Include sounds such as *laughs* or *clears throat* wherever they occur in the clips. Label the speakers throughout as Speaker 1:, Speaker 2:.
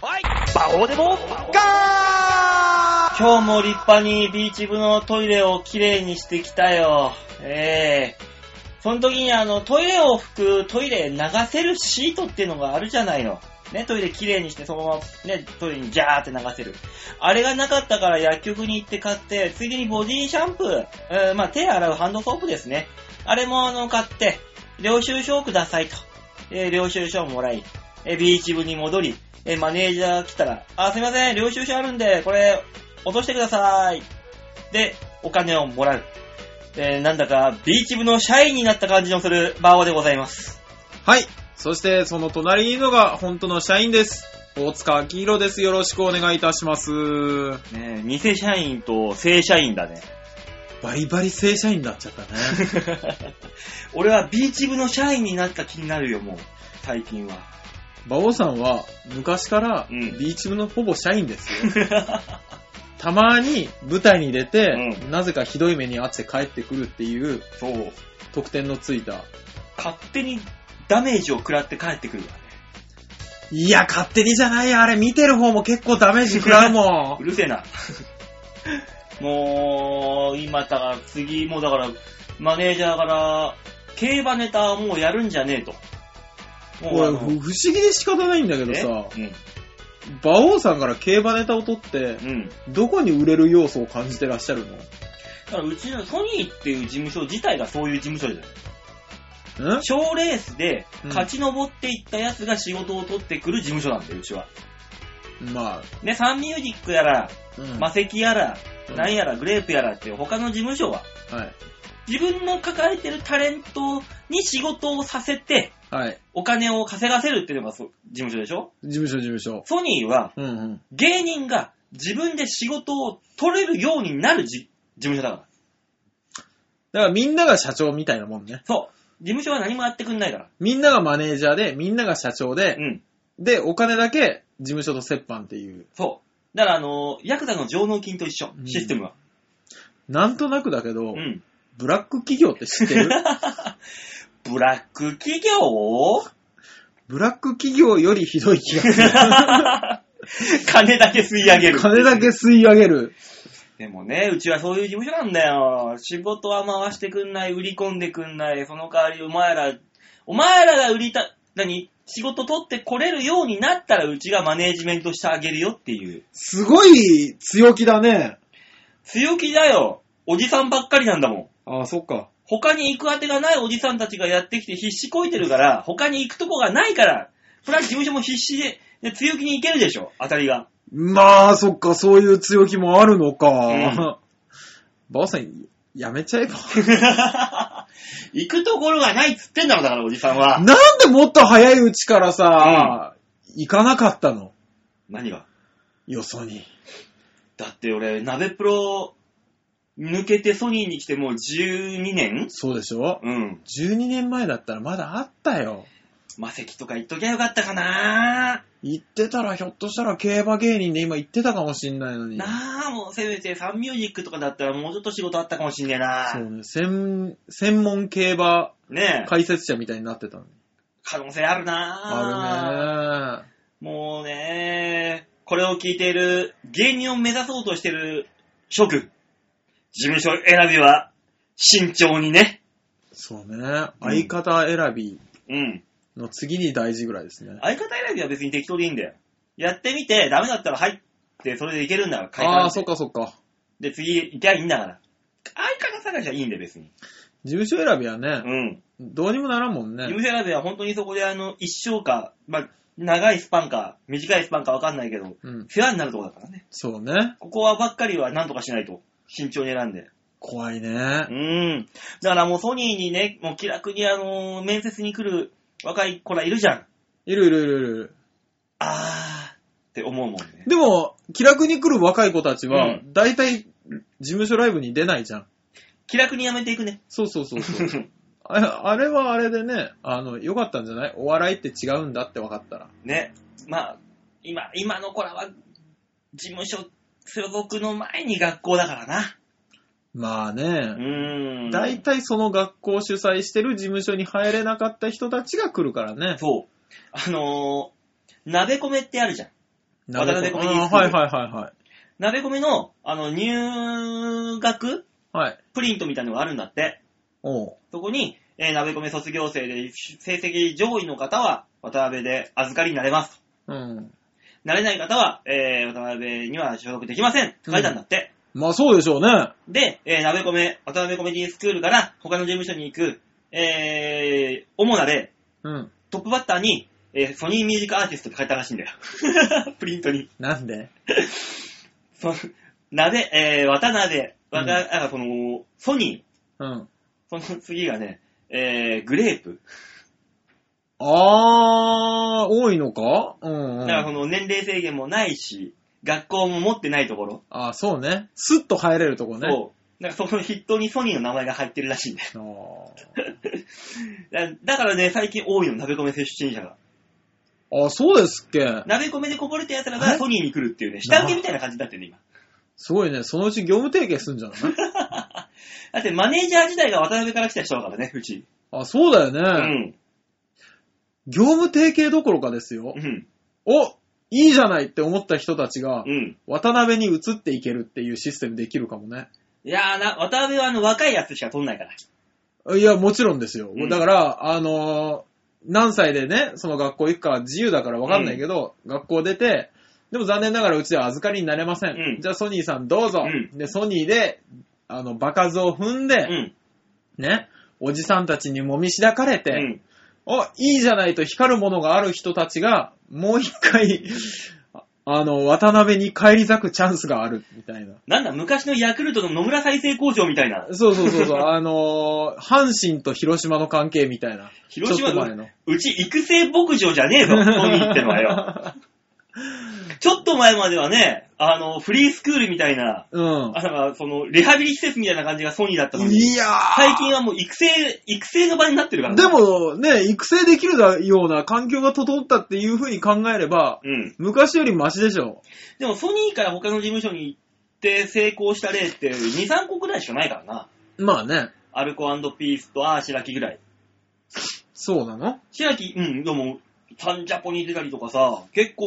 Speaker 1: こうでもガー
Speaker 2: 今日も立派にビーチ部のトイレをきれいにしてきたよ。ええその時にあの、トイレを拭く、トイレ流せるシートっていうのがあるじゃないの。ね、トイレきれいにして、そのままね、トイレにジャーって流せる。あれがなかったから薬局に行って買って、ついでにボディシャンプー、えーまあ手洗うハンドソープですね。あれもあの、買って、領収書をくださいと。えー領収書をもらい、えービーチ部に戻り、えーマネージャー来たら、あ、すいません、領収書あるんで、これ、落としてください。で、お金をもらう。えーなんだか、ビーチ部の社員になった感じのするバオでございます。
Speaker 3: はい。そして、その隣にいるのが、本当の社員です。大塚明宏です。よろしくお願いいたします。
Speaker 2: ねえ、偽社員と正社員だね。
Speaker 3: バリバリ正社員になっちゃったね。
Speaker 2: *laughs* 俺はビーチ部の社員になった気になるよ、もう。最近は。
Speaker 3: 馬王さんは、昔から、
Speaker 2: うん
Speaker 3: ビーチ部のほぼ社員ですよ。たまに舞台に出て、
Speaker 2: う
Speaker 3: なぜかひどい目に遭って帰ってくるっていう
Speaker 2: *laughs* そう。
Speaker 3: 特典のついた。
Speaker 2: 勝手にダメージを食らって帰ってくるわね。
Speaker 3: いや、勝手にじゃないよ。あれ見てる方も結構ダメージ食らうも。
Speaker 2: うん *laughs* るせえな。もう、今だから、次、もうだから、マネージャーから、競馬ネタはもうやるんじゃねえと。もう
Speaker 3: 俺、
Speaker 2: あ
Speaker 3: 不
Speaker 2: の
Speaker 3: 思議で仕方ないんだけど
Speaker 2: ね
Speaker 3: さ、馬王さんから競馬ネタを取って
Speaker 2: う、ん。うん。だ
Speaker 3: どこに売れる要素を感じてらっしゃるの
Speaker 2: から、うちのソニーっていう事務所自体がそういう事務所じゃない。
Speaker 3: ん
Speaker 2: 賞レースで
Speaker 3: うん
Speaker 2: 勝ち上っていったやつが仕事を取ってくる事務所なんだよ、うちは。
Speaker 3: まあ、
Speaker 2: ね、サンミュージックやら、
Speaker 3: うん
Speaker 2: マセキやら、
Speaker 3: うん
Speaker 2: なんやら、グレープやらっていう他の事務所は、
Speaker 3: はい。
Speaker 2: 自分の抱えてるタレントに仕事をさせて、
Speaker 3: はい。
Speaker 2: お金を稼がせるっていうのがそう事務所でしょ
Speaker 3: 事務所、事務所。
Speaker 2: ソニーは
Speaker 3: うんうん。
Speaker 2: 芸人が自分で仕事を取れるようになるじ事務所だから。
Speaker 3: だからみんなが社長みたいなもんね。
Speaker 2: そう。事務所は何もやってくんないから。
Speaker 3: みんながマネージャーで、みんなが社長で
Speaker 2: う、ん。
Speaker 3: で、お金だけ事務所と折半っていう。
Speaker 2: そう。だからあのーヤクザの上納金と一緒
Speaker 3: う。ん
Speaker 2: システムは。
Speaker 3: なんとなくだけ
Speaker 2: う
Speaker 3: ど、
Speaker 2: ん。
Speaker 3: ブラック企業って知
Speaker 2: *laughs*
Speaker 3: ってる
Speaker 2: ブラック企業を *laughs*
Speaker 3: ブラック企業よりひどい気がする。
Speaker 2: 金だけ吸い上げる。
Speaker 3: 金だけ。吸い上げる。
Speaker 2: でもね、うちはそういう事務所なんだよ。仕事は回してくんない、売り込んでくんない、その代わりお前ら、お前らが売りた、何仕事取ってこれるようになったらうちがマネージメントしてあげるよっていう。
Speaker 3: すごい強気だね。
Speaker 2: 強気だよ。おじさんばっかりなんだもん。
Speaker 3: ああ、そっか。
Speaker 2: 他に行くあてがないおじさんたちがやってきて必死こいてるから、他に行くとこがないから、プラス事務所も必死で、で強気に行けるでしょ、当たりが。 *laughs*
Speaker 3: まあ、そっか、そういう強気もあるの
Speaker 2: うん
Speaker 3: か。 *laughs* バオさん、やめちゃえば。
Speaker 2: 行くところがないっつってんだろ、だからおじさんは。
Speaker 3: なんでもっと早いうちからさ、行かなかったの
Speaker 2: 何が
Speaker 3: よそに。
Speaker 2: だって俺、鍋プロ抜けてソニーに来てもう12年
Speaker 3: そうでしょ
Speaker 2: うん。
Speaker 3: 12年前だったらまだあったよ。
Speaker 2: マセキとか行っときゃよかったかな
Speaker 3: 行ってたらひょっとしたら競馬芸人で今行ってたかもしんないのに。
Speaker 2: なあ、もうせめてサンミュージックとかだったらもうちょっと仕事あったかもしんねえ
Speaker 3: そう
Speaker 2: な。
Speaker 3: ね、専、専門競馬
Speaker 2: ねえ。
Speaker 3: 解説者みたいになってたのに。
Speaker 2: 可能性あるな
Speaker 3: あるね
Speaker 2: もうねこれを聞いている芸人を目指そうとしてる諸君。事務所選びは慎重にね。
Speaker 3: そうね、相方選び
Speaker 2: うん。
Speaker 3: の次に大事ぐらいですね。
Speaker 2: 相方選びは別に適当でいいんだよ。やってみて、ダメだったら入って、それでいけるんだから、会
Speaker 3: ああー、
Speaker 2: 館
Speaker 3: そっかそっか。
Speaker 2: で。で、次行きゃいいんだから。相方探しはいいんだよ、別に。
Speaker 3: 事務所選びは
Speaker 2: う
Speaker 3: ね、
Speaker 2: ん。
Speaker 3: どうにもならんもん
Speaker 2: 事
Speaker 3: ね。
Speaker 2: 務所選びは本当にそこで、あの、一生か、まあ、長いスパンか、短いスパンかわかんないけど、
Speaker 3: うん、
Speaker 2: 世話になるとこだからね。
Speaker 3: そうね。
Speaker 2: ここはばっかりはなんとかしないと。慎重に選んで。
Speaker 3: 怖いうね。
Speaker 2: ん。だからもうソニーにね、もう気楽にあの面接に来る若い子らいるじゃん。
Speaker 3: いるいるいるいる。
Speaker 2: あーって思うもんね。
Speaker 3: でも、気楽に来る若い子たち
Speaker 2: う
Speaker 3: は、大体、事務所ライブに出ないじゃん。
Speaker 2: 気楽にやめていくね。
Speaker 3: そうそうそうそう。 *laughs* ああれはあれでね、あの、良かったんじゃないお笑いって違うんだって分かったら。
Speaker 2: ね、まあ、今、今の子らは、事務所所属の前に学校だからな。
Speaker 3: まあ
Speaker 2: う
Speaker 3: ね、
Speaker 2: ーん。
Speaker 3: 大体その学校主催してる事務所に入れなかった人たちが来るからね。
Speaker 2: そう。あのー、鍋米ってあるじゃん。
Speaker 3: なるほど
Speaker 2: 私のコミュニティ
Speaker 3: あーはいはいはいはい。
Speaker 2: 鍋コミの、あの、入学
Speaker 3: はい。
Speaker 2: プリントみたいなのがあるんだって。
Speaker 3: おう。
Speaker 2: そこに、えー、鍋米卒業生で成績上位の方は、渡辺で預かりになれます。
Speaker 3: うん。
Speaker 2: なれない方は、えー、渡辺には所属できません。って書いたんだって。
Speaker 3: まあそうでしょうね。
Speaker 2: で、えー、鍋米、渡辺コメディスクールから他の事務所に行く、えー、主な例、
Speaker 3: うん。
Speaker 2: トップバッターに、えー、ソニーミュージックアーティストって書いたらしいんだよ。 *laughs* プリントに。
Speaker 3: なんで
Speaker 2: そ鍋、えー、渡辺、わた
Speaker 3: う
Speaker 2: あその、ソニ
Speaker 3: うん。
Speaker 2: ー、その次がね、えー、グレープ。
Speaker 3: あー、多いのかうん、う
Speaker 2: だ
Speaker 3: ん。
Speaker 2: からこの年齢制限もないし、学校も持ってないところ。
Speaker 3: あー、そうね。スッと入れるとこね。
Speaker 2: そう。なんかそこの筆頭にソニーの名前が入ってるらしいんだよ。
Speaker 3: あー
Speaker 2: だ *laughs* だからね、最近多いの、鍋米出身者が。
Speaker 3: あー、そうですっけ。
Speaker 2: 鍋米でこぼれた奴らが
Speaker 3: え
Speaker 2: ソニーに来るっていうね、下請けみたいな感じになってるね、今。
Speaker 3: すごいね。そのうち業務提携すんじゃない
Speaker 2: だってマネージャー自体が渡辺から来た人だからね、うち。
Speaker 3: あ、そうだよね。
Speaker 2: うん。
Speaker 3: 業務提携どころかですよ
Speaker 2: う。ん。
Speaker 3: おいいじゃないって思った人たちが
Speaker 2: う、ん。
Speaker 3: 渡辺に移っていけるっていうシステムできるかもね。
Speaker 2: いやーな、渡辺はあの若いやつしか取んないから。
Speaker 3: いや、もちろんですよ。
Speaker 2: うん
Speaker 3: だから、あのー何歳でね、その学校行くかは自由だからわかんないけど、学校出て、でも残念ながらうちでは預かりになれません。
Speaker 2: うん
Speaker 3: じゃあソニーさんどうぞ。
Speaker 2: う
Speaker 3: で、ソニーで、あの、場数を踏ん
Speaker 2: う
Speaker 3: で、
Speaker 2: ん。
Speaker 3: ね、おじさんたちにもみしだかれて、
Speaker 2: うん。
Speaker 3: お、いいじゃないと光るものがある人たちが、もう一回、あの、渡辺に返り咲くチャンスがある、みたいな。
Speaker 2: なんだ、昔のヤクルトの野村再生工場みたいな。
Speaker 3: そうそ
Speaker 2: *laughs*
Speaker 3: うそうそう、あのー阪神と広島の関係みたいな。
Speaker 2: 広島
Speaker 3: ちょっと前の。
Speaker 2: うち育成牧場じゃね
Speaker 3: *laughs*
Speaker 2: えぞ、ソニーってのはよ。ちょっと前まではね、あの、フリースクールみたいな、
Speaker 3: うん
Speaker 2: あ。なんかその、リハビリ施設みたいな感じがソニーだったのに、
Speaker 3: いやー。
Speaker 2: 最近はもう育成、育成の場になってるからね
Speaker 3: で、もね、育成できるような環境が整ったっていう風に考えれば、
Speaker 2: うん。
Speaker 3: 昔よりマシでしょ。
Speaker 2: でもソニーから他の事務所に行って成功した例って2、3個ぐらいしかないからな。
Speaker 3: まあね、
Speaker 2: アルコピースとアーシラキぐらい。
Speaker 3: そうなの
Speaker 2: シラキ、うん、でも、サンジャポに出たりとかさ、結構、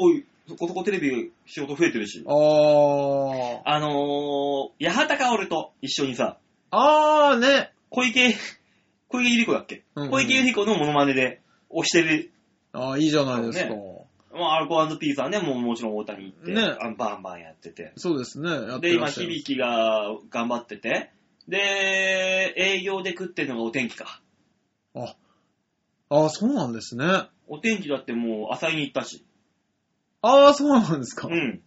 Speaker 2: そこそこテレビ仕事増えてるし。
Speaker 3: あー。
Speaker 2: あのー、八幡薫と一緒にさ、
Speaker 3: あーね。
Speaker 2: 小池、小池百合子だっけ、
Speaker 3: うんうん
Speaker 2: 小池百合子のモノマネで押してる。
Speaker 3: あー、いいじゃないですか。
Speaker 2: まあ、アルコピースはね、もうもちろん大谷行って、
Speaker 3: ね
Speaker 2: あのバンバンやってて。
Speaker 3: そうですね。やっ
Speaker 2: で、
Speaker 3: てら
Speaker 2: 今、
Speaker 3: っしゃいます
Speaker 2: 響が頑張ってて、で、営業で食ってるのがお天気か。
Speaker 3: ああ、そうなんですね。あ
Speaker 2: お天気だってもう、浅いに行ったし。
Speaker 3: あ、そうなんですか。
Speaker 2: うん。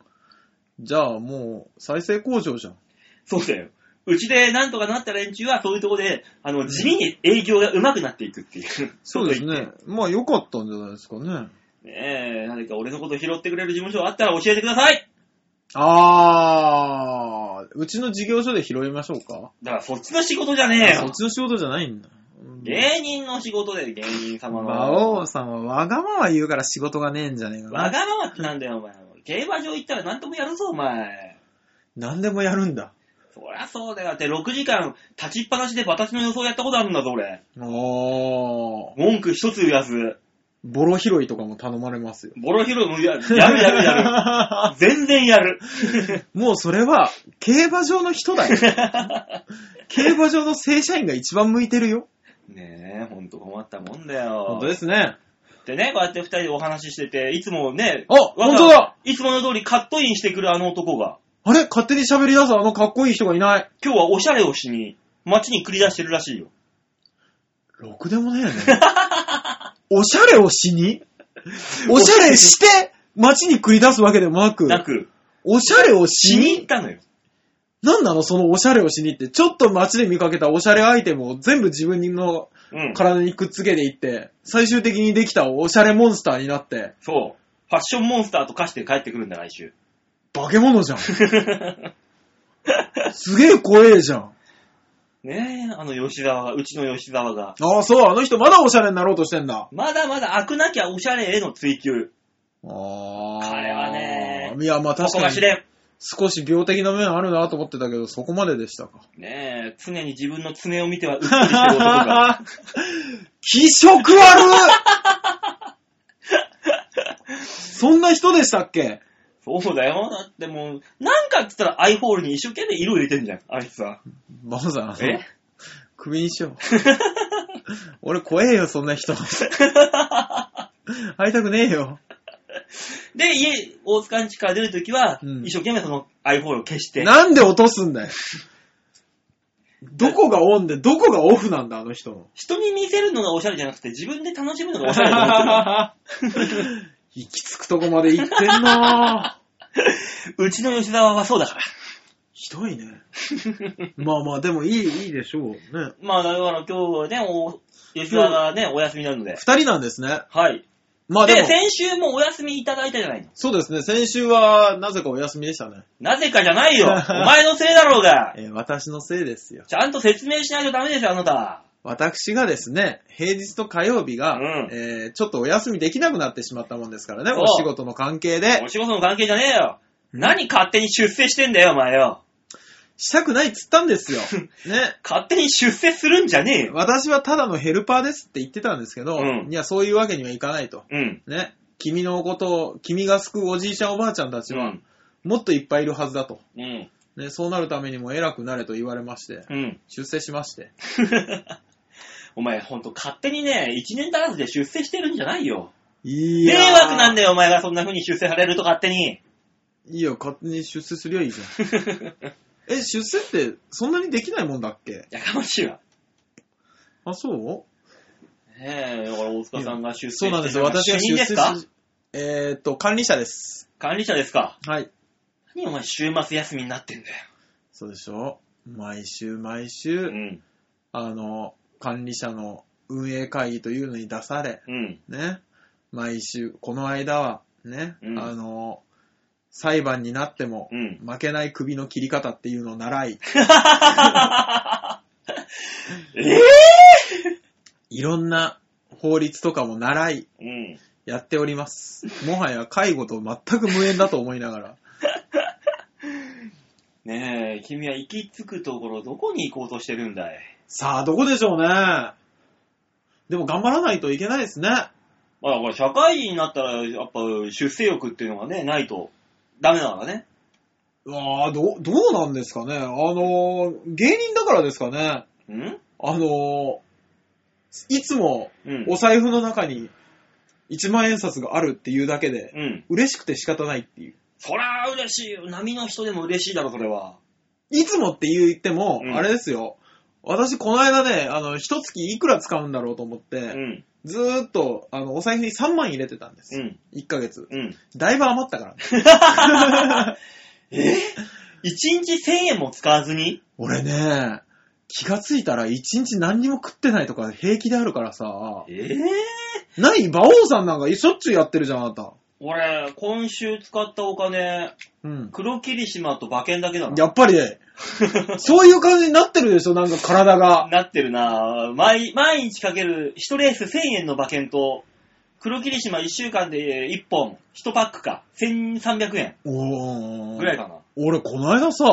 Speaker 3: じゃあもう、再生工場じゃん。
Speaker 2: そうだよ。うちでなんとかなった連中は、そういうとこで、あの、地味に営業が上手くなっていくっていう。
Speaker 3: そうです
Speaker 2: こと言っ
Speaker 3: ね。まあ良かったんじゃないですかね。
Speaker 2: て。ねえ、何か俺のこと拾ってくれる事務所あったら教えてください
Speaker 3: ああ、うちの事業所で拾いましょうか。
Speaker 2: だからそっちの仕事じゃねえ
Speaker 3: そ
Speaker 2: よ
Speaker 3: っ。ちの仕事じゃないんだ。うん
Speaker 2: 芸人の仕事で芸人様の。
Speaker 3: 馬王さんはわがまま言うから仕事がねえんじゃねえか
Speaker 2: わ
Speaker 3: な。
Speaker 2: がままってなんだよ、お前。競馬場行ったら何ともやるぞ、お前。
Speaker 3: 何でもやるんだ。
Speaker 2: そりゃそうだよ。だって6時間立ちっぱなしで私の予想やったことあるんだぞ、俺。
Speaker 3: おー。
Speaker 2: 文句一つ言わず。
Speaker 3: ボロ拾いとかも頼まれますよ。
Speaker 2: ボロ拾いもやる、やるやるやる。全然やる。
Speaker 3: *laughs* もうそれは、競馬場の人だ
Speaker 2: *laughs*
Speaker 3: よ。競馬場の正社員が一番向いてるよ。
Speaker 2: ねえ、ほんと困ったもんだよ。
Speaker 3: 本当ですね。
Speaker 2: でね、こうやって二人でお話ししてて、いつもね、
Speaker 3: あ、本当
Speaker 2: わざ
Speaker 3: だ
Speaker 2: いつもの通りカットインしてくるあの男が、
Speaker 3: あれ勝手に喋り出すあのかっこいい人がいない。
Speaker 2: 今日はおしゃれをしに、街に繰り出してるらしいよ。
Speaker 3: ろくで
Speaker 2: *laughs*
Speaker 3: もねえね。おしゃれをしにおしゃれして、街に繰り出すわけでもなく、
Speaker 2: なく、
Speaker 3: おしゃれをし
Speaker 2: しに行っ
Speaker 3: に
Speaker 2: たのよ。
Speaker 3: なんなのそのおしゃれをしにって。ちょっと街で見かけたおしゃれアイテムを全部自分の
Speaker 2: うん。
Speaker 3: 体にくっつけていって、最終的にできたおしゃれモンスターになって、
Speaker 2: そう。ファッションモンスターと化して帰ってくるんだ、来
Speaker 3: *laughs*
Speaker 2: 週。
Speaker 3: 化け物じゃん。すげえ怖えじゃん。
Speaker 2: ねえ、あの吉沢が、うちの吉沢が。
Speaker 3: ああ、そう、あの人まだおしゃれになろうとしてんだ。
Speaker 2: まだまだ飽くなきゃおしゃれへの追求。
Speaker 3: ああ。
Speaker 2: 彼はね
Speaker 3: いや、まあ
Speaker 2: こ
Speaker 3: 確
Speaker 2: こ
Speaker 3: か
Speaker 2: が
Speaker 3: に
Speaker 2: 知、れん。
Speaker 3: 少し病的な面あるなと思ってたけど、そこまででした *laughs* か。
Speaker 2: ねえ、常に自分の爪を見てはうっとりしてる男が。
Speaker 3: 気色悪そんな人でしたっけ
Speaker 2: そうだよ。だってもう、なんかっつったらアイホールに一生懸命色入れてんじゃん、あいつは。
Speaker 3: バオさん、
Speaker 2: え
Speaker 3: クビにしよう。俺怖えよ、そんな人。会いたくねえよ。
Speaker 2: で、家、大塚ん家から出るときは、
Speaker 3: うん
Speaker 2: 一生懸命そのアイホールを消して。
Speaker 3: なんで落とすんだよ。どこがオンで、どこがオフなんだ、あの人の。
Speaker 2: 人に見せるのがオシャレじゃなくて、自分で楽しむのがオシャレだと思ってる
Speaker 3: *laughs* 行き着くとこまで行ってんなぁ。 *laughs*
Speaker 2: うちの吉沢はそうだから。
Speaker 3: ひどいね。 *laughs* まあまあ、でもいい、いいでしょうね。
Speaker 2: まあ、だから今日ね、お吉沢がね、お休みなので。
Speaker 3: 二人なんですね。
Speaker 2: はい。
Speaker 3: まあで
Speaker 2: で、
Speaker 3: も、
Speaker 2: 先週もお休みいただいたじゃないの。
Speaker 3: そうですね。先週は、なぜかお休みでしたね。
Speaker 2: なぜかじゃない
Speaker 3: *laughs*
Speaker 2: よ。お前のせいだろうが。
Speaker 3: えー私のせいですよ。
Speaker 2: ちゃんと説明しないとダメですよ、あなた。
Speaker 3: 私がですね、平日と火曜日が、
Speaker 2: うん
Speaker 3: えーちょっとお休みできなくなってしまったもんですからね、
Speaker 2: そう
Speaker 3: お仕事の関係で
Speaker 2: お、仕事の関係じゃねえよ。何勝手に出世してんだよ、お前よ。
Speaker 3: したくないっつったんで
Speaker 2: *laughs*
Speaker 3: すよ。ね。
Speaker 2: 勝手に出世するんじゃねえよ。
Speaker 3: 私はただのヘルパーですって言ってたんですけど、
Speaker 2: うん
Speaker 3: いや、そういうわけにはいかないと。
Speaker 2: うん。
Speaker 3: ね。君のことを、君が救うおじいちゃんおばあちゃんたち
Speaker 2: う
Speaker 3: は
Speaker 2: ん、。
Speaker 3: もっといっぱいいるはずだと。
Speaker 2: うん。
Speaker 3: ね、そうなるためにも偉くなれと言われまして、
Speaker 2: うん。
Speaker 3: 出世しまして。
Speaker 2: *laughs* お前ほんと勝手にね、一年足らずで出世してるんじゃないよ。
Speaker 3: い
Speaker 2: 迷惑なん
Speaker 3: で
Speaker 2: だよ、お前がそんな風に出世されると勝手に。
Speaker 3: いいよ、勝手に出世すりゃいいじゃん。え、出世ってそんなにできないもんだっけ
Speaker 2: *laughs* やかましいわ。
Speaker 3: あ、そう
Speaker 2: ねえ、だから大塚さんが出世して
Speaker 3: そう
Speaker 2: る
Speaker 3: なんですよ。私
Speaker 2: 主
Speaker 3: が
Speaker 2: 任で
Speaker 3: 出世
Speaker 2: すか
Speaker 3: し、えーっと、管理者です。
Speaker 2: 管理者ですか
Speaker 3: はい。
Speaker 2: 何お前週末休みになってんだよ。
Speaker 3: そうでしょ毎週毎週、
Speaker 2: うん。
Speaker 3: あの、管理者の運営会議というのに出され、
Speaker 2: うん。
Speaker 3: ね、毎週、この間は、ね、
Speaker 2: うん
Speaker 3: あの、裁判になっても、
Speaker 2: うん
Speaker 3: 負けない首の切り方っていうのを習い、
Speaker 2: *laughs* え
Speaker 3: いろんな法律とかも習い、
Speaker 2: えうん。
Speaker 3: やっております。もはや介護と全く無縁だと思いながら。
Speaker 2: ねえ、君は行き着くところどこに行こうとしてるんだい
Speaker 3: さあ、どこでしょうね。でも頑張らないといけないですね。
Speaker 2: まあ、これ社会人になったら、やっぱ出世欲っていうのがね、ないとダメだからね。
Speaker 3: ああ、どう、どうなんですかね。あのー、芸人だからですかね。
Speaker 2: うん
Speaker 3: あのー、いつも
Speaker 2: うん。
Speaker 3: お財布の中に1万円札があるっていうだけで、
Speaker 2: うん。
Speaker 3: 嬉しくて仕方ないっていう。
Speaker 2: そりゃ嬉しいよ。波の人でも嬉しいだろ、それは。
Speaker 3: いつもって言っても、
Speaker 2: うん
Speaker 3: あれですよ。私、この間ね、あの、一月いくら使うんだろうと思って、
Speaker 2: うん。
Speaker 3: ずーっと、あの、お財布に3万入れてたんです。
Speaker 2: うん。
Speaker 3: 1ヶ月。
Speaker 2: うん。
Speaker 3: だいぶ余ったから。
Speaker 2: *laughs* え ?1 日1000円も使わずに
Speaker 3: 俺ね、気がついたら1日何にも食ってないとか平気であるからさ、
Speaker 2: ええ
Speaker 3: ない馬王さんなんかしょっちゅうやってるじゃん、あなた。
Speaker 2: 俺、今週使ったお金、
Speaker 3: うん。
Speaker 2: 黒霧島と馬券だけなの。
Speaker 3: やっぱり、そういう感じになってるでしょ、なんか体が。
Speaker 2: なってるな毎、毎日かける、1レース1000円の馬券と、黒霧島1週間で1本、1パックか、1300円
Speaker 3: おー
Speaker 2: ぐらいかな。
Speaker 3: 俺、この間さ、あ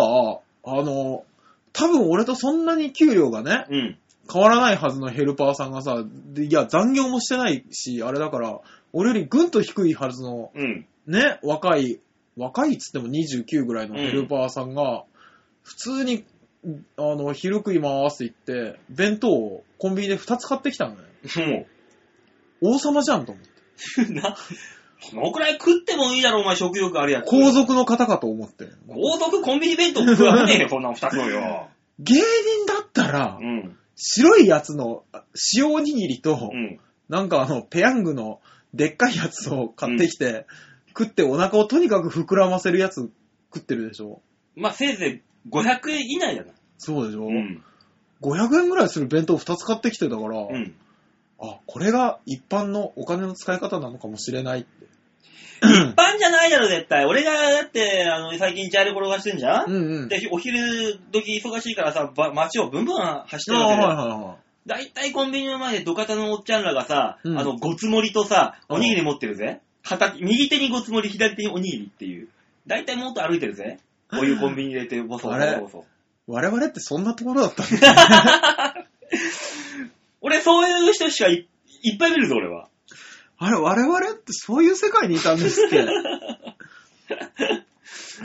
Speaker 3: の、多分俺とそんなに給料がね、
Speaker 2: うん。
Speaker 3: 変わらないはずのヘルパーさんがさ、でいや、残業もしてないし、あれだから、俺よりぐんと低いはずの、
Speaker 2: うん。
Speaker 3: ね、若い、若いっつっても29ぐらいのヘルパーさんが、普通に、あの、昼食いますって言って、弁当をコンビニで2つ買ってきたのね。
Speaker 2: も
Speaker 3: 王様じゃんと思っ
Speaker 2: *laughs*
Speaker 3: て。
Speaker 2: う、な、そのくらい食ってもいいだろ、お前食欲あるやつ。
Speaker 3: 皇族の方かと思って。
Speaker 2: 王族コンビニ弁当食わねえよ、こんなの二つをよ。
Speaker 3: 芸人だったら
Speaker 2: *laughs* う、ん。
Speaker 3: 白いやつのあ塩おにぎりと
Speaker 2: う、ん。
Speaker 3: なんかあの、ペヤングのでっかいやつを買ってきて、食ってお腹をとにかく膨らませるやつ食ってるでしょ
Speaker 2: まあ、せいぜい500円以内だな。
Speaker 3: そうでしょ、
Speaker 2: うん。
Speaker 3: ?500 円ぐらいする弁当2つ買ってきてたから、
Speaker 2: うん。
Speaker 3: あ、これが一般のお金の使い方なのかもしれないって。
Speaker 2: 一般じゃないだろ、絶対。俺が、だって、あの、最近ジャイル転がしてんじゃ、
Speaker 3: うんんうん。
Speaker 2: で、お昼時忙しいからさ、ば街をブンブン走
Speaker 3: あ
Speaker 2: っ
Speaker 3: ー
Speaker 2: てる
Speaker 3: はい
Speaker 2: わけ
Speaker 3: は
Speaker 2: だ
Speaker 3: い
Speaker 2: よ。
Speaker 3: は
Speaker 2: だいたいコンビニの前で土方のおっちゃんらがさ、
Speaker 3: うん
Speaker 2: あの、ごつ盛りとさ、
Speaker 3: うん
Speaker 2: おにぎり持ってるぜ。片手右手にごつ盛り、左手におにぎりっていう。だいたいもっと歩いてるぜ。こういうコンビニ入れて、ボソボ
Speaker 3: あれ
Speaker 2: ソボソ。
Speaker 3: い。我々ってそんなところだったん *laughs* だ。
Speaker 2: 俺、そういう人しかいいっぱい見るぞ、俺は。
Speaker 3: あれ、我々ってそういう世界にいたんですっけ *laughs*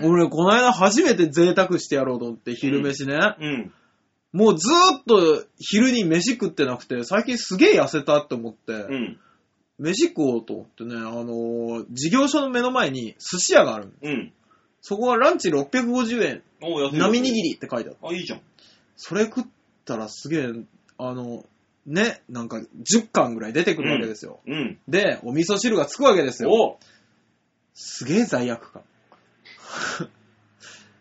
Speaker 3: 俺、この間初めて贅沢してやろうと思って、昼飯ね。
Speaker 2: うん。
Speaker 3: もうずーっと昼に飯食ってなくて、最近すげえ痩せたって思って、
Speaker 2: うん。
Speaker 3: 飯食おうと思ってね、あのー事業所の目の前に寿司屋があるの
Speaker 2: うん。
Speaker 3: そこはランチ650円、
Speaker 2: おう、安い。
Speaker 3: 並握。りって書いてある。
Speaker 2: あ、いいじゃん。
Speaker 3: それ食ったらすげえ、あの、ね、なんか10巻ぐらい出てくるわけですよ。
Speaker 2: うん。
Speaker 3: で、お味噌汁がつくわけですよ。
Speaker 2: おう
Speaker 3: すげえ罪悪感。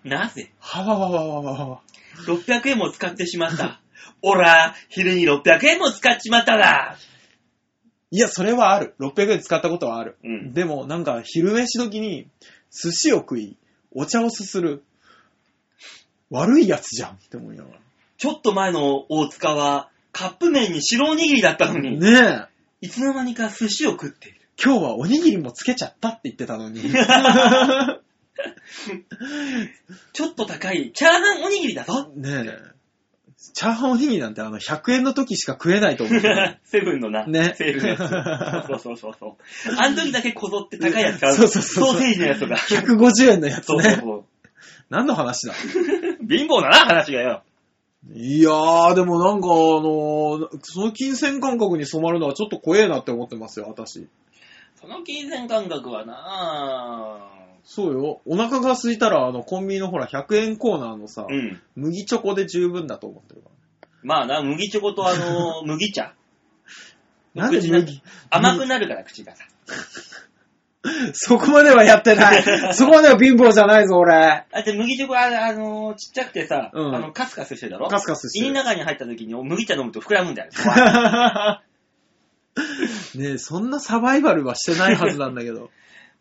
Speaker 2: なぜ
Speaker 3: はわわわわわわ。
Speaker 2: ?600 円も使ってしまった。 *laughs* おら、昼に600円も使っちまっただ。
Speaker 3: いや、それはある。600円使ったことはある。
Speaker 2: うん
Speaker 3: でも、なんか、昼飯時に、寿司を食い、お茶をすする。悪いやつじゃんって思いなが
Speaker 2: ちょっと前の大塚は、カップ麺に白おにぎりだったの
Speaker 3: ら。
Speaker 2: に、
Speaker 3: ねえ、
Speaker 2: いつの間にか寿司を食って *laughs* いる。
Speaker 3: 今日はおにぎりもつけちゃったって言ってた
Speaker 2: *laughs*
Speaker 3: のに。
Speaker 2: ちょっと高い、チャーハンおにぎりだぞ。
Speaker 3: ねえ、チャーハンおにぎりなんてあの、100円の時しか食えないと
Speaker 2: *laughs*
Speaker 3: 思う。
Speaker 2: セブンのな、
Speaker 3: ね
Speaker 2: セールの *laughs* やつ。そうそうそうそう。あの時だけこぞって高いやつ買う。
Speaker 3: そうそうそうそ
Speaker 2: ソ
Speaker 3: う
Speaker 2: ーセージのやつ *laughs* とか。
Speaker 3: 150円のやつ
Speaker 2: そうそう
Speaker 3: ね。
Speaker 2: そ
Speaker 3: 何の話だ
Speaker 2: う。貧乏だな、話がよ。
Speaker 3: いやー、でもなんか、あのーその金銭感覚に染まるのはちょっと怖えなって思ってますよ、私。
Speaker 2: その金銭感覚はな
Speaker 3: そうよ。お腹が空いたら、あの、コンビニのほら、100円コーナーのさ、
Speaker 2: うん。
Speaker 3: 麦チョコで十分だと思ってるか
Speaker 2: まあな、麦チョコとあの、麦茶。
Speaker 3: ら。なんで
Speaker 2: 口の
Speaker 3: 麦 *laughs*
Speaker 2: 甘くなるから、口がさ。
Speaker 3: そこまではやって *laughs* ない。そこまでは貧乏じゃないぞ、俺。 *laughs*
Speaker 2: あ、で、麦チョコ、ああの、ちっちゃくてさ、
Speaker 3: うん
Speaker 2: あの、カスカスしてるだろ
Speaker 3: カスカスして
Speaker 2: 胃の
Speaker 3: る。
Speaker 2: 中に入った時にお麦茶飲むと膨らむん
Speaker 3: *laughs*
Speaker 2: だよ。
Speaker 3: ねえ、そんなサバイバルはしてないはずなんだけど。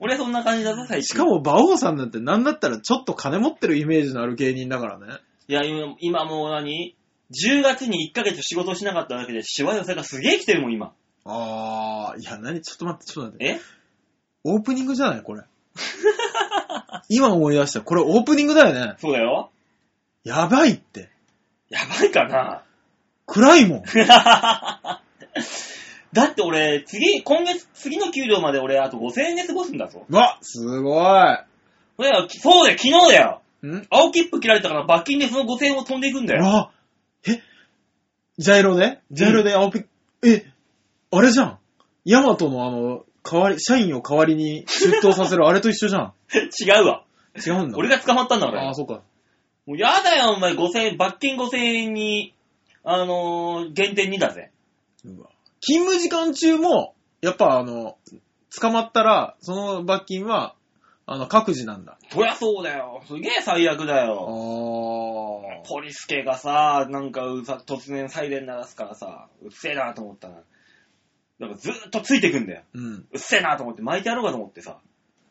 Speaker 2: 俺そんな感じだぞ、最近。
Speaker 3: しか。も、馬王さんなんてなんだったらちょっと金持ってるイメージのある芸人だからね。
Speaker 2: いや、今今もう何 ?10 月に1ヶ月仕事しなかっただけで、しわ寄せがすげえ来てるもん、今。
Speaker 3: あー、いや、何ちょっと待って、ちょっと待って。
Speaker 2: え
Speaker 3: オープニングじゃないこれ。 *laughs* 今思い出した。これオープニングだよね。
Speaker 2: そうだよ。
Speaker 3: やばいって。
Speaker 2: やばいかな *laughs*
Speaker 3: 暗いもん。
Speaker 2: だって俺、次、今月、次の給料まで俺、あと5000円で過ごすんだぞ。
Speaker 3: うわ、すごい。
Speaker 2: そうだよ、きそうだよ、昨日だよ。
Speaker 3: ん
Speaker 2: 青切符切られたから罰金でその5000円を飛んでいくんだよ。
Speaker 3: あえジャイロでジャイロで青ピ、え、あれじゃん。ヤマトのあの、代わり、社員を代わりに出頭さ
Speaker 2: *laughs*
Speaker 3: せるあれと一緒じゃん。
Speaker 2: *laughs* 違うわ。
Speaker 3: 違うんだ。
Speaker 2: 俺が捕まったんだから
Speaker 3: ああ、。そうか。
Speaker 2: もうやだよ、お前、5000円、罰金5000円に、あのー、減点2だぜ。
Speaker 3: うわ勤務時間中も、やっぱあの、捕まったら、その罰金は、あの、各自なんだ。
Speaker 2: そりゃそうだよ。すげえ最悪だ
Speaker 3: あ
Speaker 2: よ。
Speaker 3: ー
Speaker 2: ポリスケがさ、なんかうさ突然サイレン鳴らすからさ、うっせえなと思ったら、なんかずーっとついてくんだよ。
Speaker 3: うん。
Speaker 2: うっせえなと思って巻いてやろうかと思ってさ、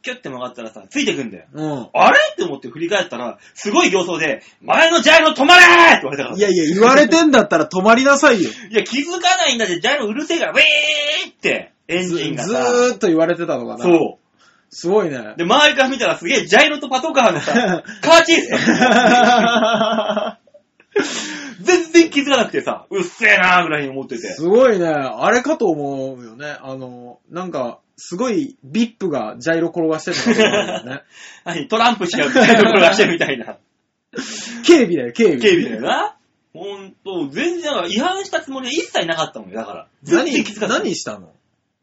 Speaker 2: キュッて曲がったらさ、ついてくんだよ。
Speaker 3: うん。
Speaker 2: あれって思って振り返ったら、すごい形相で、前のジャイロ止まれーって言われたから。
Speaker 3: いやいや、言われてんだったら止まりなさいよ。
Speaker 2: いや、気づかないんだって、ジャイロうるせえから、ウィーって、 *laughs* エン
Speaker 3: ず
Speaker 2: ジンが
Speaker 3: ず
Speaker 2: さ。
Speaker 3: ーっと言われてたのかな。
Speaker 2: そう。
Speaker 3: すごい
Speaker 2: *laughs*
Speaker 3: ね。
Speaker 2: で、周りから見たらすげえジャイロとパトカーの
Speaker 3: *laughs*
Speaker 2: さ、カーチェイスだった全然気づかなくてさ、うっせえなーぐらいに思ってて。
Speaker 3: すごいね。あれかと思うよね。あの、なんか、すごい、ビップがジャイロ転がしてたのかと
Speaker 2: *laughs*
Speaker 3: 思うよね。
Speaker 2: 何トランプしかジャイロらしてるみたい
Speaker 3: *laughs*
Speaker 2: な。
Speaker 3: 警備だよ、警備。
Speaker 2: 警備だよな。ほんと、全然、違反したつもりは一切なかったもんよ、だから。全然
Speaker 3: 何
Speaker 2: 気づか、なかった。
Speaker 3: 何したの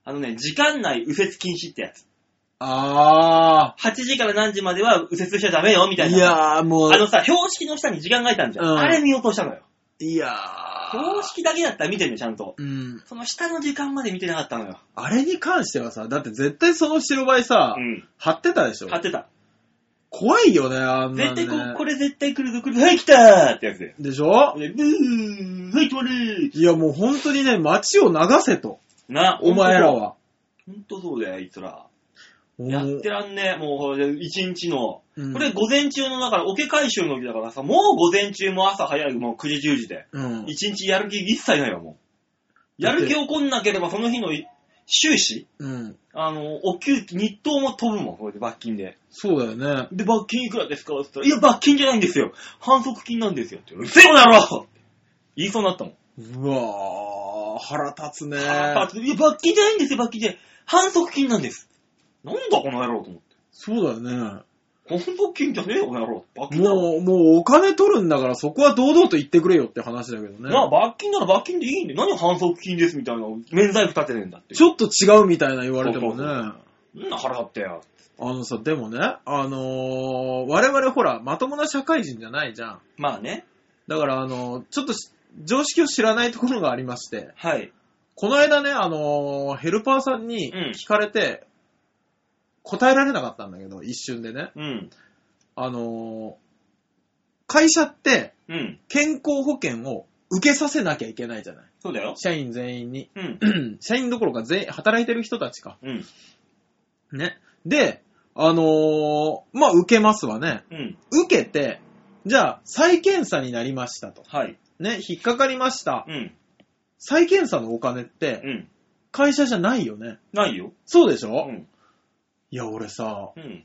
Speaker 2: あのね、時間内右折禁止ってやつ。
Speaker 3: あ
Speaker 2: 8時から何時までは右折しちゃダメよ、みた
Speaker 3: ー。
Speaker 2: い
Speaker 3: い
Speaker 2: な。
Speaker 3: やー、もう
Speaker 2: あ、のさ、標識の下に時間が書いたんじゃん。
Speaker 3: うん
Speaker 2: あれ見落としたのよ。
Speaker 3: いや
Speaker 2: 標識だけだったら見てんね、ちゃんと。
Speaker 3: ー。うん。
Speaker 2: その下の時間まで見てなかったのよ。
Speaker 3: あれに関してはさ、だって絶対その白バイさ、
Speaker 2: うん。
Speaker 3: 貼ってたでしょ
Speaker 2: 買ってた。
Speaker 3: 怖いよね、あんな
Speaker 2: 絶
Speaker 3: んね
Speaker 2: 対こ、これ絶対来るぞ来るぞ、はい来たーってやつで。
Speaker 3: でしょ
Speaker 2: でブーはい止まれー
Speaker 3: いや、もう本当にね、街を流せと。
Speaker 2: な、
Speaker 3: お前ら。は。
Speaker 2: ほんとそうだよ、あいつら。
Speaker 3: もう
Speaker 2: やってらんねえ、もう、一日の。
Speaker 3: うん
Speaker 2: これ午前中の、だから、オケ回収の日だからさ、もう午前中も朝早い、もう9時10時で。
Speaker 3: うん。
Speaker 2: 一日やる気一切ないわ、もう。やる気起こんなければ、その日のい終始
Speaker 3: うん。
Speaker 2: あの、お給、日当も飛ぶもん、これで罰金で。
Speaker 3: そうだよね。
Speaker 2: で、罰金いくらですかって言ったら、いや、罰金じゃないんですよ。反則金なんですよ。って言うのうっせえこの野郎言いそうになったもん。
Speaker 3: うわー、腹立つね。
Speaker 2: あ罰金いや罰金じゃないんですよ、罰金じゃない。反則金なんです。なんだこの野郎と思って。
Speaker 3: そうだよね。
Speaker 2: 本募金じゃねえよ、この野郎。罰金だろ。
Speaker 3: もう、もうお金取るんだからそこは堂々と言ってくれよって話だけどね。
Speaker 2: なあ、罰金なら罰金でいいんで、何反則金ですみたいな、免罪符立てねえんだって。
Speaker 3: ちょっと違うみたいな言われてもね。
Speaker 2: そうそんな腹立ってよ。
Speaker 3: あのさ、でもね、あのー我々ほら、まともな社会人じゃないじゃん。
Speaker 2: まあね。
Speaker 3: だから、あのーちょっとし常識を知らないところがありまして、
Speaker 2: はい。
Speaker 3: この間ね、あのーヘルパーさんに
Speaker 2: うん
Speaker 3: 聞かれて、答えられなかったんだけど、一瞬でね。
Speaker 2: うん。
Speaker 3: あのー会社って
Speaker 2: うん。
Speaker 3: 健康保険を受けさせなきゃいけないじゃない。
Speaker 2: そうだよ。
Speaker 3: 社員全員に。 *clears throat*
Speaker 2: うん。
Speaker 3: 社員どころか全員、働いてる人たちか。
Speaker 2: うん。
Speaker 3: ね。で、あのーまあ、受けますわね。
Speaker 2: うん。
Speaker 3: 受けて、じゃあ、再検査になりましたと。
Speaker 2: はい。
Speaker 3: ね、引っかかりました
Speaker 2: う。ん。
Speaker 3: 再検査のお金っ
Speaker 2: う
Speaker 3: て、
Speaker 2: ん。
Speaker 3: 会社じゃないよね。
Speaker 2: ないよ。
Speaker 3: そうでし
Speaker 2: う
Speaker 3: ょ、
Speaker 2: ん。
Speaker 3: いや、俺さ、
Speaker 2: うん。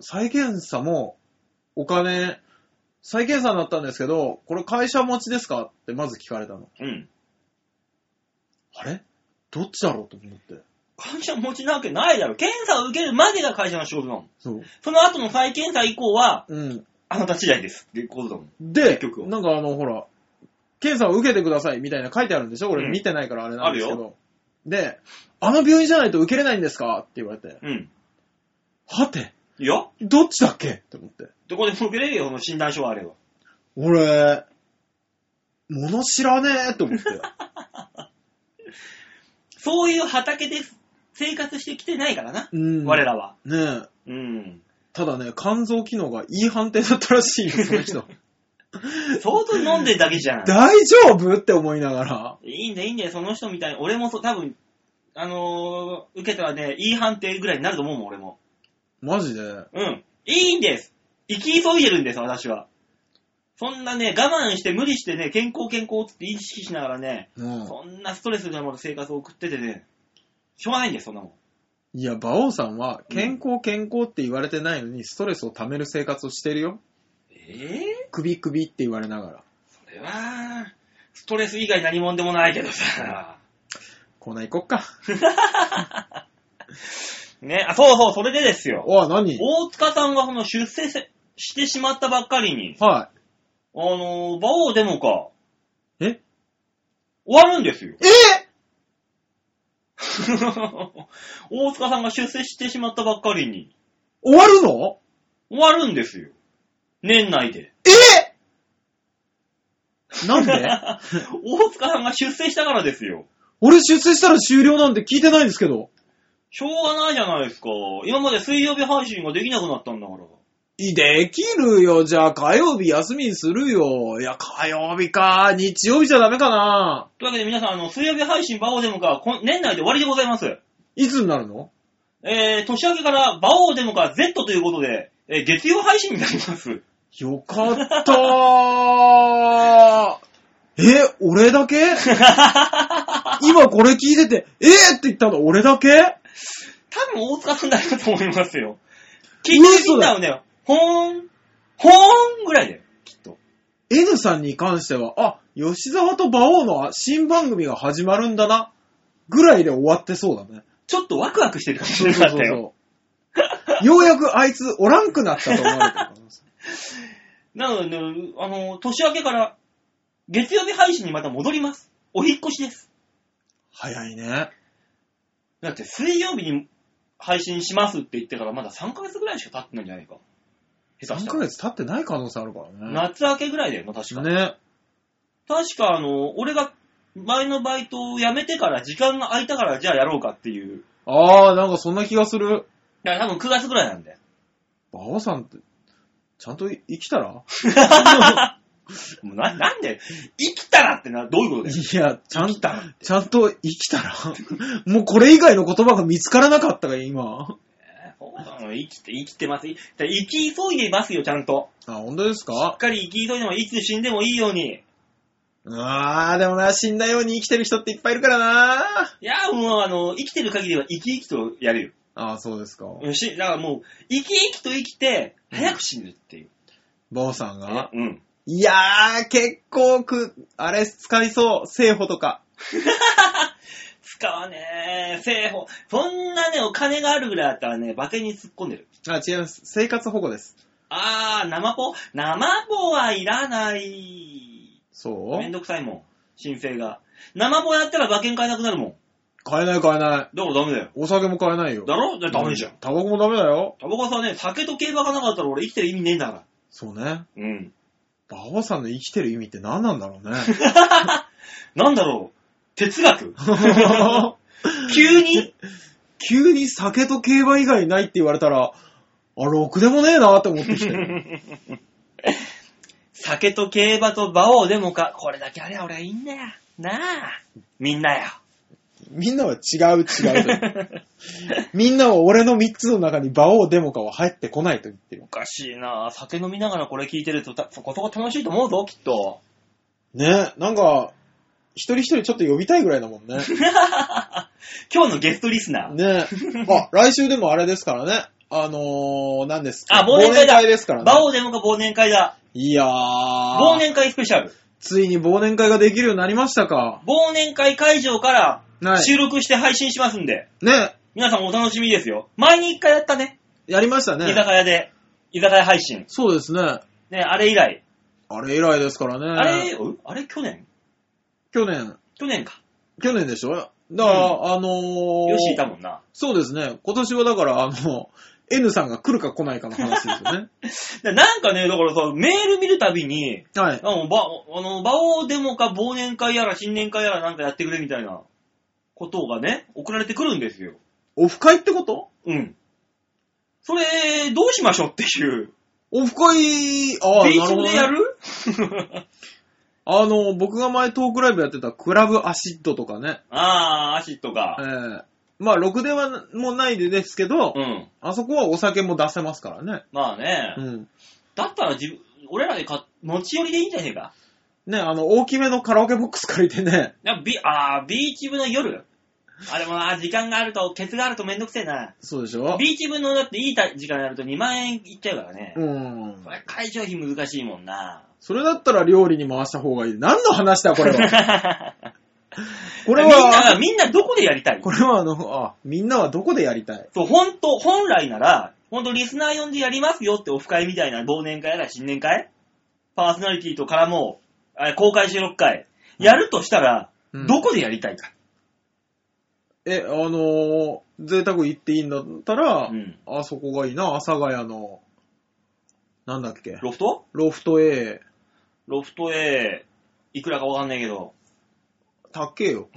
Speaker 3: 再検査も、お金、再検査になったんですけど、これ会社持ちですかってまず聞かれたの。
Speaker 2: うん。
Speaker 3: あれどっちだろうと思って。
Speaker 2: 会社持ちなわけないだろ。検査を受けるまでが会社の仕事なの。
Speaker 3: そう。
Speaker 2: その後の再検査以降は、
Speaker 3: うん。
Speaker 2: あなた次第です。っていうことだもん。
Speaker 3: で
Speaker 2: 結局、は
Speaker 3: なんかあの、ほら、検査を受けてくださいみたいな書いてあるんでしょ
Speaker 2: う
Speaker 3: 俺
Speaker 2: ん
Speaker 3: 見てないからあれなんですけど。で、あの病院じゃないと受けれないんですかって言われて。
Speaker 2: うん。
Speaker 3: はて、
Speaker 2: いいよ。
Speaker 3: どっちだっけって思って。
Speaker 2: どこでも受けれるよ、その診断書はあれば。
Speaker 3: 俺、物知らねえと
Speaker 2: *laughs*
Speaker 3: 思って。
Speaker 2: そういう畑で生活してきてないからな。
Speaker 3: うん。
Speaker 2: 我。らは。
Speaker 3: ねえ。
Speaker 2: うん。
Speaker 3: ただね、肝臓機能がいい判定だったらしいよ、その人。
Speaker 2: 相当飲んでるだけじゃん。
Speaker 3: 大丈夫って思いながら。
Speaker 2: いいんだよ、いいんだよ、その人みたいに。俺もそう、多分、あのー受けたらね、いい判定ぐらいになると思うもん、俺も。
Speaker 3: マジで。
Speaker 2: うん。いいんです。生き急いでるんです、私は。そんなね、我慢して無理してね、健康健康って意識しながらね、
Speaker 3: うん。
Speaker 2: そんなストレスのまま生活を送っててね、しょうがないんです、そんなもん。
Speaker 3: いや、馬王さんは、健康健康って言われてないのに、ストレスを溜める生活をしてるよ。
Speaker 2: ええ
Speaker 3: 首首って言われながら。
Speaker 2: それは、ストレス以外何もんでもないけどさ。
Speaker 3: コーナー行こっか。
Speaker 2: ね、あ、そうそう、それでですよ。
Speaker 3: おい、何
Speaker 2: 大塚さんがその出世せしてしまったばっかりに、
Speaker 3: は
Speaker 2: あのー、馬王デモか、
Speaker 3: い。え
Speaker 2: 終わるんですよ。 *laughs*
Speaker 3: え
Speaker 2: 大塚さんが出世してしまったばっかりに、
Speaker 3: 終わるの
Speaker 2: 終わるんですよ。年内で。
Speaker 3: えなんで
Speaker 2: *laughs* 大塚さんが出世したからですよ。
Speaker 3: *laughs* 俺出世したら終了なんて聞いてないんですけど。
Speaker 2: しょうがないじゃないですか。今まで水曜日配信ができなくなったんだから。
Speaker 3: いできるよ。じゃあ火曜日休みにするよ。いや、火曜日か。日曜日じゃダメかな。
Speaker 2: というわけで皆さん、あの、水曜日配信馬王デモか、こん年内で終わりでございます。
Speaker 3: いつになるの
Speaker 2: えー、年明けから馬王デモか Z ということで、えー月曜配信になります。
Speaker 3: よかったー。 *laughs* え、
Speaker 2: *laughs*
Speaker 3: 俺だけ今これ聞いてて、えー、って言ったの俺だけ
Speaker 2: 多分大塚さんだけだと思いますよ。聞いてるみんなはね、ほーん、ほーんぐらいだよ。
Speaker 3: ?N さんに関しては、あ、吉沢と馬王の新番組が始まるんだな。ぐらいで終わってそうだね。
Speaker 2: ちょっとワクワクしてる感じだったよ。
Speaker 3: う。ようやくあいつおらんくなったと思われてるから
Speaker 2: *laughs* なので、あの、年明けから、月曜日配信にまた戻ります。お引っ越しです。
Speaker 3: 早いね。
Speaker 2: だって、水曜日に配信しますって言ってからまだ3ヶ月ぐらいしか経ってないんじゃないか。下手し
Speaker 3: 3
Speaker 2: た
Speaker 3: ヶ
Speaker 2: ら。
Speaker 3: 月経ってない可能性あるからね。
Speaker 2: 夏明けぐらいだよな、確か。
Speaker 3: ね。
Speaker 2: 確か、あの、俺が前のバイトを辞めてから時間が空いたからじゃあやろうかっていう。
Speaker 3: あー、なんかそんな気がする。
Speaker 2: だから多分9月ぐらいなんだよ。
Speaker 3: 馬王さんって、ちゃんと生き
Speaker 2: *laughs*
Speaker 3: たら
Speaker 2: もうな、なんで、生きたらってな、どういうことだよ。
Speaker 3: いや、ちゃん
Speaker 2: 生きたらって。
Speaker 3: ちゃんと生きたらもうこれ以外の言葉が見つからなかったが今。
Speaker 2: そうなの生きて、生きてます。生き急いでいますよ、ちゃんと。
Speaker 3: あ、本当です
Speaker 2: しっ
Speaker 3: か
Speaker 2: かり生き急いでも、いつ死んでもいいように。
Speaker 3: あー、でもな、死んだように生きてる人っていっぱいいるからない
Speaker 2: や、もう、あの、生きてる限りは生き生きとやれる。
Speaker 3: あー、そうですか。
Speaker 2: うんし、だからもう、生き生きと生きて、早く死ぬっていう。
Speaker 3: 馬王さんが。
Speaker 2: うん。
Speaker 3: いやー、結構く、あれ使いそう。聖保とか。
Speaker 2: 使わねえ。ね、生保。そんなね、お金があるぐらいだったらね、馬券に突っ込んでる。
Speaker 3: あ、違います。生活保護です。
Speaker 2: あー、生ポ生ポはいらない。
Speaker 3: そう
Speaker 2: めんどくさいもん。申請が。生ポやったら馬券買えなくなるもん。
Speaker 3: 買えない買えない。
Speaker 2: だからダメだよ。
Speaker 3: お酒も買えないよ。
Speaker 2: だろだダメじゃん。
Speaker 3: タバコもダメだよ。
Speaker 2: タバコはさね、酒と競馬がなかったら俺生きてる意味ねえんだから。
Speaker 3: そうね。
Speaker 2: うん。
Speaker 3: 馬王さんの生きてる意味って何なんだ
Speaker 2: *laughs*
Speaker 3: ろうね。
Speaker 2: なんだろう。哲 *laughs* 学急に
Speaker 3: 急に酒と競馬以外ないって言われたら、あ、ろくでもねえなって思ってきて。
Speaker 2: 酒と競馬と馬王でもか、これだけありゃ俺はいいんだよ。なあ。みんなよ。
Speaker 3: みんなは違う違うと。みんなは俺の3つの中に馬王デモカは入ってこないと言ってる
Speaker 2: お。かしいなあ酒飲みながらこれ聞いてるとた、そこそこ楽しいと思うぞ、きっと。
Speaker 3: ねなんか、一人一人ちょっと呼びたいぐらいだもんね。
Speaker 2: 今日のゲストリスナー。
Speaker 3: ねあ、来週でもあれですからね。あのー、何ですか
Speaker 2: あ、忘年会だ。
Speaker 3: ですから
Speaker 2: 馬
Speaker 3: ね。
Speaker 2: 王でもか忘年会だ。
Speaker 3: いやー。
Speaker 2: 忘年会スペシャル。
Speaker 3: ついに忘年会ができるようになりましたか。
Speaker 2: 忘年会会場から
Speaker 3: はい。
Speaker 2: 収録して配信しますんで、
Speaker 3: ね
Speaker 2: 皆さんお楽しみですよ。前に一回やったね。
Speaker 3: やりました
Speaker 2: 居
Speaker 3: ね。
Speaker 2: 酒屋で。居酒屋配信。
Speaker 3: そうですね。
Speaker 2: ね、あれ以来。
Speaker 3: あれ以来ですからね。
Speaker 2: あれ、おあれ去年
Speaker 3: 去年、
Speaker 2: 去年か。
Speaker 3: 去年でしょだから、
Speaker 2: う
Speaker 3: あのー、
Speaker 2: よしいたもんな。
Speaker 3: そうですね。今年はだから、あの、N さんが来るか来ないかの話です
Speaker 2: *laughs*
Speaker 3: よね。
Speaker 2: でなんかね、だからさ、メール見るたびに、
Speaker 3: はい。
Speaker 2: あの、ば、あの、馬王デモか忘年会やら新年会やらなんかやってくれみたいなことがね、送られてくるんですよ。
Speaker 3: オフ会ってこと
Speaker 2: うん。それ、どうしましょうっていう。
Speaker 3: オフ会、ああ、
Speaker 2: ベ
Speaker 3: な
Speaker 2: ー
Speaker 3: る
Speaker 2: ス
Speaker 3: ほど、
Speaker 2: でや
Speaker 3: ね。
Speaker 2: る *laughs*
Speaker 3: あの、僕が前トークライブやってたクラブアシッドとかね。
Speaker 2: あー、アシッド
Speaker 3: ええ
Speaker 2: か。
Speaker 3: まあ、ろくではもうないでですけど、
Speaker 2: うん。
Speaker 3: あそこはお酒も出せますからね。
Speaker 2: まあね。
Speaker 3: うん。
Speaker 2: だったら自分、俺らで買っ持ち寄りでいいんじゃねえか。
Speaker 3: ね、あの、大きめのカラオケボックス借りてね。
Speaker 2: なんかビあー、ビーチ部の夜あ、でもな、時間があると、ケツがあるとめんどくせえな。
Speaker 3: そうでしょ
Speaker 2: ビーチ部のだっていいた時間やると2万円いっちゃうからね。
Speaker 3: うん
Speaker 2: こ。れ会場費難しいもんな。
Speaker 3: *laughs* それだったら料理に回した方がいい。何の話だ、こ
Speaker 2: *laughs*
Speaker 3: れは。こ
Speaker 2: こ
Speaker 3: れ
Speaker 2: れはみんな
Speaker 3: は
Speaker 2: が、、みんなどこでやりたい
Speaker 3: これはあの、あ、みんなはどこでやりたい
Speaker 2: そう、本当本来なら、本当リスナー呼んでやりますよってオフ会みたいな忘年会やら新年会パーソナリティと絡もう、あ公開収録会、やるとしたら、
Speaker 3: うん
Speaker 2: どこでやりたいか。
Speaker 3: え、あのー、贅沢行っていいんだったら、
Speaker 2: うん
Speaker 3: あそこがいいな、阿佐ヶ谷の、なんだっけ、
Speaker 2: ロフト
Speaker 3: ロフト A、
Speaker 2: ロフト A、いくらかわかんないけど。
Speaker 3: 高え
Speaker 2: *laughs*
Speaker 3: よ。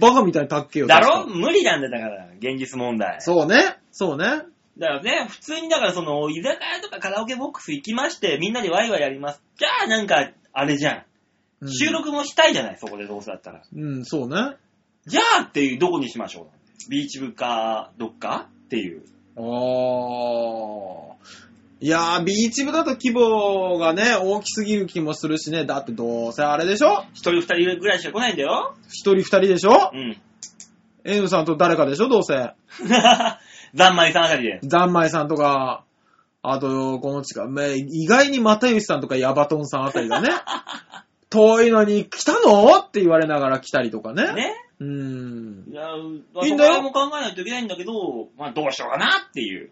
Speaker 3: バカみたいに高えよ。
Speaker 2: だ
Speaker 3: 確
Speaker 2: ろ
Speaker 3: か
Speaker 2: 無理なんだよだから、現実問題。
Speaker 3: そうね、そうね。
Speaker 2: だからね、普通にだからその、居酒屋とかカラオケボックス行きまして、みんなでワイワイやります。じゃあなんか、あれじゃ。
Speaker 3: うんん
Speaker 2: 収録もしたいじゃない、そこでどうせだったら。
Speaker 3: うん、そうね。
Speaker 2: じゃあっていう、どこにしましょうビーチ部か、どっかっていう。
Speaker 3: あー。いやー、ビーチ部だと規模がね、大きすぎる気もするしね。だってどうせあれでしょ
Speaker 2: 一人二人ぐらいしか来ないんだよ。
Speaker 3: 一人二人でしょ
Speaker 2: うん。 *laughs*
Speaker 3: エムさんと誰かでしょどうせ。
Speaker 2: ざんまいさんあたりで。
Speaker 3: ざんまいさんとか、あと、この近く、め意外に又吉さんとかヤバトンさんあた
Speaker 2: *laughs*
Speaker 3: りがね、遠いのに来たのって言われながら来たりとかね。
Speaker 2: ね。
Speaker 3: うーん。
Speaker 2: いや、まあ、
Speaker 3: いい
Speaker 2: そ
Speaker 3: ん
Speaker 2: こ
Speaker 3: だよ
Speaker 2: ら辺も考えないといけないんだけど、まあどうしようかなっていう。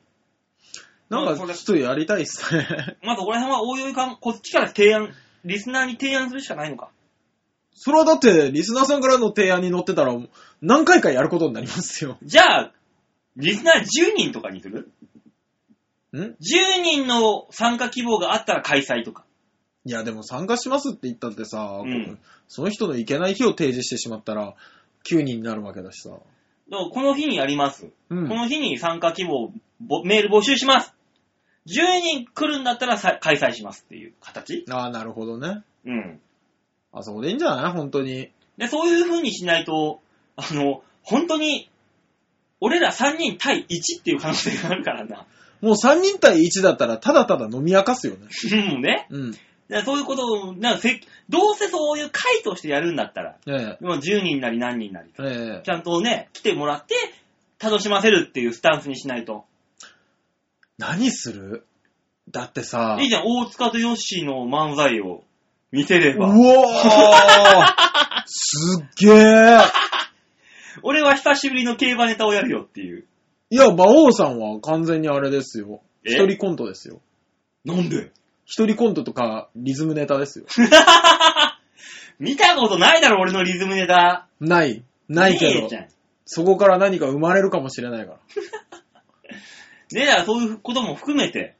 Speaker 3: なんか、ちょっとやりたいっすね。 *laughs*
Speaker 2: まあそこら辺はおいおいかん、こっちから提案、リスナーに提案するしかないのか。
Speaker 3: それはだって、リスナーさんからの提案に乗ってたら、何回かやることになりますよ。
Speaker 2: じゃあ、リスナー10人とかにする
Speaker 3: ん
Speaker 2: ?10 人の参加希望があったら開催とか。
Speaker 3: いや、でも参加しますって言ったってさ、
Speaker 2: うん
Speaker 3: その人のいけない日を提示してしまったら、9人になるわけだしさ。
Speaker 2: だからこの日にやります。
Speaker 3: うん
Speaker 2: こ。の日に参加希望、ぼメール募集します。10人来るんだったらさ開催しますっていう形
Speaker 3: ああ、なるほどね。
Speaker 2: うん。
Speaker 3: あそこでいいんじゃない本当に。
Speaker 2: で、そういう風にしないと、あの、本当に、俺ら3人対1っていう可能性があるからな。
Speaker 3: もう3人対1だったら、ただただ飲み明かすよね。
Speaker 2: うんね。
Speaker 3: うん。
Speaker 2: だからそういうことを、なんかせどうせそういう会としてやるんだったら、
Speaker 3: え
Speaker 2: もう10人なり何人なり
Speaker 3: え。ええ
Speaker 2: ち。ゃんとね、来てもらって、楽しませるっていうスタンスにしないと。
Speaker 3: 何するだってさ。
Speaker 2: いいじゃん、大塚とヨッシーの漫才を見せれ
Speaker 3: う
Speaker 2: ば。
Speaker 3: わーすっげー
Speaker 2: 俺は久しぶりの競馬ネタをやるよっていう。
Speaker 3: いや、馬王さんは完全にあれですよ。
Speaker 2: え
Speaker 3: 一人コントですよ。
Speaker 2: なんで
Speaker 3: 一人コントとか、リズムネタですよ。
Speaker 2: 見たことないだろ、俺のリズムネタ。
Speaker 3: ない。ないけ
Speaker 2: ねえ
Speaker 3: ど
Speaker 2: じ、ゃん。ね
Speaker 3: そこから何か生まれるかもしれないから。
Speaker 2: え、だからそういうことも含めて、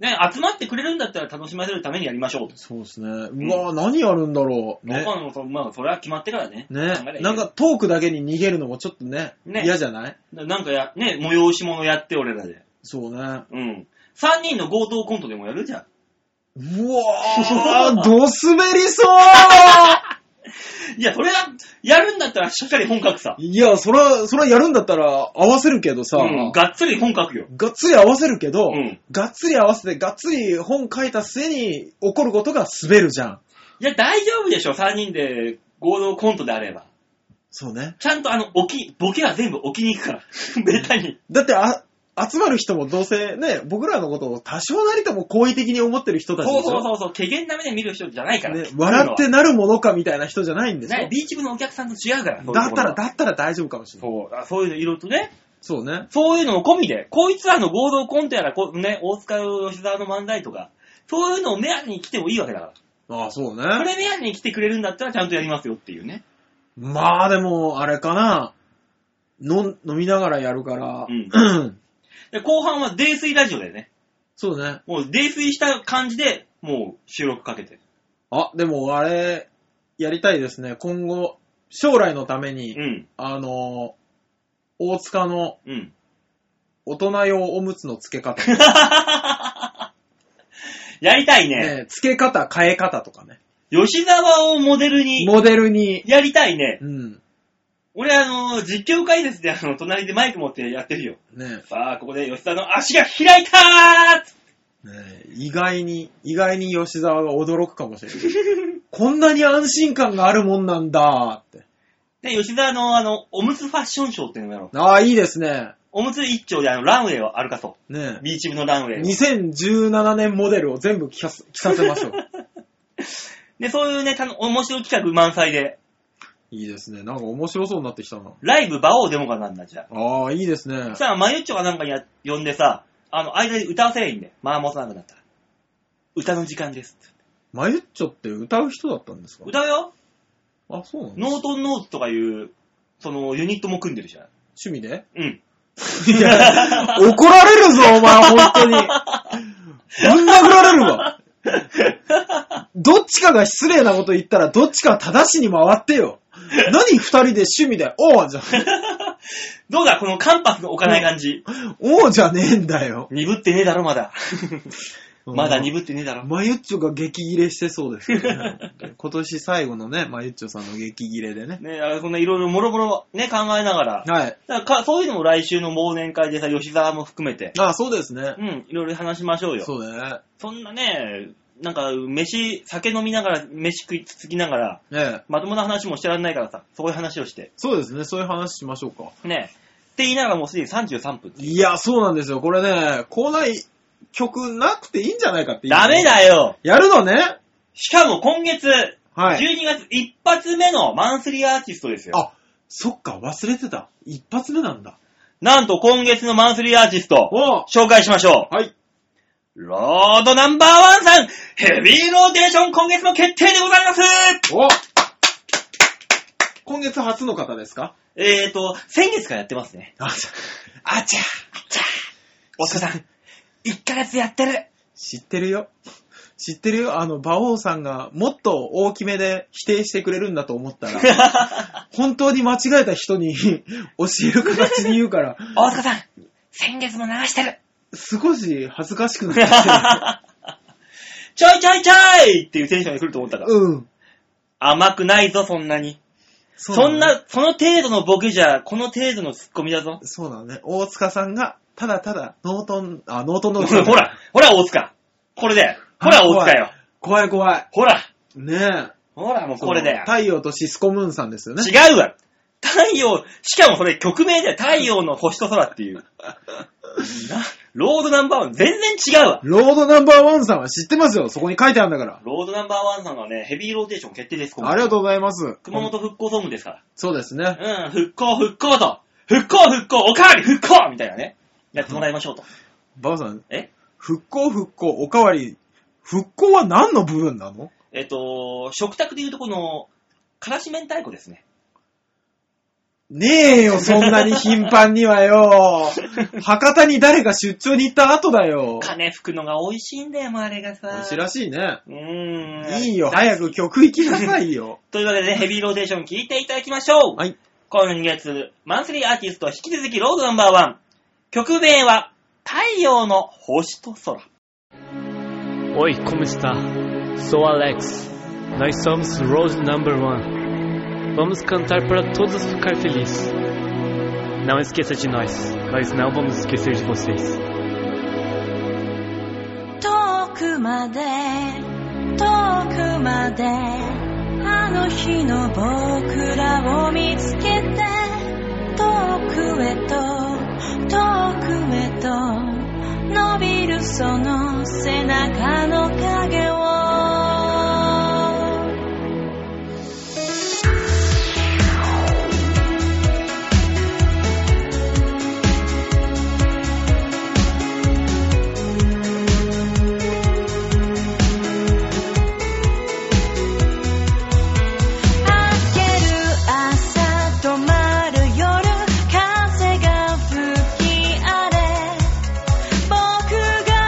Speaker 2: ね、集まってくれるんだったら楽しませるためにやりましょうと。
Speaker 3: そうですね。うわぁ、何やるんだろう。ね。
Speaker 2: 他のそまあ、それは決まってからね。考え
Speaker 3: ね
Speaker 2: りゃいいけど
Speaker 3: なんかトークだけに逃げるのもちょっとね、
Speaker 2: ね
Speaker 3: 嫌じゃない
Speaker 2: ななんかや、ね、催し物やって、俺らで。
Speaker 3: そうね。
Speaker 2: うん。3人の合同コントでもやるじゃん。
Speaker 3: うわ
Speaker 2: *laughs*
Speaker 3: ぁ、ど滑りそう
Speaker 2: いや、それが、やるんだったらしっかり本格さ。
Speaker 3: いや、そら、そらやるんだったら合わせるけどさ、
Speaker 2: うん。がっつり本格よ。
Speaker 3: がっつり合わせるけ
Speaker 2: う
Speaker 3: ど、
Speaker 2: ん
Speaker 3: がっつり合わせてがっつり本書いた末に起こることが滑るじゃん。
Speaker 2: いや、大丈夫でしょ、3人で合同コントであれば。
Speaker 3: そうね。
Speaker 2: ちゃんとあの、置き、ボケは全部置きに行く
Speaker 3: *laughs*
Speaker 2: から。ベタに。
Speaker 3: だってあ、集まる人もどうせね、僕らのことを多少なりとも好意的に思ってる人たちでし
Speaker 2: そ
Speaker 3: ょ
Speaker 2: うそうそうそう、けげんな目で見る人じゃないから。
Speaker 3: ね、笑ってなるものかみたいな人じゃないんでしょ
Speaker 2: ね、ビーチ部のお客さんと違うから。
Speaker 3: だったら、
Speaker 2: だ
Speaker 3: だったら大丈夫かもしれない。
Speaker 2: そう、あそういうのいろいろとね、
Speaker 3: そうね。
Speaker 2: そういうのも込みで、こいつらの合同コントやら、こね、大塚吉沢の漫才とか、そういうのを目当てに来てもいいわけだから。
Speaker 3: ああ、そ
Speaker 2: そ
Speaker 3: うね。
Speaker 2: れ目当てに来てくれるんだったらちゃんとやりますよっていうね。
Speaker 3: まあでも、あれかな。飲ん飲みながらやるから。
Speaker 2: で、後半は泥酔ラジオだよね。
Speaker 3: *clears throat* そうね。
Speaker 2: もう泥酔した感じで、もう収録かけて。
Speaker 3: あ、でもあれ、やりたいですね。今後、将来のために、
Speaker 2: うん、
Speaker 3: あの、大塚の
Speaker 2: うん。
Speaker 3: 大人用おむつの付け方。
Speaker 2: *laughs* やりたいね。
Speaker 3: ね、付け方、変え方とかね。
Speaker 2: 吉沢をモデルに、
Speaker 3: モデルに。
Speaker 2: やりたいね。
Speaker 3: うん。
Speaker 2: 俺、あの、実況解説で、あの、隣でマイク持ってやってるよ。
Speaker 3: ね
Speaker 2: さあ、ここで吉沢の足が開いたーつ
Speaker 3: ね意外に、意外に吉沢が驚くかも
Speaker 2: *laughs*
Speaker 3: しれない。こんなに安心感があるもんなんだって。
Speaker 2: で、吉沢の、あの、おむつファッションショーっていうのをやろう。
Speaker 3: ああ、いいですね。
Speaker 2: おむつ一丁で、あの、ランウェイを歩かそ
Speaker 3: ね
Speaker 2: う。ビーチ部のランウェイを。
Speaker 3: 2017年モデルを全部着させ着させましょう。
Speaker 2: で、そういうね、たの面白い企画満載で、
Speaker 3: *laughs* いいですね。なんか面白そうになってきたな。
Speaker 2: ライブ馬王デモかなんだ、じゃ
Speaker 3: ああ、いいですね
Speaker 2: あ。。さあ、マユッチョがなんかにや呼んでさ、あの、間で歌わせりゃいいんで、まあ、もさなくなったら。歌の時間です。
Speaker 3: マユッチョって歌う人だったんですか
Speaker 2: 歌うよ
Speaker 3: あ、そうなの
Speaker 2: ノートンノーツとかいう、その、ユニットも組んでるじゃん。
Speaker 3: 趣味で
Speaker 2: うん。
Speaker 3: いや、怒られるぞ、お前、本当に。ぶん殴られるわ。どっちかが失礼なこと言ったら、どっちかは正しに回ってよ。何二人で趣味で、おうじゃ、
Speaker 2: どうだこのカンパスの置かない感じ。
Speaker 3: おうじゃねえんだよ。
Speaker 2: 鈍ってねえだろ、まだ。まだ
Speaker 3: *laughs* うん
Speaker 2: 鈍ってねえだろ。
Speaker 3: マユッチョが激切れしてそうですよ *laughs* ね。今年最後のね、マユッチョさんの激切れでね。
Speaker 2: ねあそんないろいろもろもろね、考えながら。
Speaker 3: *laughs* はい。
Speaker 2: だからかそういうのも来週の忘年会でさ、吉沢も含めて。
Speaker 3: あそうですね
Speaker 2: う。ん、いろいろ話しましょうよ。そ
Speaker 3: そうだ
Speaker 2: んなね、なんか、飯、酒飲みながら、飯食いつつきながら、
Speaker 3: ね。ねえ
Speaker 2: まともな話もしてらんないからさ、そういう話をして。
Speaker 3: そうですね。そういう話しましょうか。
Speaker 2: ねって言いながらもうすでに33分。
Speaker 3: いや、そうなんですよ。これね、コーナー曲なくていいんじゃないかって
Speaker 2: ダメだよ
Speaker 3: やるのね
Speaker 2: しかも今月、
Speaker 3: はい。
Speaker 2: 12月一発目のマンスリーアーティストですよ。
Speaker 3: あ、そっか、忘れてた。一発目なんだ。
Speaker 2: なんと今月のマンスリーアーティスト。
Speaker 3: お
Speaker 2: 紹介しましょう。
Speaker 3: はい。
Speaker 2: ロードナンバーワンさん、ヘビーローテーション今月の決定でございます
Speaker 3: お今月初の方ですか
Speaker 2: えーと、先月からやってますね。
Speaker 3: あちゃ、
Speaker 2: あちゃ、あちゃ。お疲れさん、1ヶ月やって *laughs* る。
Speaker 3: 知ってるよ。知ってるよ。あの、馬王さんがもっと大きめで否定してくれるんだと思った
Speaker 2: *laughs*
Speaker 3: ら、本当に間違えた人に *laughs* 教える形に言うから、
Speaker 2: 大塚さん、先月も流してる。
Speaker 3: 少し恥ずかしくなっ
Speaker 2: ちょ
Speaker 3: てきて
Speaker 2: い *laughs* ちょいちょいっていうテンションに来ると思 *laughs* ったか
Speaker 3: る
Speaker 2: ら。。
Speaker 3: うん。
Speaker 2: 甘くないぞ、そんなに。
Speaker 3: そ
Speaker 2: そん
Speaker 3: だね。
Speaker 2: な、その程度のボケじゃ、この程度のツッコミだぞ。
Speaker 3: そうだね。大塚さんが、ただただ、ノートン、あ、ノート
Speaker 2: *laughs*
Speaker 3: ン
Speaker 2: ほ
Speaker 3: ノートン。
Speaker 2: ら、ほら、大塚。これで。ほら、大塚よ。
Speaker 3: 怖い怖い。
Speaker 2: ほら、
Speaker 3: ねえ。
Speaker 2: ほら、もうこれだよ。
Speaker 3: 太陽とシスコムーンさんですよね。
Speaker 2: 違うわ *laughs* 太陽、しかもそれ曲名で太陽の星と空っていう。なロードナンバーワン、全然違うわ。
Speaker 3: ロードナンバーワンさんは知ってますよ。そこに書いてあるんだから。
Speaker 2: ロードナンバーワンさんはね、ヘビーローテーション決定です、今回
Speaker 3: ありがとうございます。
Speaker 2: 熊本復興ソングですか
Speaker 3: そうですね。
Speaker 2: ら。うん、復興、復興と、復興、復興、おかわり、復興みたいなね。やってもらいましょうと。
Speaker 3: バオさん。
Speaker 2: え
Speaker 3: 復興、復興、おかわり。復興は何の部分なの
Speaker 2: えっと、食卓でいうとこの、からし明太子ですね。
Speaker 3: ねえ *laughs* よ、そんなに頻繁にはよ。博多に誰か出張に行った後だよ。
Speaker 2: 金吹くのが美味しいんだよ、もうあれが
Speaker 3: 美
Speaker 2: さ。
Speaker 3: 味しいらしいね。
Speaker 2: うーん。
Speaker 3: いいよ、早く曲行きなさいよ。
Speaker 2: というわけでね、ヘビーローテーション聞いていただきましょう。
Speaker 3: *laughs* はい。
Speaker 2: 今月、マンスリーアーティスト引き続きロードナンバーワン。曲名は、太陽の星と空。
Speaker 4: Oi, como está? Sou Alex. Nós somos Road Number One. Vamos cantar para todos ficar felizes. Não esqueça de nós. Nós não vamos esquecer de vocês.
Speaker 5: 遠くまで遠くまであの日の僕らを見つけて遠くへと遠くへと伸びるその背中の影を明ける朝止まる夜風が吹き荒れ僕が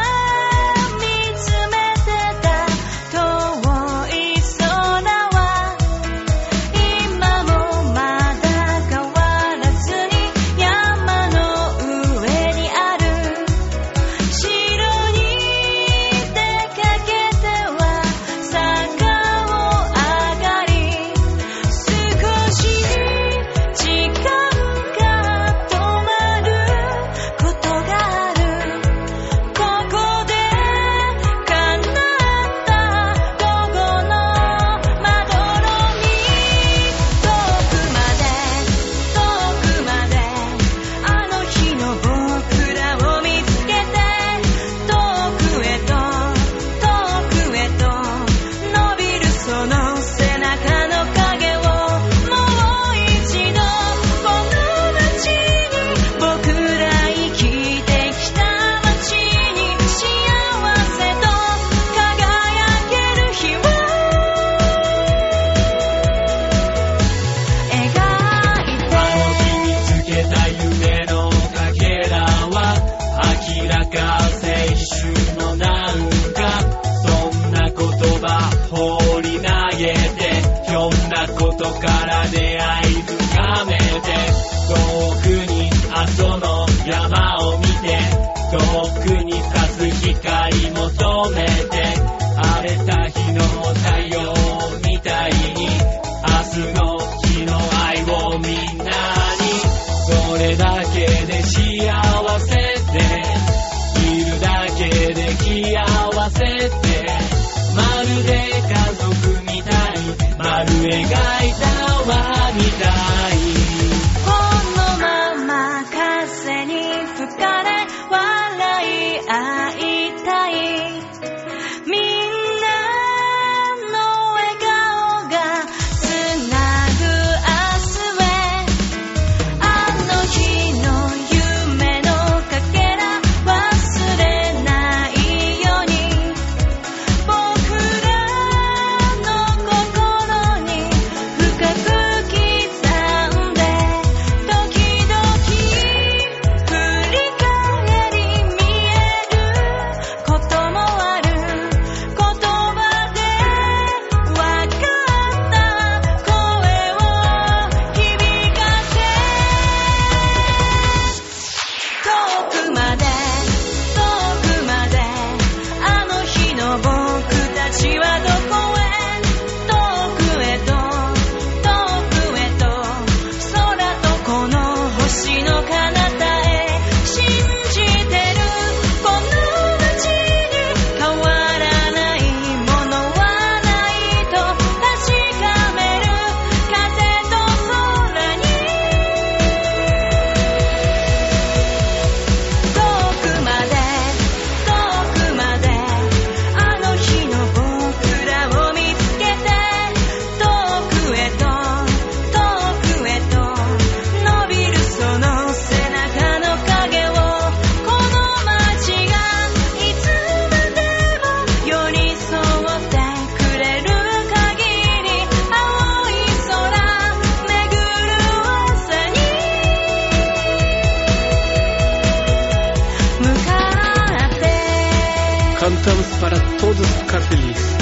Speaker 4: todos ficar felizes.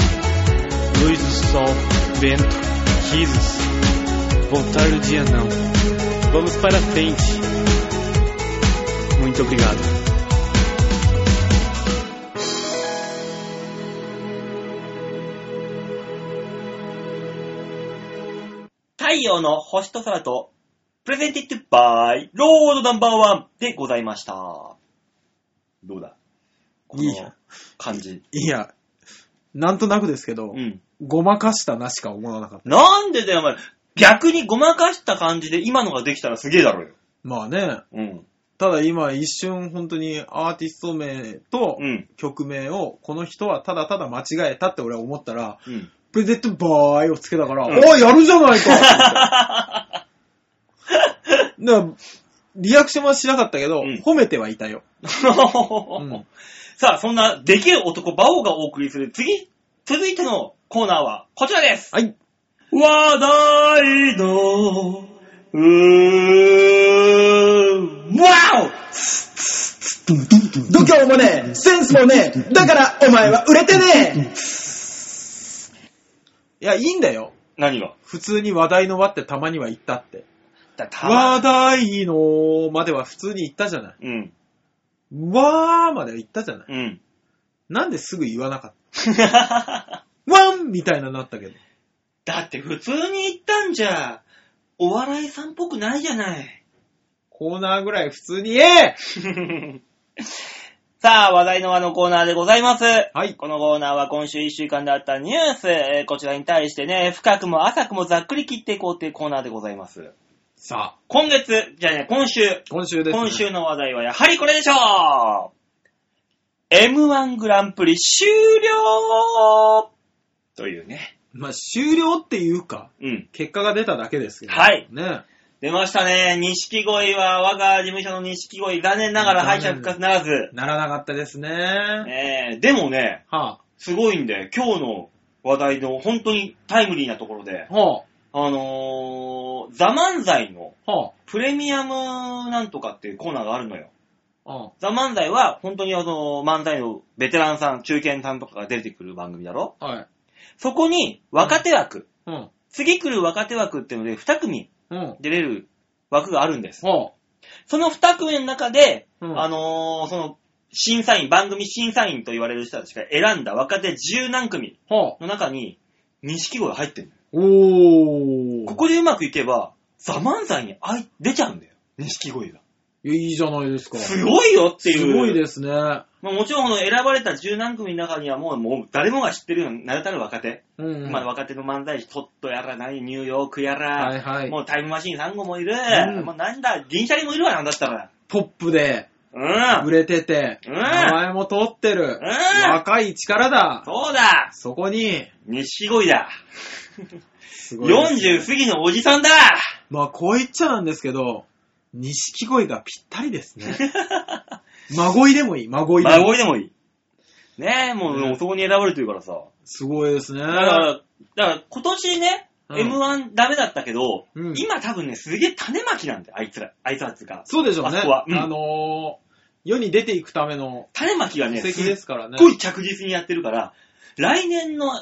Speaker 4: Luz do sol, vento, risos. Voltar o dia não. Vamos para frente. Muito obrigado.
Speaker 2: 太陽の星と空と、プレゼンティッドバイ、ロードナンバーワンでございました。どうだこ
Speaker 3: いいじゃん
Speaker 2: の感じ。
Speaker 3: いや、なんとなくですけど、
Speaker 2: うん。
Speaker 3: ごまかしたなしか思わなかった。
Speaker 2: なんでだよ、お前。逆にごまかした感じで今のができたらすげえだろうよ。
Speaker 3: まあね、
Speaker 2: うん。
Speaker 3: ただ今一瞬本当にアーティスト名と
Speaker 2: うん。
Speaker 3: 曲名をこの人はただただ間違えたって俺は思ったら、
Speaker 2: うん。
Speaker 3: プレゼントバーイをつけたから、
Speaker 2: うん
Speaker 3: おい、やるじゃない
Speaker 2: *laughs*
Speaker 3: かって思ってだからリアクションはしなかったけど、
Speaker 2: うん
Speaker 3: 褒めてはいたよ。
Speaker 2: *laughs*
Speaker 3: ん
Speaker 2: さあ、そんなできる男、バオがお送りする次、続いてのコーナーはこちらです。
Speaker 3: はい。
Speaker 2: 話題の、うー、わお
Speaker 3: 度胸もねえ、センスもねえ、だからお前は売れてねえいや、いいんだよ。
Speaker 2: 何が
Speaker 3: 普通に話題の輪ってたまには言ったって。
Speaker 2: だたま
Speaker 3: 話題のまでは普通に言ったじゃない。
Speaker 2: うん、
Speaker 3: わーまでは言ったじゃない。
Speaker 2: *laughs* うん。
Speaker 3: なんですぐ言わなかったわんみたいなのなったけど。
Speaker 2: だって普通に言ったんじゃ、お笑いさんっぽくないじゃない。
Speaker 3: コーナーぐらい普通に言え
Speaker 2: *laughs* さあ、話題のあのコーナーでございます。
Speaker 3: はい。
Speaker 2: このコーナーは今週1週間であったニュース、えーこちらに対してね、深くも浅くもざっくり切っていこうっていうコーナーでございます。
Speaker 3: さあ、
Speaker 2: 今月、じゃあね、今週、
Speaker 3: 今週です、ね。
Speaker 2: 今週の話題はやはりこれでしょう !M1 グランプリ終了というね。
Speaker 3: まあ、終了っていうか、
Speaker 2: うん。
Speaker 3: 結果が出ただけですけど。
Speaker 2: はい
Speaker 3: ね。
Speaker 2: 出ましたね。錦鯉は、我が事務所の錦鯉、残念ながら敗者復活ならず。
Speaker 3: ならなかったですね。
Speaker 2: えー、でもね、
Speaker 3: は
Speaker 2: すごいんで、今日の話題の本当にタイムリーなところで
Speaker 3: あ、、は
Speaker 2: あのー、ザ漫才の
Speaker 3: あ、は
Speaker 2: プレミアムなんとかっていうコーナーがあるのよ。
Speaker 3: あ、は
Speaker 2: ザ漫才は、本当にあの、漫才のベテランさん、中堅さんとかが出てくる番組だろ
Speaker 3: あ、はい。
Speaker 2: そこに、若手枠、
Speaker 3: うん、
Speaker 2: 次来る若手枠っていうので、2組
Speaker 3: うん、
Speaker 2: 出れる枠があるんです。
Speaker 3: は
Speaker 2: その2組の中で、
Speaker 3: うん
Speaker 2: あのーその、審査員、番組審査員と言われる人たちが選んだ若手十何組
Speaker 3: あ、はあ。
Speaker 2: の中に、錦鯉が入ってる
Speaker 3: おー。
Speaker 2: ここでうまくいけば、ザ・漫才にあい出ちゃうんだよ。錦鯉が。
Speaker 3: いやいいじゃないですか。
Speaker 2: すごいよっていう。
Speaker 3: すごいですね。
Speaker 2: まあ、もちろん、この選ばれた十何組の中にはもう、もう誰もが知ってるような、名だたる若手。
Speaker 3: うん、うん。
Speaker 2: まあ、若手の漫才師、トットやらない、ニューヨークやら、
Speaker 3: はいはい
Speaker 2: もうタイムマシーン3号もいる。
Speaker 3: うん
Speaker 2: もうなんだ、銀シャリもいるわ、なんだったら。
Speaker 3: ポップで、
Speaker 2: うん。
Speaker 3: 売れてて、
Speaker 2: うん
Speaker 3: 名前も通ってる、
Speaker 2: うん
Speaker 3: 若い力だ。
Speaker 2: そうだ
Speaker 3: そこに、
Speaker 2: 錦鯉 *laughs* だ
Speaker 3: すごいですね
Speaker 2: !40 過ぎのおじさんだ
Speaker 3: まあ、こう言っちゃなんですけど、錦鯉がぴったりですね。 *laughs* 孫いでもいい、孫いでもいい。
Speaker 2: 孫でもいい。ねえ、もう、
Speaker 3: うん
Speaker 2: もうそこに選ばれてるからさ。
Speaker 3: すごいですね。
Speaker 2: だから、だから今年ね、
Speaker 3: うん
Speaker 2: M1 ダメだったけど、
Speaker 3: うん
Speaker 2: 今多分ね、すげえ種まきなんだよ、あいつら、あいつらっつうか。
Speaker 3: そうでしょう
Speaker 2: あ
Speaker 3: ね。
Speaker 2: そこは
Speaker 3: あ
Speaker 2: うん
Speaker 3: のー、世に出ていくための
Speaker 2: 種まきが
Speaker 3: 布
Speaker 2: ね、す
Speaker 3: 石
Speaker 2: っ
Speaker 3: ですからね。
Speaker 2: ごい着実にやってるから、来年の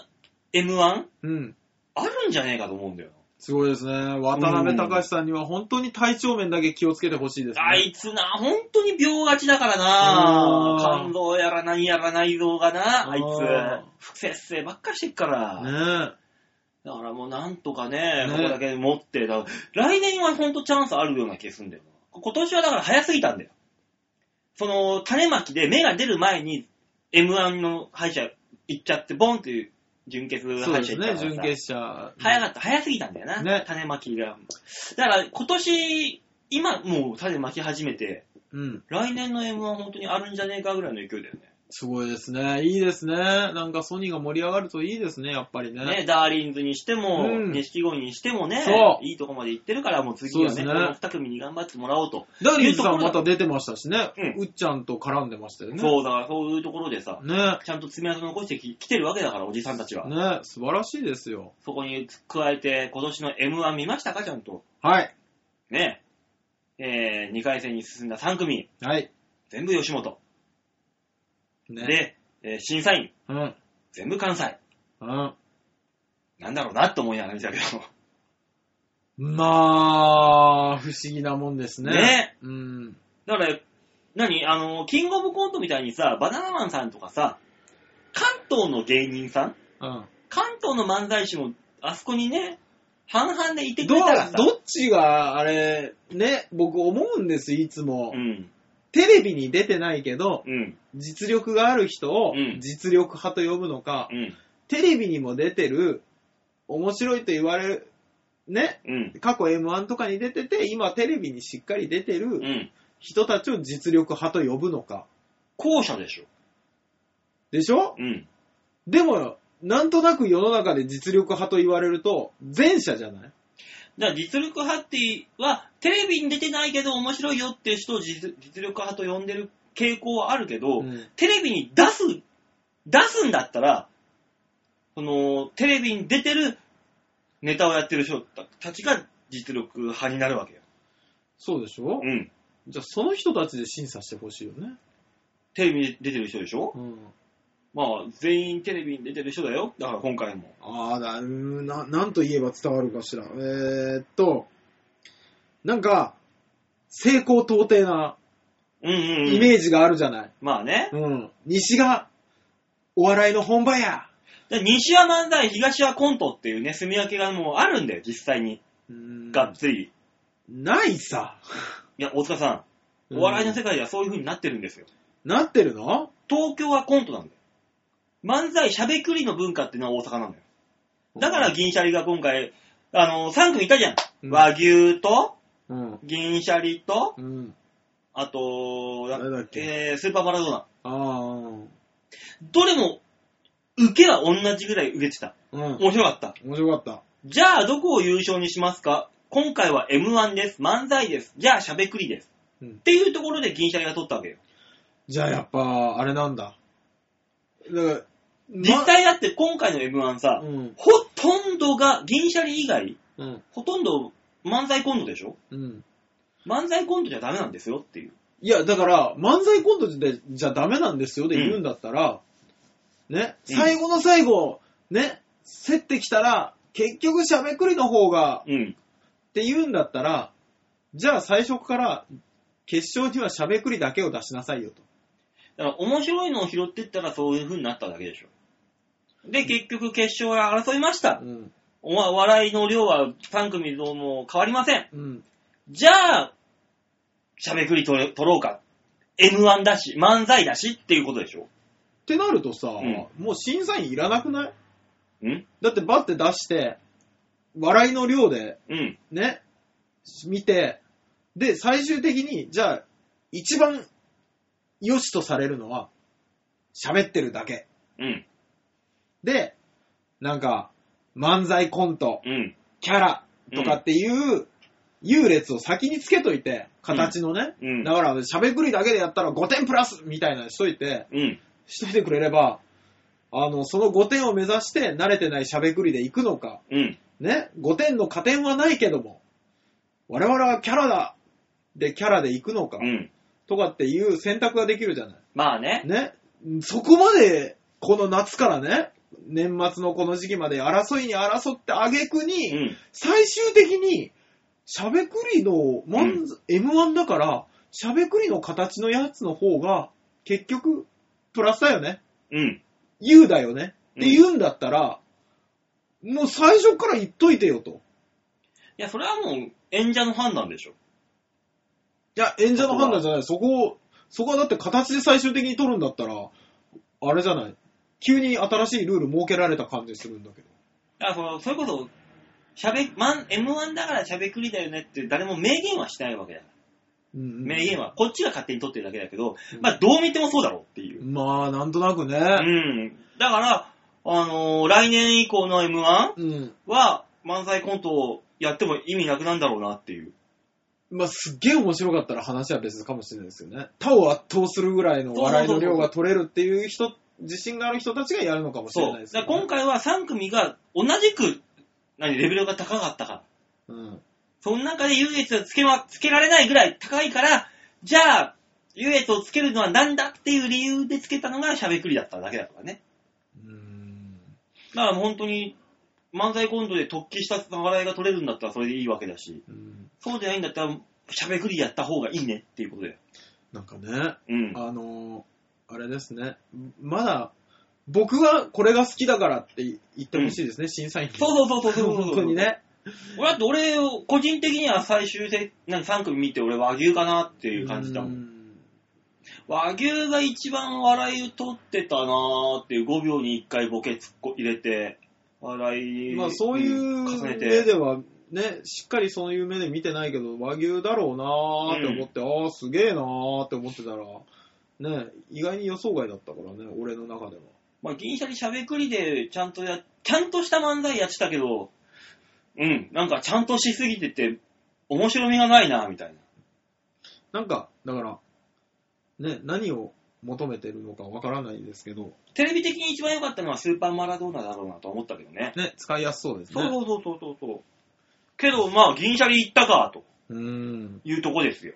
Speaker 2: M1、
Speaker 3: うん。
Speaker 2: あるんじゃねえかと思うんだよ。
Speaker 3: すごいですね。渡辺隆さんには本当に体調面だけ気をつけてほしいですね。
Speaker 2: あいつな、本当に病がちだからな
Speaker 3: う。ん
Speaker 2: 肝臓やら何やら内臓がな、あい
Speaker 3: うん
Speaker 2: つ。不節制ばっかしてっから。
Speaker 3: ね
Speaker 2: だからもうなんとかね、
Speaker 3: ね
Speaker 2: ここだけ持って、だから来年はほんとチャンスあるような気がするんだよな。今年はだから早すぎたんだよ。その、種まきで芽が出る前に M1 の敗者行っちゃって、ボンっていう準決敗者
Speaker 3: え。そう
Speaker 2: 行っ
Speaker 3: で
Speaker 2: ちゃった
Speaker 3: すね、
Speaker 2: からさ
Speaker 3: 準決勝。
Speaker 2: 早かった、早すぎたんだよな。
Speaker 3: ね
Speaker 2: 種まきが。だから今年、今もう種まき始めて、
Speaker 3: うん。
Speaker 2: 来年の M1 本当にあるんじゃねえかぐらいの勢いだよね。
Speaker 3: すごいですね。いいですね。なんかソニーが盛り上がるといいですね、やっぱりね。
Speaker 2: ね、ダーリンズにしても
Speaker 3: う、ん
Speaker 2: 錦鯉にしてもね
Speaker 3: そ、う
Speaker 2: いいとこまで行ってるから、もう次は
Speaker 3: そ
Speaker 2: ね、
Speaker 3: う
Speaker 2: こ
Speaker 3: ですね
Speaker 2: の2組に頑張ってもらおうと。
Speaker 3: ダーリン
Speaker 2: いう
Speaker 3: さ
Speaker 2: と
Speaker 3: ん
Speaker 2: ころ
Speaker 3: また出てましたしね。
Speaker 2: う
Speaker 3: うっちゃんと絡んでましたよね。
Speaker 2: そう、だからそういうところでさ、
Speaker 3: ね。
Speaker 2: ちゃんと爪痕残してき来てるわけだから、おじさんたちは。
Speaker 3: ね、素晴らしいですよ。
Speaker 2: そこに加えて、今年の M1 見ましたか、ちゃんと。
Speaker 3: はい。
Speaker 2: ね。えー、2回戦に進んだ3組、
Speaker 3: はい。
Speaker 2: 全部吉本。
Speaker 3: ね。
Speaker 2: で、えー審査員、
Speaker 3: うん。
Speaker 2: 全部関西。
Speaker 3: うん。
Speaker 2: なんだろうなって思いながら見たけど。
Speaker 3: まあ、不思議なもんですね。
Speaker 2: ね
Speaker 3: うん。
Speaker 2: だから、何あの、キングオブコントみたいにさ、バナナマンさんとかさ、関東の芸人さん
Speaker 3: うん。
Speaker 2: 関東の漫才師も、あそこにね、半々でいてく
Speaker 3: ど
Speaker 2: れたらさ。
Speaker 3: どっちが、あれ、ね、僕思うんです、いつも。
Speaker 2: うん、
Speaker 3: テレビに出てないけど、
Speaker 2: うん、
Speaker 3: 実力がある人を
Speaker 2: うん
Speaker 3: 実力派と呼ぶのか、
Speaker 2: うん、
Speaker 3: テレビにも出てる、面白いと言われる、ね、
Speaker 2: うん、
Speaker 3: 過去 M1 とかに出てて、今テレビにしっかり出て
Speaker 2: う
Speaker 3: る
Speaker 2: ん。
Speaker 3: 人たちを実力派と呼ぶのか。
Speaker 2: 後者でしょ。
Speaker 3: でしょ
Speaker 2: うん。
Speaker 3: でも、なんとなく世の中で実力派と言われると、前者じゃない
Speaker 2: だから実力派っては、テレビに出てないけど面白いよって人を実実力派と呼んでる傾向はあるけど、
Speaker 3: うん
Speaker 2: テレビに出す、出すんだったら、その、テレビに出てるネタをやってる人たちが実力派になるわけよ。
Speaker 3: そうでしょ
Speaker 2: うん。
Speaker 3: じゃあその人たちで審査してほしいよね。
Speaker 2: テレビに出てる人でしょ
Speaker 3: うん。
Speaker 2: まあ、全員テレビに出てる人だよ。だから今回も。
Speaker 3: ああ、だ、うーんな、なんと言えば伝わるかしら。えー、っと、なんか、成功到底な
Speaker 2: うんうん、うん。
Speaker 3: イメージがあるじゃない。
Speaker 2: まあね。
Speaker 3: うん。西が、お笑いの本場や。
Speaker 2: で西は漫才、東はコントっていうね、住み分けがもうあるんだよ、実際に。
Speaker 3: うーん
Speaker 2: がっつり。
Speaker 3: ないさ。
Speaker 2: いや、大塚さん、お笑いの世界ではそういう風になってるんですよ。
Speaker 3: なってるの
Speaker 2: 東京はコントなんだよ。漫才、しゃべくりの文化っていうのは大阪なんだよ。だから、銀シャリが今回、あの、3組いたじゃん。
Speaker 3: うん
Speaker 2: 和牛と、
Speaker 3: うん。
Speaker 2: 銀シャリと、
Speaker 3: うん。
Speaker 2: あと、な
Speaker 3: 誰だっけ
Speaker 2: えースーパーマラドーナ。
Speaker 3: ああ。
Speaker 2: どれも、受けは同じぐらい売れてた。
Speaker 3: うん。
Speaker 2: 面白かった。
Speaker 3: 面白かっ
Speaker 2: じゃあ、どこを優勝にしますか今回は M1 です。漫才です。じゃあ、しゃべくりです。
Speaker 3: うん
Speaker 2: っていうところで銀シャリが取ったわけよ。
Speaker 3: た。じゃあやっぱ、あれなんだ。だから、
Speaker 2: 実際だって今回の M1 さ、
Speaker 3: ま、うん。
Speaker 2: ほとんどが、銀シャリ以外、
Speaker 3: うん。
Speaker 2: ほとんど漫才コントでしょ
Speaker 3: うん。
Speaker 2: 漫才コントじゃダメなんですよっていう。
Speaker 3: いや、だから、漫才コントでじゃダメなんですよで言うんだったら、ね、
Speaker 2: うん
Speaker 3: 最後の最後、ね、競ってきたら、結局しゃべくりの方が、
Speaker 2: うん。
Speaker 3: って言うんだったら、じゃあ最初から、決勝にはしゃべくりだけを出しなさいよと。
Speaker 2: だから面白いのを拾ってったらそういう風になっただけでしょ。で、結局決勝が争いました。
Speaker 3: うん。
Speaker 2: おお笑いの量は3組とも変わりません。
Speaker 3: うん。
Speaker 2: じゃあ、しゃべくり取れ取ろうか。M1 だし、漫才だしっていうことでしょ。
Speaker 3: ってなるとさ、
Speaker 2: ん
Speaker 3: もう審査員いらなくない
Speaker 2: ん
Speaker 3: だってバッて出して、笑いの量で
Speaker 2: うん。
Speaker 3: ね、見て、で、最終的に、じゃあ、一番良しとされるのは、喋ってるだけ。
Speaker 2: うん。
Speaker 3: で、なんか、漫才コント、
Speaker 2: うん。
Speaker 3: キャラとかっていう、優劣を先につけといて、形のね。
Speaker 2: うん
Speaker 3: だから、喋くりだけでやったら5点プラスみたいなのしといて、
Speaker 2: うん。
Speaker 3: しといてくれれば、あの、その5点を目指して慣れてない喋くりで行くのか、
Speaker 2: うん。
Speaker 3: ね、5点の加点はないけども、我々はキャラだでキャラで行くのか、
Speaker 2: うん。
Speaker 3: とかっていう選択ができるじゃな
Speaker 2: まあね
Speaker 3: い。。ね、そこまで、この夏からね、年末のこの時期まで争いに争ってあげく
Speaker 2: う
Speaker 3: に、
Speaker 2: ん。
Speaker 3: 最終的に、しゃべくりの、まん、M1 だから、しゃべくりの形のやつの方が、結局、プラスだよね。
Speaker 2: うん。
Speaker 3: 言うだよね。
Speaker 2: うん
Speaker 3: って言うんだったら、もう最初から言っといてよと。
Speaker 2: いや、それはもう演者の判断でしょ。
Speaker 3: いや、演者の判断じゃない。そこを、そこはだって形で最終的に取るんだったら、あれじゃない。急に新しいルール設けられた感じするんだけど。
Speaker 2: だからその、それこそ、しゃべ、まん、M1 だからしゃべくりだよねって誰も明言はしてないわけだ。
Speaker 3: うん
Speaker 2: 明言は、こっちが勝手に取ってるだけだけど、
Speaker 3: うん
Speaker 2: まあどう見てもそうだろうっていう。
Speaker 3: まあ、なんとなく
Speaker 2: う
Speaker 3: ね。
Speaker 2: ん。だから、あのー来年以降の M1
Speaker 3: うん。
Speaker 2: は漫才コントをやっても意味なくなんだろうなっていう。
Speaker 3: まあ、すっげえ面白かったら話は別かもしれないですよね。他を圧倒するぐらいの笑いの量が取れるっていう人、自信がある人たちがやるのかもしれ
Speaker 2: そ。
Speaker 3: ないうで
Speaker 2: だ
Speaker 3: す
Speaker 2: か
Speaker 3: よ
Speaker 2: ら
Speaker 3: ね。
Speaker 2: 今回は3組が同じく、何、レベルが高かったから。
Speaker 3: うん。
Speaker 2: その中で優越をつけま、つけられないぐらい高いから、じゃあ、優越をつけるのはなんだっていう理由でつけたのがしゃべくりだっただけだからね。
Speaker 3: うーん
Speaker 2: だからもう本当に、漫才コントで突起した笑いが取れるんだったらそれでいいわけだし、
Speaker 3: うん
Speaker 2: そうじゃないんだったら、しゃべくりやった方がいいねっていうことだよ。
Speaker 3: なんかね、
Speaker 2: うん。
Speaker 3: あのーあれですね、まだ、僕がこれが好きだからって言ってほしいですね、審査員に。
Speaker 2: そうそうそうそうそうそう。
Speaker 3: 本当に。ね。
Speaker 2: 俺だって俺を、個人的には最終で、なんか3組見て俺和牛かなっていう感じだもん。
Speaker 3: ん
Speaker 2: 和牛が一番笑い取ってたなーっていう5秒に1回ボケ突っこ入れて、笑い、
Speaker 3: まあそうい
Speaker 2: ん
Speaker 3: う
Speaker 2: 重ね
Speaker 3: 目で
Speaker 2: て。
Speaker 3: は、ね、しっかりそういう目で見てないけど、和牛だろうなーって思って、ああ、すげえなーって思ってたら、ね、意外に予想外だったからね、俺の中では。
Speaker 2: まあ銀シャリしゃべくりでちゃんとや、ちゃんとした漫才やってたけど、うん、なんかちゃんとしすぎてて、面白みがないなみたいな。
Speaker 3: なんか、だから、ね、何を求めてるのかわからないですけど、
Speaker 2: テレビ的に一番良かったのはスーパーマラドーナだろうなと思ったけどね。
Speaker 3: ね、使いやすそうです
Speaker 2: そ
Speaker 3: ね。
Speaker 2: うそうそうそうそう。けど、まあ、銀シャリ行ったか、と
Speaker 3: うーん。
Speaker 2: いうとこですよ。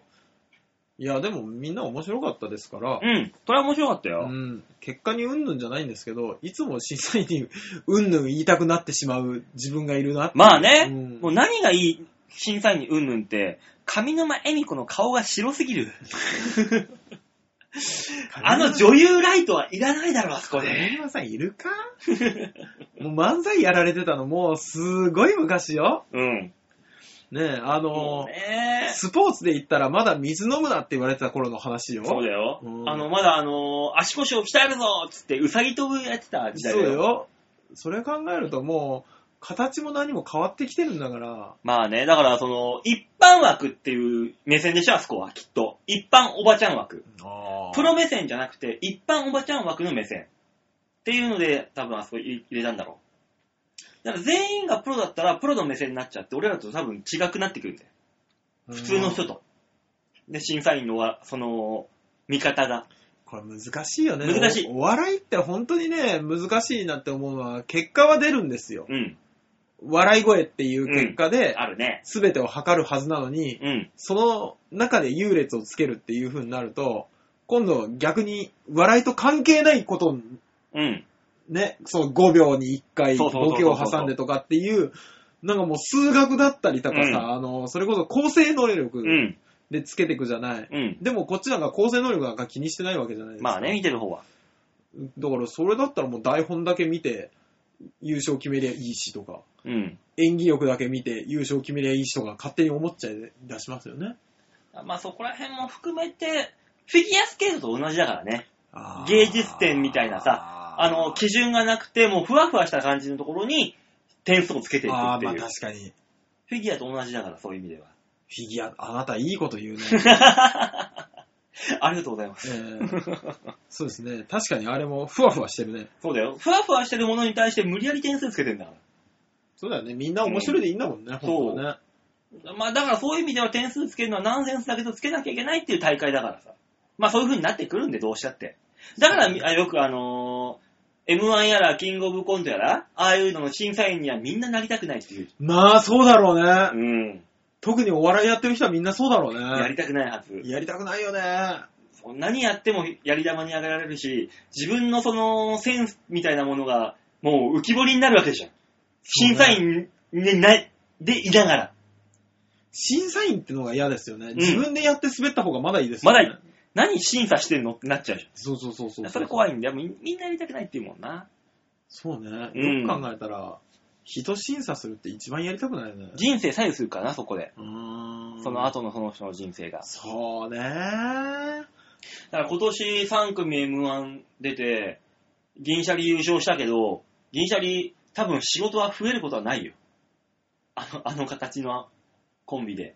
Speaker 3: いや、でもみんな面白かったですから、
Speaker 2: うん。それは面白かったよ。
Speaker 3: うん、結果にうんぬんじゃないんですけど、いつも審査員に *laughs* うんぬん言いたくなってしまう自分がいるなって。
Speaker 2: まあね、
Speaker 3: うん
Speaker 2: もう何がいい審査員にうんぬんって、上沼恵美子の顔が白すぎる。 *laughs* あの女優ライトはいらないだろ、あそこで。
Speaker 3: 上沼さんいるか *laughs* もう漫才やられてたのもうすごい昔よ。
Speaker 2: うん。
Speaker 3: ねえ、
Speaker 2: も
Speaker 3: あの
Speaker 2: う、ね
Speaker 3: スポーツで言ったらまだ水飲むなって言われてた頃の話よ。
Speaker 2: そうだよ。
Speaker 3: うん
Speaker 2: あの、まだあのー足腰を鍛えるぞっつって、うさぎ飛ぶやってた時代
Speaker 3: そうだ。よ。それ考えるともう、形も何も変わってきてるんだから、
Speaker 2: まあね、だからその、一般枠っていう目線でしょ、あそこは、きっと。一般おばちゃん枠。プロ目線じゃなくて、一般おばちゃん枠の目線。っていうので、多分あそこ入れたんだろう。だから全員がプロだったら、プロの目線になっちゃって、俺らと多分違くなってくるんだよ。
Speaker 3: うん
Speaker 2: 普通の人と。で、審査員のわ、その、見方が。
Speaker 3: これ難しいよね。
Speaker 2: 難しい
Speaker 3: おお笑いって本当にね、難しいなって思うのは、結果は出るんですよ。
Speaker 2: うん。
Speaker 3: 笑い声っていう結果で、
Speaker 2: あるね。
Speaker 3: 全てを測るはずなのに、
Speaker 2: うん。
Speaker 3: その中で優劣をつけるっていう風になると、今度逆に笑いと関係ないことを
Speaker 2: うん。
Speaker 3: ね、その5秒に1回
Speaker 2: そうそうそう
Speaker 3: ボ
Speaker 2: そう
Speaker 3: ケを挟んでとかっていう、なんかもう数学だったりとかさ、
Speaker 2: うん
Speaker 3: あの、それこそ構成能力
Speaker 2: うん。
Speaker 3: でつけていくじゃない。
Speaker 2: うん。
Speaker 3: でもこっちなんか構成能力なんか気にしてないわけじゃないですか。
Speaker 2: まあね、見てる方は。
Speaker 3: だからそれだったらもう台本だけ見て優勝決めりゃいいしとか、
Speaker 2: うん。
Speaker 3: 演技力だけ見て優勝決めりゃいいしとか勝手に思っちゃい出しますよね。
Speaker 2: まあそこら辺も含めて、フィギュアスケートと同じだからね。
Speaker 3: あー
Speaker 2: 芸術点みたいなさ、あの、基準がなくて、もうふわふわした感じのところに点数をつけていく
Speaker 3: あ
Speaker 2: っ
Speaker 3: あ、
Speaker 2: てい
Speaker 3: まあ
Speaker 2: う。
Speaker 3: 確かに。
Speaker 2: フィギュアと同じだから、そういう意味で
Speaker 3: *laughs*
Speaker 2: は。
Speaker 3: フィギュア、あなたいいこ
Speaker 2: *laughs*
Speaker 3: と言うね。
Speaker 2: ありがとうございます。
Speaker 3: えーそうですね。確かにあれもふわふわしてるね。
Speaker 2: そうだよ。ふわふわしてるものに対して無理やり点数つけてんだか
Speaker 3: そうだよね。みんな面白いでいいんだもんね、本当はね。
Speaker 2: ら。まあだからそういう意味では点数つけるのはナンセンスだけどつけなきゃいけないっていう大会だからさ。まあそういう風になってくるんで、どうしちゃって。だからみ、あよくあのー M1 やら、キングオブコントやら、ああいうのの審査員にはみんななりたくないっていう。
Speaker 3: まあそうだろうね。
Speaker 2: うん。
Speaker 3: 特にお笑いやってる人はみんなそうだろう
Speaker 2: やり
Speaker 3: ね。
Speaker 2: たくないはず。
Speaker 3: やりたくないよね。
Speaker 2: 何やってもやり玉に上げられるし、自分のそのセンスみたいなものが、もう浮き彫りになるわけじゃん。審査員にない、でいながら。
Speaker 3: 審査員ってのが嫌ですよね。
Speaker 2: ん
Speaker 3: 自分でやって滑った方がまだいいですよね。
Speaker 2: まだいい何審査してんのってなっちゃうじ
Speaker 3: そうそうそうそ
Speaker 2: ゃ
Speaker 3: う。
Speaker 2: ん。それ怖いんだよ。みみんなやりたくないっていうもんな。
Speaker 3: そうね。
Speaker 2: うん
Speaker 3: よく考えたら、人審査するって一番やりたくないよね。
Speaker 2: 人生左右するからな、そこで。
Speaker 3: うーん
Speaker 2: その後のその人の人生が。
Speaker 3: そうね。
Speaker 2: だから今年3組 M1 出て、銀シャリ優勝したけど、銀シャリ多分仕事は増えることはないよ。あの、あの形のコンビで。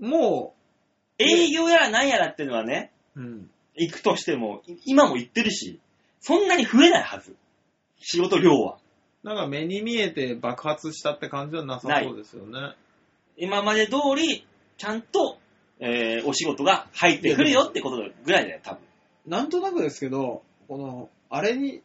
Speaker 3: も
Speaker 2: 営業やら何やらっていうのはね、
Speaker 3: う、うん。
Speaker 2: 行くとしても、い今も行ってるし、そんなに増えないはず。仕事量は。
Speaker 3: なんか目に見えて爆発したって感じはなさそうですよね。
Speaker 2: 今まで通り、ちゃんと、えーお仕事が入ってくるよってことぐらいだよ、多分。
Speaker 3: なんとなくですけど、この、あれに、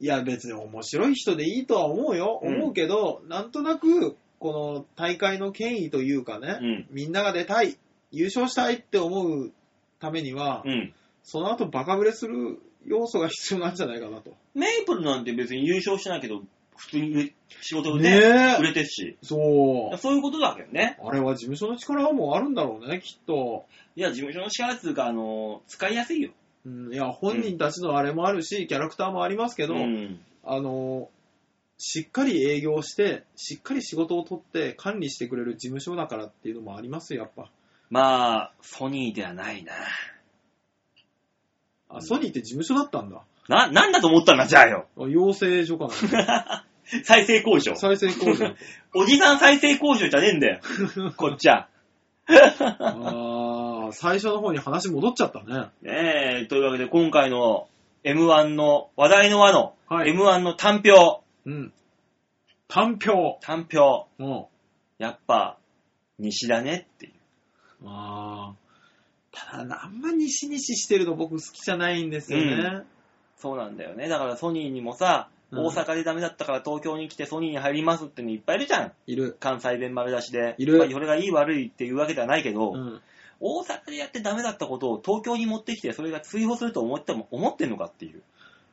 Speaker 3: いや別に面白い人でいいとは思うよ。
Speaker 2: うん
Speaker 3: 思うけど、なんとなく、この大会の権威というかね、
Speaker 2: うん
Speaker 3: みんなが出たい、優勝したいって思うためには、
Speaker 2: うん。
Speaker 3: その後バカ売れする要素が必要なんじゃないかなと。
Speaker 2: メイプルなんて別に優勝してないけど、普通に仕事で、
Speaker 3: ねえ
Speaker 2: 売れてるし。
Speaker 3: そう。
Speaker 2: そういうことだけどね。
Speaker 3: あれは事務所の力もあるんだろうね、きっと。
Speaker 2: いや、事務所の力っていうか、あの、使いやすいよ。
Speaker 3: うん、いや、本人たちのあれもあるし、キャラクターもありますけど、
Speaker 2: うん。
Speaker 3: あの、しっかり営業して、しっかり仕事を取って管理してくれる事務所だからっていうのもありますよ、やっぱ。
Speaker 2: まあ、ソニーではないな。
Speaker 3: あ、ソニーって事務所だったんだ。
Speaker 2: な、なんだと思ったんだ、じゃあ *laughs* よ。
Speaker 3: あ養成所か
Speaker 2: *laughs*
Speaker 3: な。
Speaker 2: 再生工場。
Speaker 3: 再生工場。
Speaker 2: おじさん再生工場じゃねえん
Speaker 3: *laughs*
Speaker 2: だよ。こっちは。
Speaker 3: あー最初の方に話戻っちゃったね。
Speaker 2: ねえ、というわけで今回の M1 の、話題の輪の、
Speaker 3: はい
Speaker 2: M1 の単票、
Speaker 3: うん。単票。
Speaker 2: 単票、
Speaker 3: うん。
Speaker 2: やっぱ、西だねっていう。
Speaker 3: あーただ、あんま西西してるの僕好きじゃないんですよね。
Speaker 2: そうなんだよね。だからソニーにもさ、
Speaker 3: うん
Speaker 2: 大阪でダメだったから東京に来てソニーに入りますってのいっぱいいるじゃん。
Speaker 3: いる。
Speaker 2: 関西弁丸出しで。
Speaker 3: いる
Speaker 2: まあそれがいい悪いっていうわけではないけど、
Speaker 3: うん。
Speaker 2: 大阪でやってダメだったことを東京に持ってきてそれが追放すると思っても、思ってんのかっていう。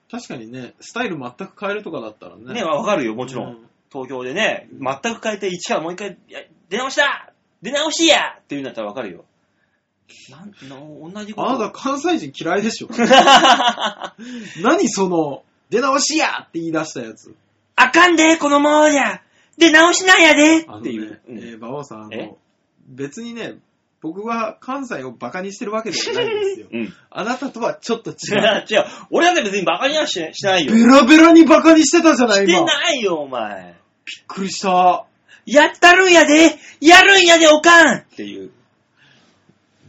Speaker 3: 確かにね、スタイル全く変えるとかだったらね。
Speaker 2: ね、わかるよ、もちろ
Speaker 3: うん
Speaker 2: ん東京でね、全く変えて一からもう一回、いや出直した出直しやっていうんだったらわかるよ。なん、な同じこと。
Speaker 3: あなた関西人嫌いでしょ *laughs* 何その、出直しやって言い出したやつ。
Speaker 2: *laughs* あかんで、このままじゃ出直しなんやで
Speaker 3: あの
Speaker 2: っ
Speaker 3: ね
Speaker 2: ていう。、
Speaker 3: えー、馬王さん、あ
Speaker 2: え
Speaker 3: の、別にね、僕は関西をバカにしてるわけではないんですよ
Speaker 2: *laughs* 。うん。違う、
Speaker 3: あなたとはちょ
Speaker 2: *laughs*
Speaker 3: っと違う。
Speaker 2: 違う。俺だって別にバカにはししないよ。
Speaker 3: ベラベラにバカにしてたじゃな
Speaker 2: し
Speaker 3: い、
Speaker 2: て
Speaker 3: 今。びっ
Speaker 2: ないよ、お前。
Speaker 3: くりした。
Speaker 2: やったるんやでやるんやで、おかんっていう。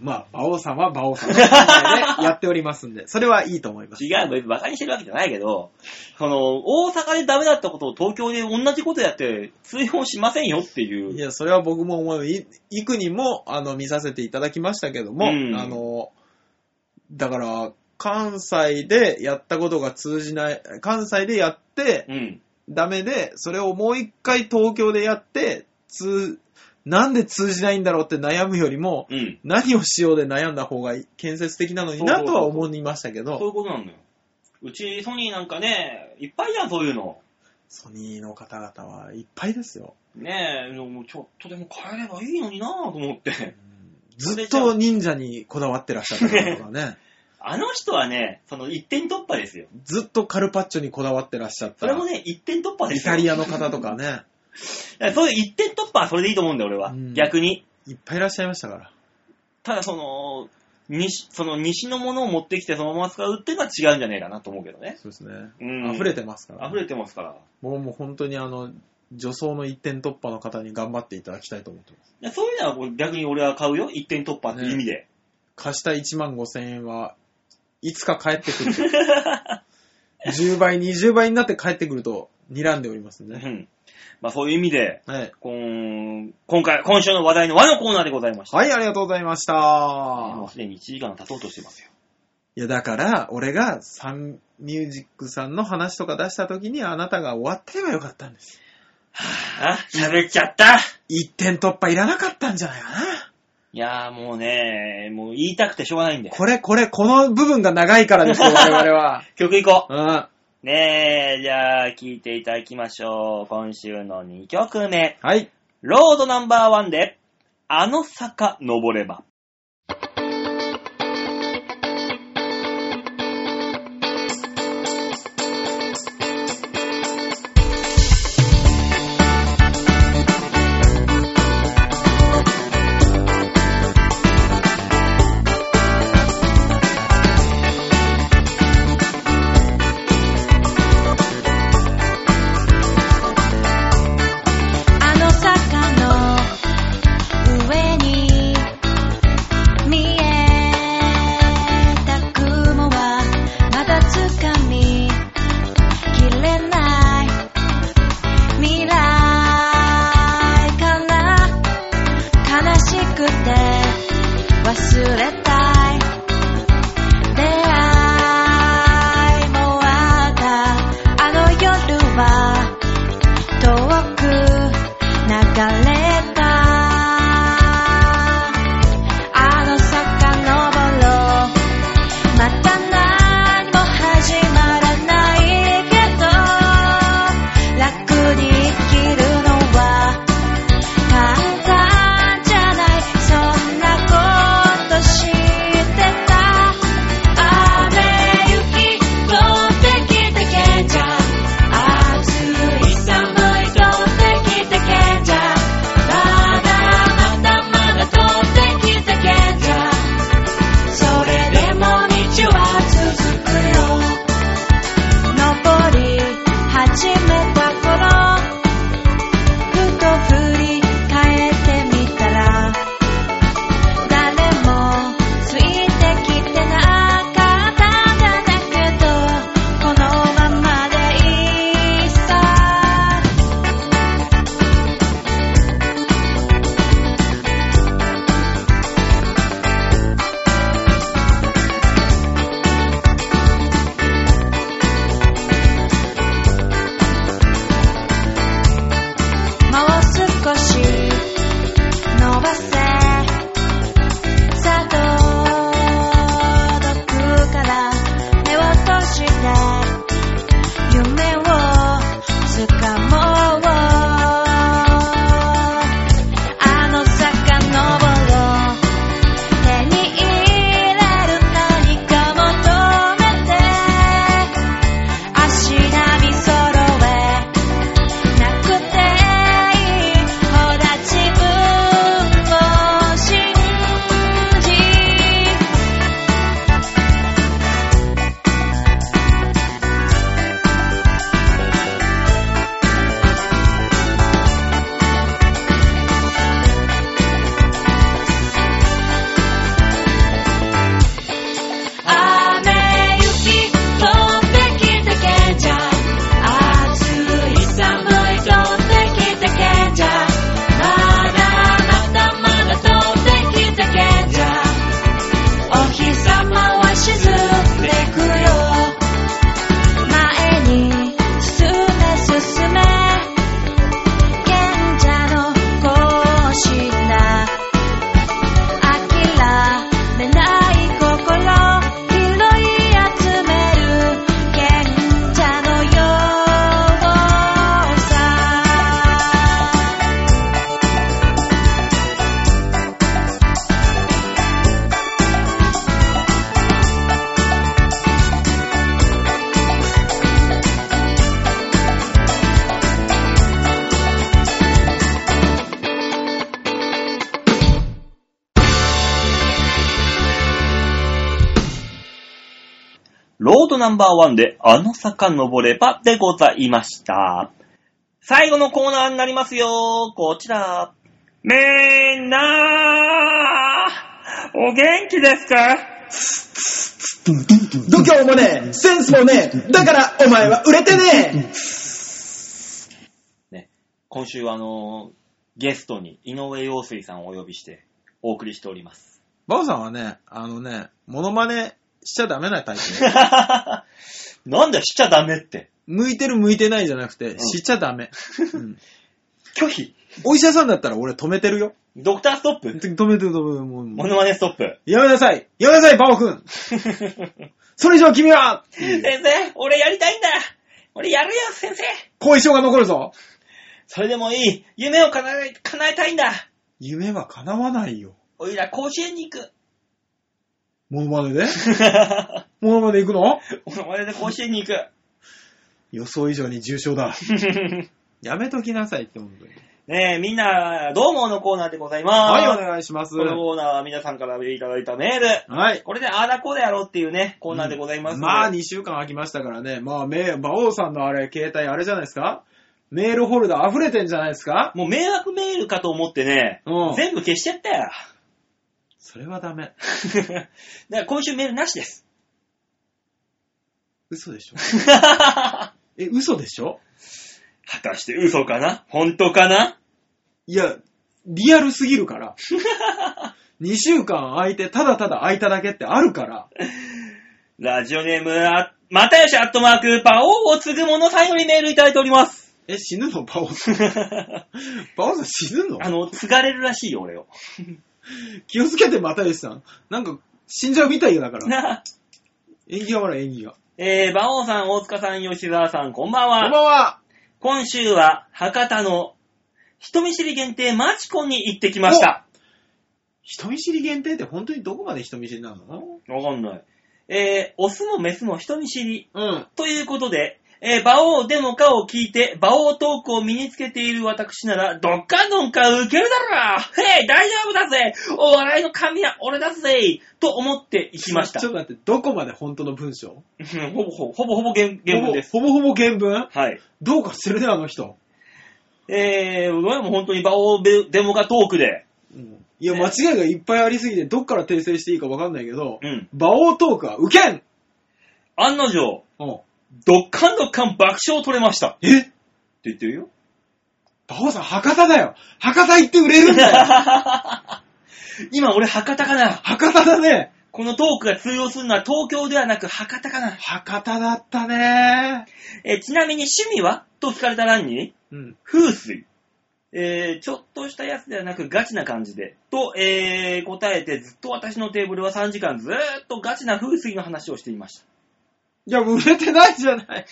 Speaker 3: まあ、馬王さんは馬王さんの考えでやっておりますんで、それはいいと思います。
Speaker 2: 違う、別にバカにしてるわけじゃないけど、その、大阪でダメだったことを東京で同じことやって追放しませんよっていう。
Speaker 3: いや、それは僕も思う。い幾人も、あの、見させていただきましたけども、
Speaker 2: うん
Speaker 3: あの、だから、関西でやったことが通じない、関西でやって、
Speaker 2: うん。
Speaker 3: ダメで、それをもう一回東京でやって、通、なんで通じないんだろうって悩むよりも、
Speaker 2: うん。
Speaker 3: 何をしようで悩んだ方が建設的なのになとは思いました
Speaker 2: そう
Speaker 3: け
Speaker 2: い
Speaker 3: ど、
Speaker 2: うことなんだよ。うちソニーなんかね、いっぱいじゃん、そういうの。
Speaker 3: ソニーの方々はいっぱいですよ。
Speaker 2: ねえ、もうちょっとでも変えればいいのになぁと思って。
Speaker 3: ずっと忍者にこだわってらっしゃった方と
Speaker 2: *laughs*
Speaker 3: かね、
Speaker 2: あの人はね、その一点突破ですよ。
Speaker 3: ずっとカルパッチョにこだわってらっしゃっ
Speaker 2: そ
Speaker 3: た
Speaker 2: れもね、一点突破で
Speaker 3: イ
Speaker 2: すよ。
Speaker 3: タリアの方とかね、
Speaker 2: だからそういう一点突破はそれでいいと思うんだよ、俺は。
Speaker 3: うん
Speaker 2: 逆に。
Speaker 3: いっぱいいらっしゃいましたから。
Speaker 2: ただその、西、その西のものを持ってきてそのまま使うっていうのは違うんじゃねえかなと思うけどね。
Speaker 3: そうですね。
Speaker 2: うん。
Speaker 3: 溢れてますから、
Speaker 2: 溢れてますから。
Speaker 3: もうもう本当にあの、女装の一点突破の方に頑張っていただきたいと思ってます。
Speaker 2: いやそういうのはこう逆に俺は買うよ。一点突破って意味で。
Speaker 3: 貸した1万5千円はいつか返ってくる。10倍、20倍になって返ってくると睨んでおります
Speaker 2: う
Speaker 3: ね。
Speaker 2: ん。まあそういう意味で、
Speaker 3: はい。
Speaker 2: こん今回、今週の話題の和のコーナーでございました。
Speaker 3: はい、ありがとうございました。
Speaker 2: もうすでに1時間経とうとしてますよ。
Speaker 3: いや、だから、俺がサンミュージックさんの話とか出した時にあなたが終わってればよかったんです。
Speaker 2: あ喋っちゃった
Speaker 3: 一点突破いらなかったんじゃないかな。
Speaker 2: いやーもうね、もう言いたくてしょうがないんで。
Speaker 3: これ、これ、この部分が長いから *laughs* ですよ、我々は。
Speaker 2: 曲いこ
Speaker 3: うん。
Speaker 2: う。ねえ、じゃあ聴いていただきましょう。今週の2曲目。
Speaker 3: はい。
Speaker 2: ロードナンバーワンで、あの坂登れば。
Speaker 5: あの坂の上に見えた雲はまだ掴みきれない未来から悲しくて忘れたい出会いもあったあの夜は遠く流れたあの坂登ろうまた何も始まらないけど楽
Speaker 2: ロードナンバーワンであの坂登ればでございました。最後のコーナーになりますよ。こちら。みんなーお元気ですか
Speaker 6: 度胸もねえ、センスもねえ、だからお前は売れてね
Speaker 2: ね、今週はあのーゲストに井上陽水さんをお呼びしてお送りしております。 *laughs*
Speaker 3: バオさんはね、あのね、モノマネしちゃダメなタイプ。
Speaker 2: なんでしちゃダメって。
Speaker 3: 向いてる向いてないじゃなくて、
Speaker 2: ん
Speaker 3: しちゃダメ、うん
Speaker 2: 拒否。
Speaker 3: お医者さんだったら俺止めてるよ。
Speaker 2: ドクターストップ。
Speaker 3: *laughs* 止めてる止めてる。もうも
Speaker 2: モ
Speaker 3: う
Speaker 2: ノマネストップ。
Speaker 3: やめなさいやめなさい、バオくんそれ以上君はって
Speaker 2: *laughs*
Speaker 3: い
Speaker 2: 先
Speaker 3: う
Speaker 2: 生、俺やりたいんだ俺やるよ、先生
Speaker 3: 後遺症が残るぞ
Speaker 2: それでもいい夢を叶え叶えたいんだ
Speaker 3: 夢は叶わないよ。
Speaker 2: おいら甲子園に行
Speaker 3: *laughs*
Speaker 2: く
Speaker 3: モノマネでモノマネ行くの
Speaker 2: 俺で甲子園に行く。 *laughs*
Speaker 3: 予想以上に重症だ。やめときなさいって、本当に。
Speaker 2: ねえ、みんな、どうものコーナーでございます。
Speaker 3: はい、お願いします。
Speaker 2: このコーナーは皆さんからいただいたメール。
Speaker 3: はい。
Speaker 2: これでああだこうだやろうっていうね、コーナーでございますので。
Speaker 3: まあ2週間空きましたからね。まあ、め、馬王さんのあれ、携帯あれじゃないですかメールフォルダ溢れてんじゃないですか
Speaker 2: もう迷惑メールかと思ってね、
Speaker 3: うん
Speaker 2: 全部消しちゃったよ。 *laughs*
Speaker 3: それはダメ。
Speaker 2: だから今週メールなし
Speaker 3: *laughs*
Speaker 2: です。
Speaker 3: 嘘でしょ
Speaker 2: 果
Speaker 3: え、嘘でしょ
Speaker 2: たして嘘かな本当かない
Speaker 3: や、リアルすぎる *laughs* から。2週間空いて、ただただ空いただけってあるから。
Speaker 2: ラジオネーム、あまたよしアットマーク、パオを継ぐもの最後にメールいただいており *laughs* ます。
Speaker 3: え、死ぬのバオさん。バオさん死ぬの
Speaker 2: あの、継がれるらしいよ、俺を。
Speaker 3: 気をつけて、又吉さん。なんか、死んじゃうみたいよだから。
Speaker 2: な
Speaker 3: 縁起が悪い、縁起が。
Speaker 2: えー、馬王さん、大塚さん、吉沢さん、こんばんは。
Speaker 3: こんばんは
Speaker 2: 今週は、博多の、人見知り限定マチコンに行ってきました。
Speaker 3: 人見知り限定って本当にどこまで人見知りなの
Speaker 2: わかんない。えー、オスもメスも人見知り。
Speaker 3: うん。
Speaker 2: ということで、えー、馬王でもかを聞いて、馬王トークを身につけている私なら、どっかんどんか受けるだろうへい、大丈夫だぜお笑いの神は俺だぜと思って行きました
Speaker 3: ちょ。っと待って、どこまで本当の文章
Speaker 2: うんほぼほぼ、ほぼほぼ原原文です。
Speaker 3: ほぼほぼほぼ原文
Speaker 2: はい。
Speaker 3: どうかしてるね、あの人。
Speaker 2: えー、俺はもう本当に馬王ベデモカトークで、
Speaker 3: うんいや、間違いがいっぱいありすぎて、どっから訂正していいかわかんないけど
Speaker 2: う、ん。
Speaker 3: 馬王トークは受けん
Speaker 2: 案の定、
Speaker 3: うん
Speaker 2: どっかんどっかん爆笑を取れました。
Speaker 3: え
Speaker 2: って言って *laughs* るよ。
Speaker 3: 馬王さん、博多だよ博多行って売れるんだ
Speaker 2: *laughs*
Speaker 3: よ
Speaker 2: 今俺博多かな
Speaker 3: 博多だね
Speaker 2: このトークが通用するのは東京ではなく博多かな
Speaker 3: 博多だったね
Speaker 2: えーちなみに趣味はと聞かれた欄に、
Speaker 3: うん。
Speaker 2: 風水。えーちょっとしたやつではなくガチな感じで。と、えー答えてずっと私のテーブルは3時間ずーっとガチな風水の話をしていました。
Speaker 3: いや、売れてないじゃない *laughs*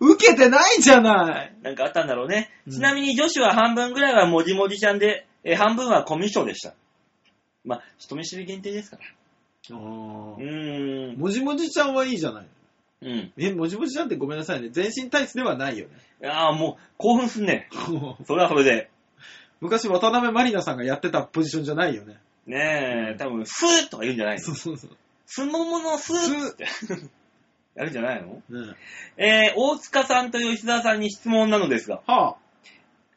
Speaker 3: 受けてないじゃない
Speaker 2: *laughs* なんかあったんだろうね。
Speaker 3: うん
Speaker 2: ちなみに女子は半分ぐらいはもじもじちゃんで、えー半分はコミュ障でした。まあ、人見知り限定ですから。
Speaker 3: あ
Speaker 2: う
Speaker 3: ー
Speaker 2: ーん。
Speaker 3: もじもじちゃんはいいじゃない
Speaker 2: うん。
Speaker 3: え、もじもじちゃんってごめんなさいね。全身体質ではない *laughs* よね。
Speaker 2: ああ、もう、興奮すんね。それはそれで。
Speaker 3: 昔、渡辺満里奈さんがやってたポジションじゃないよね。
Speaker 2: ねえ、多分、スーッとか言うんじゃないの
Speaker 3: *laughs* そうそう。
Speaker 2: すもものスーッって。 *laughs* やるんじゃないの
Speaker 3: ね
Speaker 2: えー、大塚さんと吉沢さんに質問なのですが、
Speaker 3: はあ、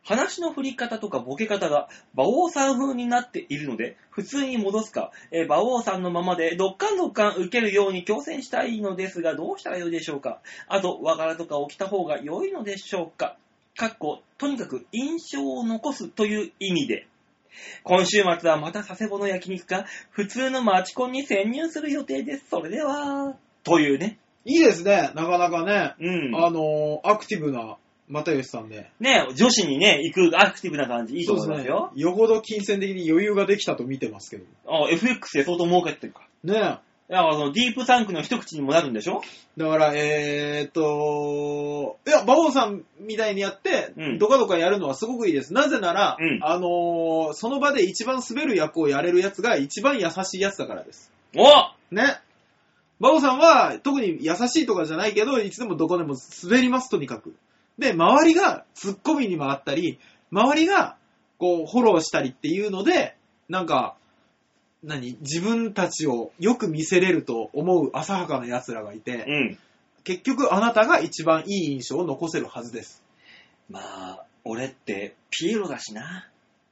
Speaker 2: 話の振り方とかボケ方が馬王さん風になっているので、普通に戻すか、えー馬王さんのままでどっかんどっかん受けるように挑戦したいのですが、どうしたらよいでしょうかあと、和柄とかを着た方が良いのでしょうかかっこ、とにかく印象を残すという意味で。今週末はまた佐世保の焼肉か、普通のマチコンに潜入する予定です。それでは、というね。
Speaker 3: いいですね。なかなかね、
Speaker 2: うん。
Speaker 3: あのーアクティブな又吉さんで。
Speaker 2: ね、女子にね、行くアクティブな感じ、いいと思い
Speaker 3: そう
Speaker 2: ま
Speaker 3: ですす
Speaker 2: よ。
Speaker 3: ね。よほど金銭的に余裕ができたと見てますけど。
Speaker 2: あ、FX で相当儲けてるか。
Speaker 3: ねえ。
Speaker 2: いや、そのディープサンクの一口にもなるんでしょ
Speaker 3: だから、えーっと、いや、馬王さんみたいにやって、
Speaker 2: うん
Speaker 3: どかどかやるのはすごくいいです。なぜなら、
Speaker 2: うん
Speaker 3: あのーその場で一番滑る役をやれるやつが一番優しいやつだからです。
Speaker 2: お
Speaker 3: ね。馬王さんは、特に優しいとかじゃないけど、いつでもどこでも滑ります、とにかく。で、周りがツッコミに回ったり、周りが、こう、フォローしたりっていうので、なんか、何自分たちをよく見せれると思う浅はかな奴らがいて、
Speaker 2: うん。
Speaker 3: 結局あなたが一番いい印象を残せるはずです。
Speaker 2: まあ、俺って、ピエロだしな。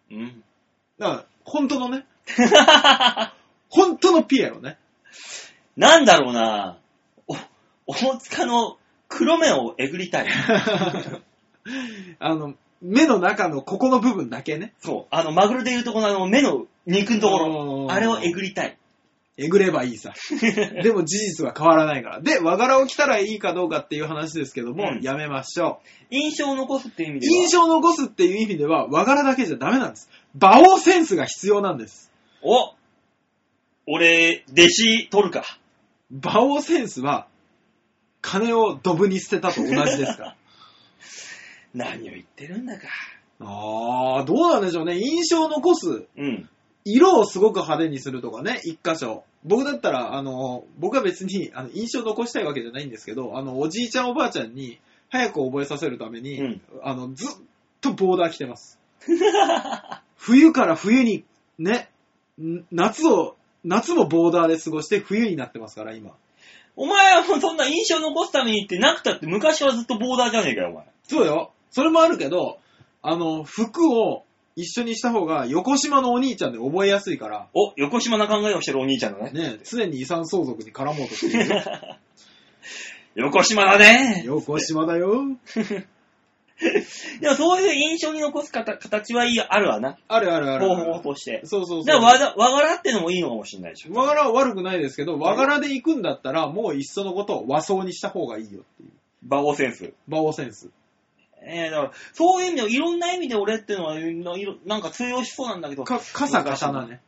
Speaker 2: うん。
Speaker 3: だから、本当のね、本当のピエロね。
Speaker 2: *laughs*
Speaker 3: *laughs*
Speaker 2: なんだろうな。お、大塚の黒目をえぐりたい。
Speaker 3: あの、目の中のここの部分だけね、
Speaker 2: *laughs* そう。あの、マグロでいうとこのあの、目の肉のところ
Speaker 3: お。ー
Speaker 2: あれをえぐりた *laughs* い。
Speaker 3: えぐればいいさ。でも事実は変わらないから。で、和柄を着たらいいかどうかっていう話ですけども、
Speaker 2: うん
Speaker 3: やめましょう。
Speaker 2: 印象を残すっていう意味では。
Speaker 3: 印象を残すっていう意味では、和柄だけじゃダメなんです。馬王センスが必要なんです。
Speaker 2: お俺、弟子取るか。
Speaker 3: 馬王センスは、金をドブに捨てたと同じで
Speaker 2: *laughs*
Speaker 3: すから。
Speaker 2: 何を言ってるんだか。
Speaker 3: あー、どうなんでしょうね。印象を残す。
Speaker 2: うん。
Speaker 3: 色をすごく派手にするとかね、一箇所。僕だったら、あの、僕は別にあの印象を残したいわけじゃないんですけど、あの、おじいちゃんおばあちゃんに早く覚えさせるために、
Speaker 2: うん
Speaker 3: あの、ずっとボーダー着てます。 *laughs* 冬から冬に、ね、ん夏を、夏もボーダーで過ごして冬になってますから、今。
Speaker 2: お前はもうそんな印象残すためにってなくたって昔はずっとボーダーじゃねえかよ、お前。
Speaker 3: そうよ。それもあるけど、あの、服を一緒にした方が横島のお兄ちゃんで覚えやすいから、
Speaker 2: お、横島な考えをしてるお兄ちゃんだね。 *laughs*
Speaker 3: ね、常に遺産相続に絡もうとしてるよ。
Speaker 2: 横島だね。
Speaker 3: 横島だよ。
Speaker 2: でもそういう印象に残す形形はいいあるわな。
Speaker 3: あるあるある
Speaker 2: 方
Speaker 3: ある。
Speaker 2: 法として。
Speaker 3: そうそう
Speaker 2: じゃ
Speaker 3: そう。
Speaker 2: あ和だ和柄ってのもいいのかもしれないでしょ。
Speaker 3: 和柄は悪くないですけど、和柄で行くんだったら、もういっそのことを和装にした方がいいよっていう。
Speaker 2: 馬王センス。
Speaker 3: 馬王センス。
Speaker 2: えー、だから、そういう意味では、いろんな意味で俺ってのは、いろいろなんか通用しそうなんだけど。
Speaker 3: か、傘、刀ね。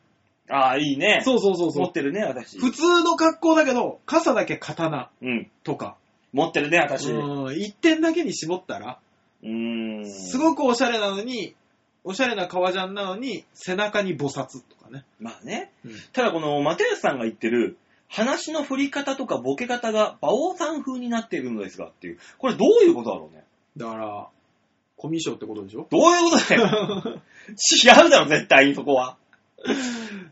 Speaker 2: ああ、いいね。
Speaker 3: そうそうそう
Speaker 2: 持
Speaker 3: そ
Speaker 2: ってるね、私。
Speaker 3: う。普通の格好だけど、傘だけ刀
Speaker 2: うん。
Speaker 3: とか。
Speaker 2: 持ってるね、
Speaker 3: う
Speaker 2: 私。う
Speaker 3: ーん、一点だけに絞ったら、
Speaker 2: ーん。
Speaker 3: すごくおしゃれなのに、おしゃれな革ジャンなのに、背中に菩薩とかね。
Speaker 2: まあね。
Speaker 3: うん
Speaker 2: ただこの、又吉さんが言ってる、話の振り方とかボケ方が、馬王さん風になっているのですがっていう。これどういうことだろうね。
Speaker 3: だから、コミュ障ってことでしょ
Speaker 2: どういうことだよ。違うだろ、絶対にそこは。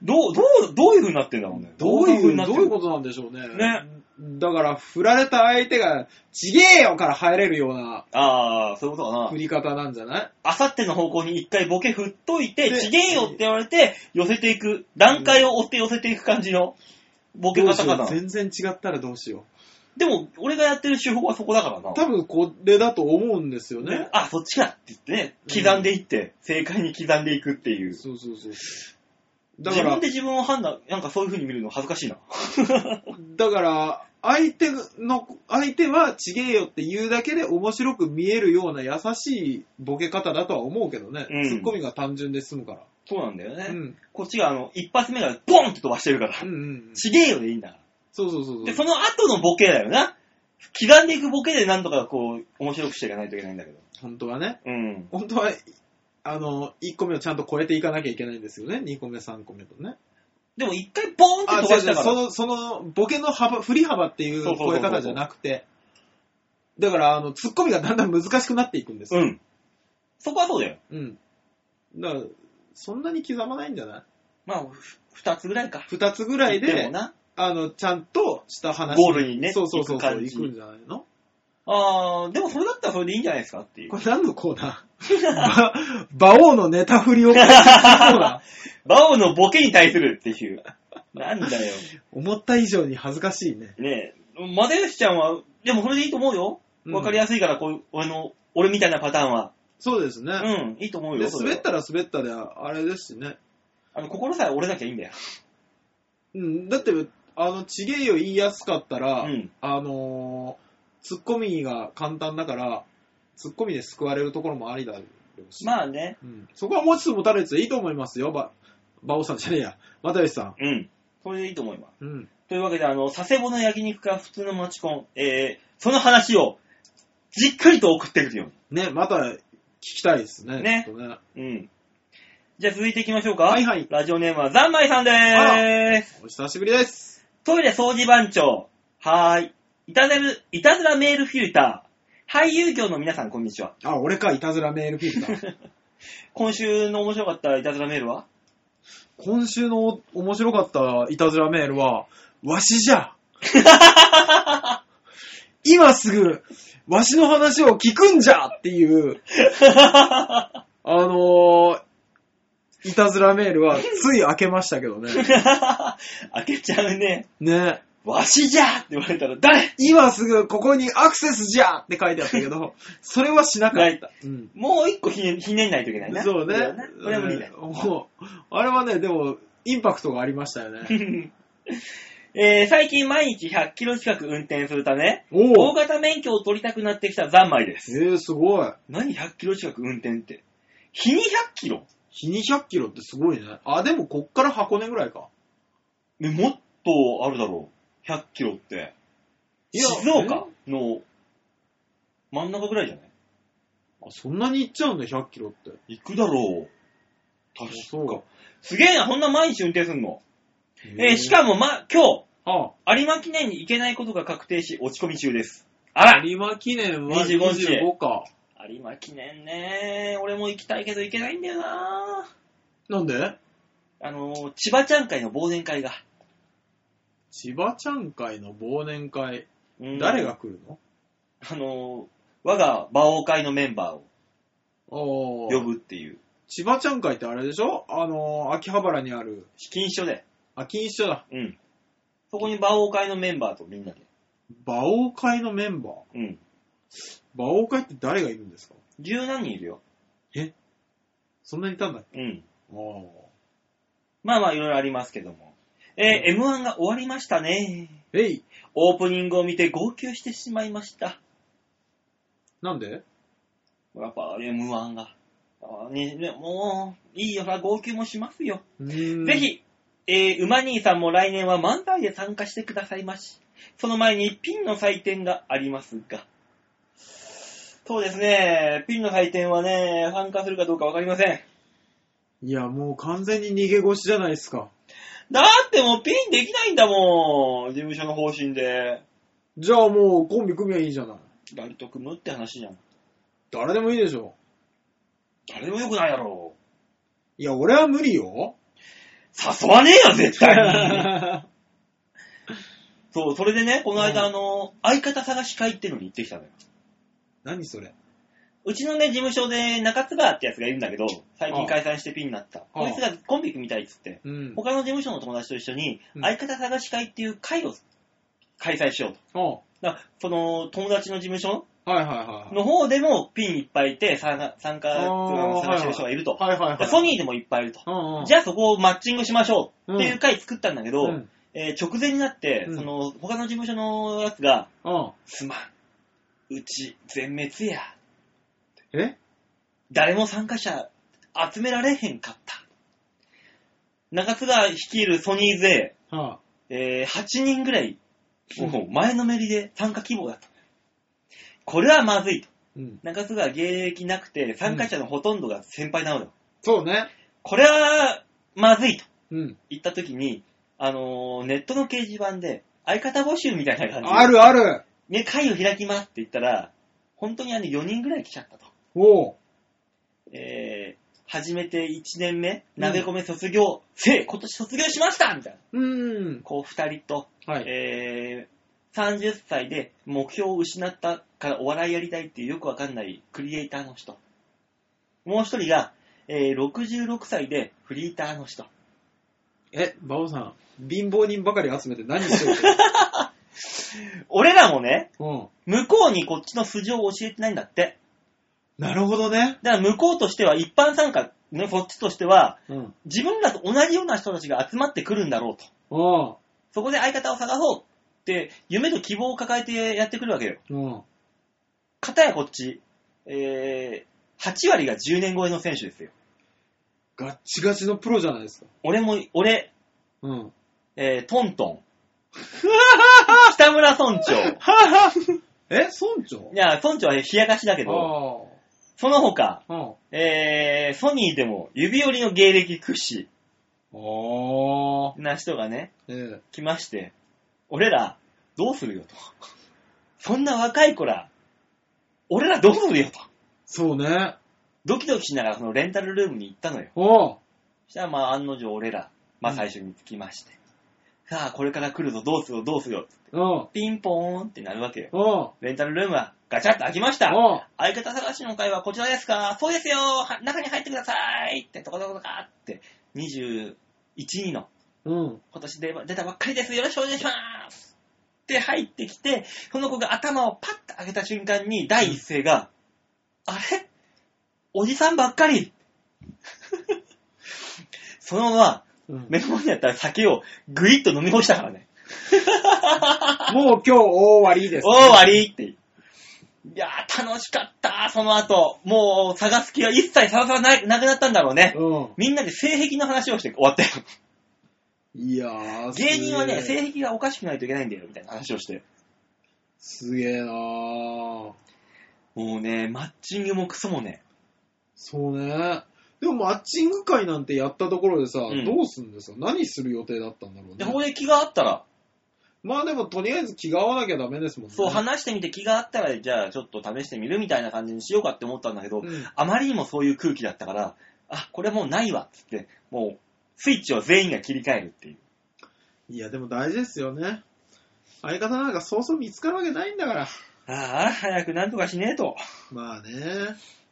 Speaker 2: どう、どう、どういう風になってんだろうね。
Speaker 3: どういう、
Speaker 2: な
Speaker 3: ど
Speaker 2: って
Speaker 3: う
Speaker 2: る
Speaker 3: いうことなんでしょうね。
Speaker 2: ね。
Speaker 3: だから、振られた相手が、ちげえよから入れるような
Speaker 2: ああ、そういうことかな
Speaker 3: 振。り方なんじゃない
Speaker 2: あさっての方向に一回ボケ振っといて、
Speaker 3: で
Speaker 2: ちげえよって言われて、寄せていく。段階を追って寄せていく感じのボケ
Speaker 3: どう
Speaker 2: 方
Speaker 3: し
Speaker 2: か
Speaker 3: よ
Speaker 2: な
Speaker 3: う。全然違ったらどうしよ
Speaker 2: でも、俺がやってる手法はそこだからな
Speaker 3: う。。多分これだと思うんですよ
Speaker 2: ね
Speaker 3: ね。
Speaker 2: あ、そっちかって言ってね、刻んでいって、正解に刻んでいくっていう。
Speaker 3: そうそうそうそう。だ
Speaker 2: 自
Speaker 3: か
Speaker 2: 分
Speaker 3: ら
Speaker 2: で、自分を判断、なんかそういう風に見るの恥ずかしいな。
Speaker 3: だから、相手の、相手はちげえよって言うだけで面白く見えるような優しいボケ方だとは思うけどね。
Speaker 2: うん
Speaker 3: ツッコミが単純で済むから。
Speaker 2: そうなんだよね。
Speaker 3: うん。
Speaker 2: こっちがあの、一発目がボンって飛ばしてるから
Speaker 3: うんう。ん。
Speaker 2: ちげえよでいいんだか
Speaker 3: そうそうそう
Speaker 2: ら。
Speaker 3: そ
Speaker 2: で、
Speaker 3: う。
Speaker 2: その後のボケだよな。刻んでいくボケでなんとかこう、面白くしていかないといけないんだけど。
Speaker 3: 本当はね。
Speaker 2: うん。
Speaker 3: 本当は、あの、1個目をちゃんと超えていかなきゃいけないんですよね。2個目、3個目とね。
Speaker 2: でも一回ボーンって
Speaker 3: あ、
Speaker 2: 飛
Speaker 3: 違
Speaker 2: ば
Speaker 3: う
Speaker 2: した
Speaker 3: 違う。
Speaker 2: から。
Speaker 3: その、その、ボケの幅、振り幅ってい
Speaker 2: そ
Speaker 3: う
Speaker 2: うそう
Speaker 3: 超
Speaker 2: そうそう
Speaker 3: え方じゃなくて、だから、あの、ツッコミがだんだん難しくなっていくんです
Speaker 2: う
Speaker 3: よ。
Speaker 2: ん。そこはそうだよ。
Speaker 3: うん。だから、そんなに刻まないんじゃない
Speaker 2: まあ、ふ二つぐらいか。
Speaker 3: 二つぐらい
Speaker 2: で
Speaker 3: で
Speaker 2: も、な。
Speaker 3: あの、ちゃんとした話
Speaker 2: ゴールにね
Speaker 3: そうそうそうそ
Speaker 2: 行
Speaker 3: う、
Speaker 2: く感
Speaker 3: 行
Speaker 2: じ
Speaker 3: くんじゃないの
Speaker 2: あー、でもそれだったらそれでいいんじゃないですかっていう
Speaker 3: こ。れ何のコー *laughs* ナー馬馬王のネタ
Speaker 2: *laughs*
Speaker 3: 振りをコーナー
Speaker 2: バオのボケに対するっていう。なんだよ。
Speaker 3: 思った以上に恥ずかしいね。
Speaker 2: ねえ。マデウシちゃんは、でもそれでいいと思うよ。
Speaker 3: うん
Speaker 2: わかりやすいから、こう、俺の、俺みたいなパターンは。
Speaker 3: そうですね。
Speaker 2: うん、いいと思うよ。
Speaker 3: で、
Speaker 2: それは
Speaker 3: 滑ったら滑ったで、あれですしね。
Speaker 2: あの、心さえ折れなきゃいいんだよ。
Speaker 3: うん、だって、あの、ちげえよ言いやすかったら、
Speaker 2: うん
Speaker 3: あのー、ツッコミが簡単だから、ツッコミで救われるところもありだろうし。
Speaker 2: まあね。
Speaker 3: うん、そこは持ちつ持たれつでいいと思いますよ、ば、馬王さんじゃねえや、又吉さん。
Speaker 2: うん。それでいいと思います。
Speaker 3: うん。
Speaker 2: というわけで、あの、佐世保の焼肉か普通のマチコン、えー、その話を、じっくりと送ってくるよ。
Speaker 3: ね、また聞きたいですね。
Speaker 2: ね
Speaker 3: ちょっとね
Speaker 2: うん。じゃあ続いていきましょうか。
Speaker 3: はいはい
Speaker 2: ラジオネームはザンマイさんでーす。
Speaker 3: お久しぶりです。
Speaker 2: トイレ掃除番長。はーい。いたずら、いたずらメールフィルター。俳優業の皆さん、こんにちは。
Speaker 3: あ、俺か、いたずらメールフィルター。
Speaker 2: 今週の面白かったいたずらメールは *laughs*
Speaker 3: 今週の面白かったいたずらメールは、わし
Speaker 2: *laughs*
Speaker 3: じゃ今すぐ、わしの話を聞くんじゃっていう、あのー、いたずらメールはつい開けましたけどね。
Speaker 2: *laughs* 開けちゃうね。
Speaker 3: ね。
Speaker 2: わしじゃって言われたら誰
Speaker 3: 今すぐここにアクセスじゃって書いてあったけど、それはしなか
Speaker 2: な
Speaker 3: っ
Speaker 2: い
Speaker 3: た。うん。
Speaker 2: もう一個ひねひねんないといけないな。
Speaker 3: そうね
Speaker 2: これはな。これは無理だ *laughs*
Speaker 3: うんもう、あれはね、でも、インパクトがありましたよ
Speaker 2: *laughs*
Speaker 3: ね。
Speaker 2: えー最近毎日100キロ近く運転するため、
Speaker 3: お
Speaker 2: 大
Speaker 3: お
Speaker 2: 型免許を取りたくなってきた三昧で
Speaker 3: え
Speaker 2: す。
Speaker 3: ー、すごい。
Speaker 2: 何100キロ近く運転って。日に100キロ
Speaker 3: 日に100キロってすごいね。
Speaker 7: あ、でもこっから箱根ぐらいか。
Speaker 2: ねもっとあるだろう。100キロって。
Speaker 7: いや
Speaker 2: 静岡の真ん中ぐらいじゃない
Speaker 7: あ、そんなに行っちゃうんだ、100キロって。
Speaker 2: 行くだろう。確
Speaker 7: そう
Speaker 2: か。すげえな、こんな毎日運転すんの。えーし
Speaker 7: も、
Speaker 2: かもま、今
Speaker 7: あ、
Speaker 2: 日、有馬記念に行けないことが確定し、落ち込み中です。あら
Speaker 7: 有馬記念は
Speaker 2: 25日
Speaker 7: 25か。
Speaker 2: 有馬記念ね俺も行きたいけど行けないんだよな
Speaker 7: なんで
Speaker 2: あのー、千葉ちゃん会の忘年会が。
Speaker 7: 千葉ちゃん会の忘年会、
Speaker 2: うん
Speaker 7: 誰が来るの
Speaker 2: あのー、我が馬王会のメンバーを
Speaker 7: お
Speaker 2: 呼ぶっていう。
Speaker 7: 千葉ちゃん会ってあれでしょあのー、秋葉原にある、
Speaker 2: 資金所で。
Speaker 7: あ、錦糸町だ。
Speaker 2: うん。そこに馬王会のメンバーとみんなで。
Speaker 7: 馬王会のメンバー。
Speaker 2: うん。
Speaker 7: 馬王会って誰がいるんですか
Speaker 2: 十何人いるよ。
Speaker 7: そんなにいたんだっ
Speaker 2: うん。
Speaker 7: けお
Speaker 2: まあまあいろいろありますけども。えー M1 が終わりましたね。
Speaker 7: ーえい、
Speaker 2: オープニングを見て号泣してしまいました。
Speaker 7: なんで
Speaker 2: やっぱ M1 が。あーねねもう、いいよな、号泣もしますよ。ぜ
Speaker 7: ぜ。
Speaker 2: ひ、えー、馬兄さんも来年は漫才で参加してくださいまし。その前にピンの祭典がありますが。そうですね、ピンの祭典はね、参加するかどうかわかりません。
Speaker 7: いや、もう完全に逃げ腰じゃないですか。
Speaker 2: だってもうピンできないんだもん、事務所の方針で。
Speaker 7: じゃあもうコンビ組みゃいいじゃない。
Speaker 2: 誰と組むって話じゃん。
Speaker 7: 誰でもいいでしょ。
Speaker 2: 誰でもよくないやろ。
Speaker 7: いや、俺は無理
Speaker 2: *laughs*
Speaker 7: よ。
Speaker 2: 誘わねえよ、絶対に。 *laughs* そう、それでね、この間、
Speaker 7: うん
Speaker 2: あの、相方探し会っていうのに行ってきたのよ。
Speaker 7: 何それ
Speaker 2: うちのね、事務所で中津川ってやつがいるんだけど、最
Speaker 7: あ
Speaker 2: 近
Speaker 7: あ
Speaker 2: 解散してピンになった。こいつがコンビ組みたいっつって、
Speaker 7: うん。
Speaker 2: 他の事務所の友達と一緒に、
Speaker 7: うん
Speaker 2: 相方探し会っていう会を開催しようと。
Speaker 7: あは
Speaker 2: だからその、友達の事務所
Speaker 7: いはいはい。
Speaker 2: の方でもピンいっぱいいて、参加、参加
Speaker 7: あー
Speaker 2: 探してる人がいると。
Speaker 7: はいはいは
Speaker 2: で
Speaker 7: い。
Speaker 2: ソニーでもいっぱいいると。
Speaker 7: うんうん。
Speaker 2: じゃあそこをマッチングしましょうっていう会作ったんだけど、
Speaker 7: うん
Speaker 2: えー直前になって、
Speaker 7: うん
Speaker 2: その、他の事務所のやつが、
Speaker 7: うん。
Speaker 2: すまん。うち、全滅や。
Speaker 7: え
Speaker 2: 誰も参加者集められへんかった。中津が率いるソニー勢、
Speaker 7: は
Speaker 2: えー8人ぐらい、前のめりで参加希望だった。これはまずいと。
Speaker 7: い。うん。
Speaker 2: 中津が現役なくて、参加者のほとんどが先輩なのよ。
Speaker 7: そうね。
Speaker 2: これは、まずいと
Speaker 7: うん。
Speaker 2: 言った時に、あのーネットの掲示板で、相方募集みたいな感じで、
Speaker 7: あるある。
Speaker 2: ね、会を開きますって言ったら、本当にあの4人ぐらい来ちゃったと。
Speaker 7: おう。
Speaker 2: えー、始めて1年目、鍋米卒業、せい今年卒業しましたみたいな。
Speaker 7: うん。
Speaker 2: こう2人と、
Speaker 7: はい。
Speaker 2: えー、30歳で目標を失ったからお笑いやりたいっていうよくわかんないクリエイターの人。もう1人が、えー、66歳でフリーターの人。
Speaker 7: え、バオさん、貧乏人ばかり集めて何しようって。
Speaker 2: 俺らもね、 *laughs*
Speaker 7: うん。
Speaker 2: 向こうにこっちの素性を教えてないんだって。
Speaker 7: なるほどね。
Speaker 2: だから向こうとしては一般参加、ね、そっちとしては、
Speaker 7: うん。
Speaker 2: 自分らと同じような人たちが集まってくるんだろうと。
Speaker 7: うん。
Speaker 2: そこで相方を探そうって、夢と希望を抱えてやってくるわけよ。
Speaker 7: うん。
Speaker 2: かたやこっち、えー、8割が10年超えの選手ですよ。
Speaker 7: ガッチガチのプロじゃないですか。
Speaker 2: 俺も、俺、
Speaker 7: うん。
Speaker 2: えー、トントン。 *laughs* 北村村長。
Speaker 7: え、村長
Speaker 2: いや、村長は冷やかしだけど、
Speaker 7: あ
Speaker 2: その他、
Speaker 7: あ。うん。
Speaker 2: えー、ソニーでも指折りの芸歴屈指
Speaker 7: ああ。
Speaker 2: な人がね、
Speaker 7: ええ。
Speaker 2: 来まして、俺ら、どうするよと。そんな若い子ら、俺らどうするよと。
Speaker 7: そうね。
Speaker 2: ドキドキしながらそのレンタルルームに行ったのよ。
Speaker 7: おう。
Speaker 2: そじゃあまあ案の定俺ら、まあ最初に着きまして。さあ、これから来るぞ、どうすよ、どうすよ。
Speaker 8: うん。
Speaker 2: ピンポーンってなるわけよ。
Speaker 8: うん。
Speaker 2: レンタルルームはガチャッと開きました。
Speaker 8: うん
Speaker 2: 相方探しの会はこちらですかそうですよは中に入ってくださいって、とかとかとかって、21位の
Speaker 8: うん。
Speaker 2: 今年出ば出たばっかりです。よろしくお願いしますって入ってきて、その子が頭をパッと上げた瞬間に第一声が、あれおじさんばっかり *laughs* そのまま
Speaker 8: うん、
Speaker 2: 目の前にあった酒をぐいっと飲み干したからね。
Speaker 8: もう今日終わりです。
Speaker 2: おー、終わりって。いやー、楽しかった、その後。もう、探す気は一切探さないなくなったんだろうね。
Speaker 8: う
Speaker 2: みんなで性癖の話をして終わったよ。
Speaker 8: ん。いやー、すげ
Speaker 2: 芸
Speaker 8: え
Speaker 2: 人はね、性癖がおかしくないといけないんだよ、みたいな話をして。
Speaker 8: すげえなー。
Speaker 2: もうね、マッチングもクソもね。
Speaker 8: そうね。でもマッチング会なんてやったところでさ、
Speaker 2: うん
Speaker 8: どうすんですか何する予定だったんだろう
Speaker 2: で、ここ
Speaker 8: ね。
Speaker 2: で気があったら、
Speaker 8: まあでもとりあえず気が合わなきゃダメですもんね。
Speaker 2: そう話してみて気があったら、じゃあちょっと試してみるみたいな感じにしようかって思ったんだけど、
Speaker 8: うん
Speaker 2: あまりにもそういう空気だったから、あ、これもうないわ、つって、もう、スイッチを全員が切り替えるっていう。
Speaker 3: いや、でも大事ですよね。相方なんかそうそう見つかるわけないんだから。
Speaker 2: ああ、早くなんとかしねえと。
Speaker 3: まあね。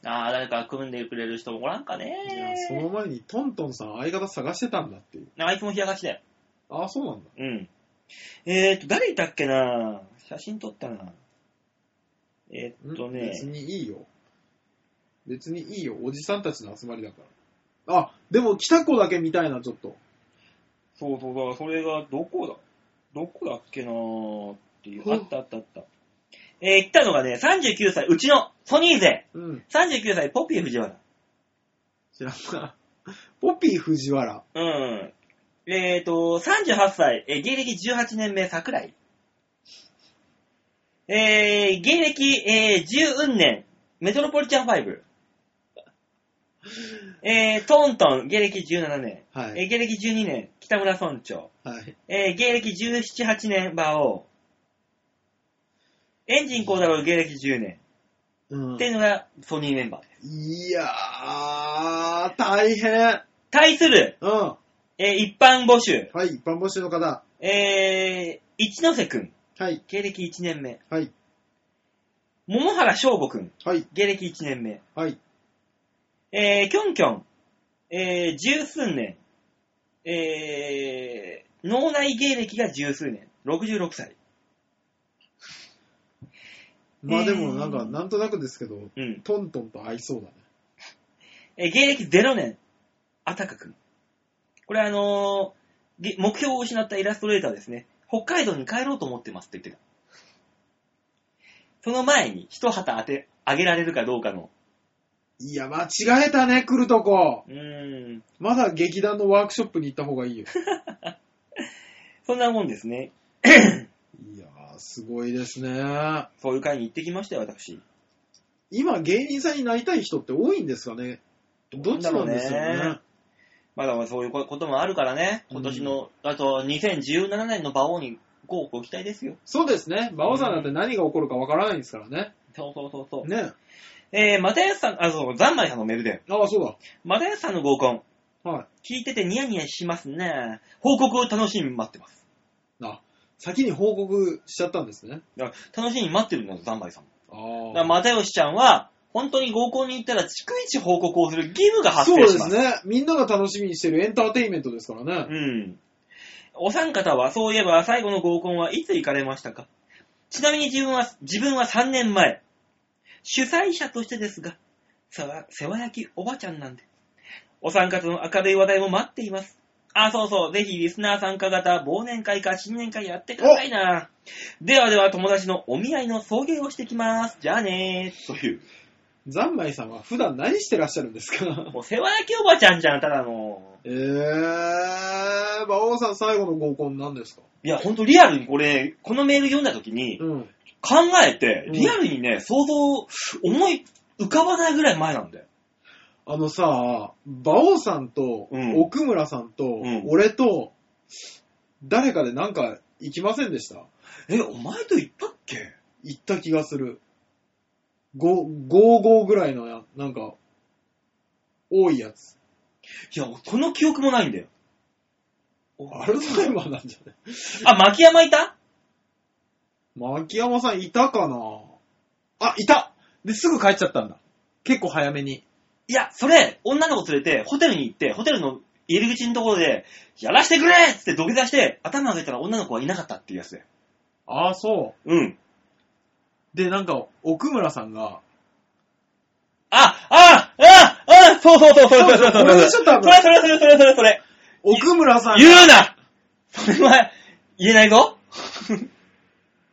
Speaker 2: ああ、誰か組んでくれる人もおらんか
Speaker 3: いや、そ
Speaker 2: ね
Speaker 3: の前にトントンさん相方探してたんだっていう。
Speaker 2: あいつも冷やかしだよ。
Speaker 3: ああ、そうなんだ。
Speaker 2: うん。えーと、誰いたっけな写真撮ったな。えーっとね、
Speaker 3: 別にいいよ。別にいいよ。おじさんたちの集まりだから。あ、でも来た子だけ見たいな、ちょっと。
Speaker 2: そうそうそう、それがどこだどこだっけなーっていう。
Speaker 3: ほう
Speaker 2: あったあったあった。えー、来たのがね、39歳、うちのソニー勢。
Speaker 3: うん。
Speaker 2: 39歳、ポピー藤原。
Speaker 3: 知らんな。 *laughs* ポピー藤原。
Speaker 2: うん。えーと、38歳、えー芸歴18年目、桜井。えー、芸歴、えー、10年、メトロポリタン5。えー、トントン、芸歴17年。
Speaker 3: は
Speaker 2: え
Speaker 3: い。
Speaker 2: ー芸歴12年、北村村長。
Speaker 3: はい。
Speaker 2: えー芸歴17、8年、馬王。エンジンこうだろう、芸歴10年。
Speaker 3: うん
Speaker 2: って。いうのがソニーメンバーです。
Speaker 3: いやー、大変。
Speaker 2: 対する、
Speaker 3: うん。は
Speaker 2: えー一般募集、
Speaker 3: い、一般募集の方。
Speaker 2: えー、一ノ瀬くん、
Speaker 3: はい、
Speaker 2: 芸歴1年目。
Speaker 3: はい、
Speaker 2: 桃原翔吾くん、
Speaker 3: はい、
Speaker 2: 芸歴1年目。
Speaker 3: はい。
Speaker 2: えー、きょんきょん、えー、十数年。えー、脳内芸歴が十数年。66歳。
Speaker 3: まあでも
Speaker 2: えー
Speaker 3: なんか、なんとなくですけど、
Speaker 2: うん。
Speaker 3: トントンと合いそうだね。
Speaker 2: えー、芸歴0年。あたかくん。これあのーげ目標を失ったイラストレーターですね。北海道に帰ろうと思ってますって言ってた。その前に一旗当て、あげられるかどうかの。
Speaker 3: いや、間違えたね、来るとこ。
Speaker 2: うーん。
Speaker 3: まだ劇団のワークショップに行った方がいいよ。
Speaker 2: そんなもんですね。
Speaker 3: *laughs*
Speaker 2: *coughs*
Speaker 3: いやー、すごいですね。
Speaker 2: そういう会に行ってきましたよ、私。
Speaker 3: 今、芸人さんになりたい人って多いんですかねどっちなんですよ
Speaker 2: どうなんだろう
Speaker 3: ね
Speaker 2: ね。まあだからそういうこともあるからね、今年の、あと2017年の馬王にごご期待ですよ。
Speaker 3: そうですね。馬王さんなんて何が起こるかわからないですからね。
Speaker 2: そうそうそうそう。
Speaker 3: ね。
Speaker 2: えー、またやさん、あ、そう、ざんまいさんのメールで、
Speaker 3: ああ、そう
Speaker 2: またやさんの合コン、
Speaker 3: だ。はい。
Speaker 2: 聞いててニヤニヤしますね。報告を楽しみに待ってます。
Speaker 3: あ、先に報告しちゃったんですね。
Speaker 2: だから楽しみに待ってるんだよ、ざんまいさんも。
Speaker 3: あ
Speaker 2: だ
Speaker 3: ー
Speaker 2: から、またよしちゃんは、本当に合コンに行ったら、逐一報告をする義務が発
Speaker 3: そう
Speaker 2: 生
Speaker 3: で
Speaker 2: します
Speaker 3: す。ね。みんなが楽しみにしてるエンターテインメントですからね。
Speaker 2: うん。お三方は、そういえば最後の合コンはいつ行かれましたかちなみに自分は、自分は3年前。主催者としてですが、世話世話焼きおばちゃんなんで。お三方の明るい話題も待っています。あ、そうそう。ぜひリスナー参加型忘年会か新年会やってくださいな。ではでは友達のお見合いの送迎をしてきます。じゃあねー。という。
Speaker 3: ざんまいさんは普段何してらっしゃるんですか *laughs*
Speaker 2: もう世話焼きおばちゃんじゃん、ただの。
Speaker 3: えー、馬王さん最後の合コン何ですか
Speaker 2: いや、ほんとリアルにこれ、このメール読んだ時に、
Speaker 3: うん。
Speaker 2: 考えて、リアルにね、想像、思い浮かばないぐらい前なんだよ。
Speaker 3: あのさ、馬王さんと、
Speaker 2: うん
Speaker 3: 奥村さんと、
Speaker 2: ん
Speaker 3: 俺と、誰かでなんか行きませんでした
Speaker 2: え、お前と言ったっけ
Speaker 3: 行った気がする。5、5、5ぐらいのや、なんか、多いやつ。
Speaker 2: いや、この記憶もないんだよ。
Speaker 3: アルツハイマーなんじゃない
Speaker 2: あ、牧山いた
Speaker 3: 牧山さんいたかなあ、いたで、すぐ帰っちゃったんだ。結構早めに。
Speaker 2: いや、それ、女の子連れて、ホテルに行って、ホテルの入り口のところで、やらしてくれっつって土下座して、頭上げたら女の子はいなかったっていうやつで。
Speaker 3: ああ、そ
Speaker 2: うん。
Speaker 3: う。で、なんか、奥村さんが、
Speaker 2: あ、あ、あ、あ、そうそうそう、それそれそれそ
Speaker 3: そう
Speaker 2: れ
Speaker 3: でしょ多
Speaker 2: そ
Speaker 3: 分
Speaker 2: れそれそれそれそれそれ。
Speaker 3: 奥村さんが、い
Speaker 2: 言うなそれは、言えないぞ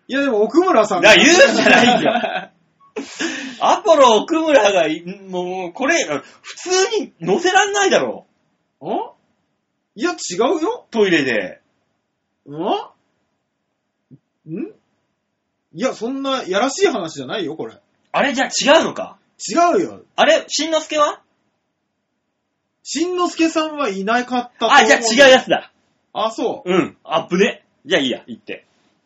Speaker 3: やでも奥村さんが、
Speaker 2: いや言うんじゃないよ。アポロ奥村がい、もう、これ、普通に乗せらんないだろ。
Speaker 3: んいや、違うよ。
Speaker 2: トイレで。
Speaker 3: んんいや、そんな、やらしい話じゃないよ、これ。
Speaker 2: あれじゃ違うのか
Speaker 3: 違うよ。
Speaker 2: あれ、しんのすけは
Speaker 3: しんのすけさんはいなかったと思
Speaker 2: あ、じゃあ違うや
Speaker 3: つ。
Speaker 2: つだ。
Speaker 3: あ、そ
Speaker 2: うん。あ、ぶね。じゃあいいや、行って。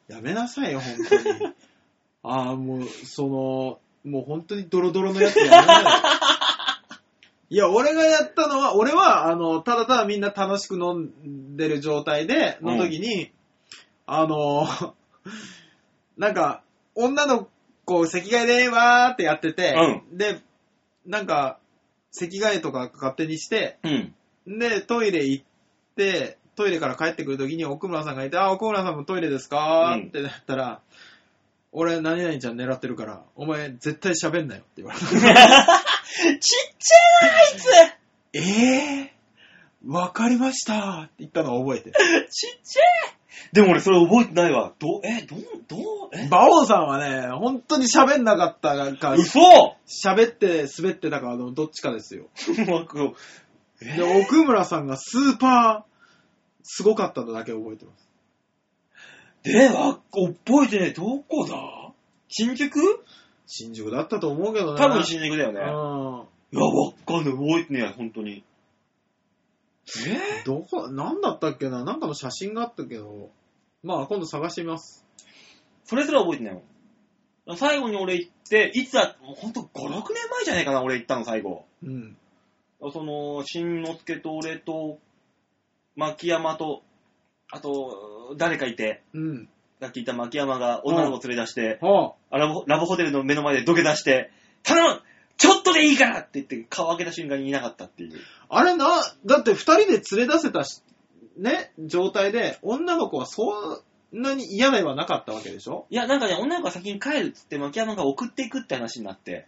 Speaker 3: う。やめなさいよ、本当に。 *laughs* ああ、もう、その、もう本当にドロドロのやつやめなよ。いや、俺がやったのは、俺は、あの、ただただみんな楽しく飲んでる状態で、の時に、あの、 *laughs* なんか、女の子、席替えでわーってやってて、で、なんか、席替えとか勝手にして、
Speaker 2: うん。
Speaker 3: で、トイレ行って、トイレから帰ってくるときに奥村さんがいて、あ、奥村さんもトイレですか、
Speaker 2: うん
Speaker 3: ってなったら、俺、何々ちゃん狙ってるから、お前、絶対喋んなよって言われた。
Speaker 2: *laughs* ちっちゃいな、あ
Speaker 3: *laughs* えぇ、わかりましたって言ったのを覚えて。
Speaker 2: いつ。ちっちゃい。でも俺それ覚えてないわ。ど、え、どん、どう、え、
Speaker 3: 馬王さんはね、本当に喋んなかったか、
Speaker 2: *laughs* 嘘
Speaker 3: 喋って滑ってたかのどっちかですよ。
Speaker 2: もう
Speaker 3: で、奥村さんがスーパー、すごかったのだけ覚えてます。
Speaker 2: で、わ、覚えてねえ、どこだ新宿
Speaker 3: 新宿だったと思うけどね。
Speaker 2: 多分新宿だよ
Speaker 3: う
Speaker 2: ね。
Speaker 3: ん。
Speaker 2: いや、わかんない。覚えてねえ、本当に。え
Speaker 3: どこ、なんだったっけななんかの写真があったけど、まあ今度探してみます。
Speaker 2: それすら覚えてないもん。最後に俺行って、いつだ、もうほんと5、6年前じゃねえかな、俺行ったの、最後。
Speaker 3: うん。
Speaker 2: その、しんのすけと俺と、牧山と、あと、誰かいて、
Speaker 3: うん。
Speaker 2: さっき言った牧山が女の子連れ出して、
Speaker 3: は
Speaker 2: あラブラブホテルの目の前で土下座して、頼むちょっとでいいからって言って、顔開けた瞬間にいなかったっていう。
Speaker 3: あ、あれな、だって二人で連れ出せたし、ね、状態で、女の子はそんなに嫌ではなかったわけでしょ
Speaker 2: いや、なんかね、女の子が先に帰るっつって、牧山が送っていくって話になって。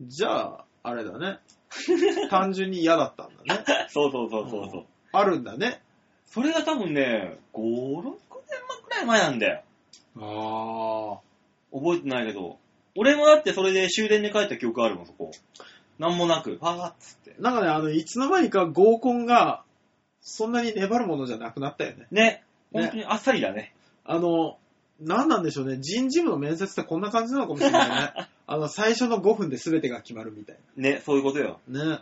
Speaker 3: じゃあ、あれだ *laughs* ね。単純に嫌だったんだね。
Speaker 2: *laughs* そうそうそうそうそう。
Speaker 3: あるんだね。
Speaker 2: それが多分ね、5、6年くらい前なんだよ。
Speaker 3: ああ。
Speaker 2: 覚えてないけど。俺もだってそれで終電で帰った記憶あるもん、そこ。なんもなく、パーっつって。
Speaker 3: なんかね、あの、いつの間にか合コンが、そんなに粘るものじゃなくなったよね。
Speaker 2: ね。
Speaker 3: ね
Speaker 2: 本当にあっさりだね。
Speaker 3: あの、なんなんでしょうね。人事部の面接ってこんな感じなのかもしれ *laughs* ないね。あの、最初の5分で全てが決まるみたい
Speaker 2: ね、そういうことよ。
Speaker 3: な。ね。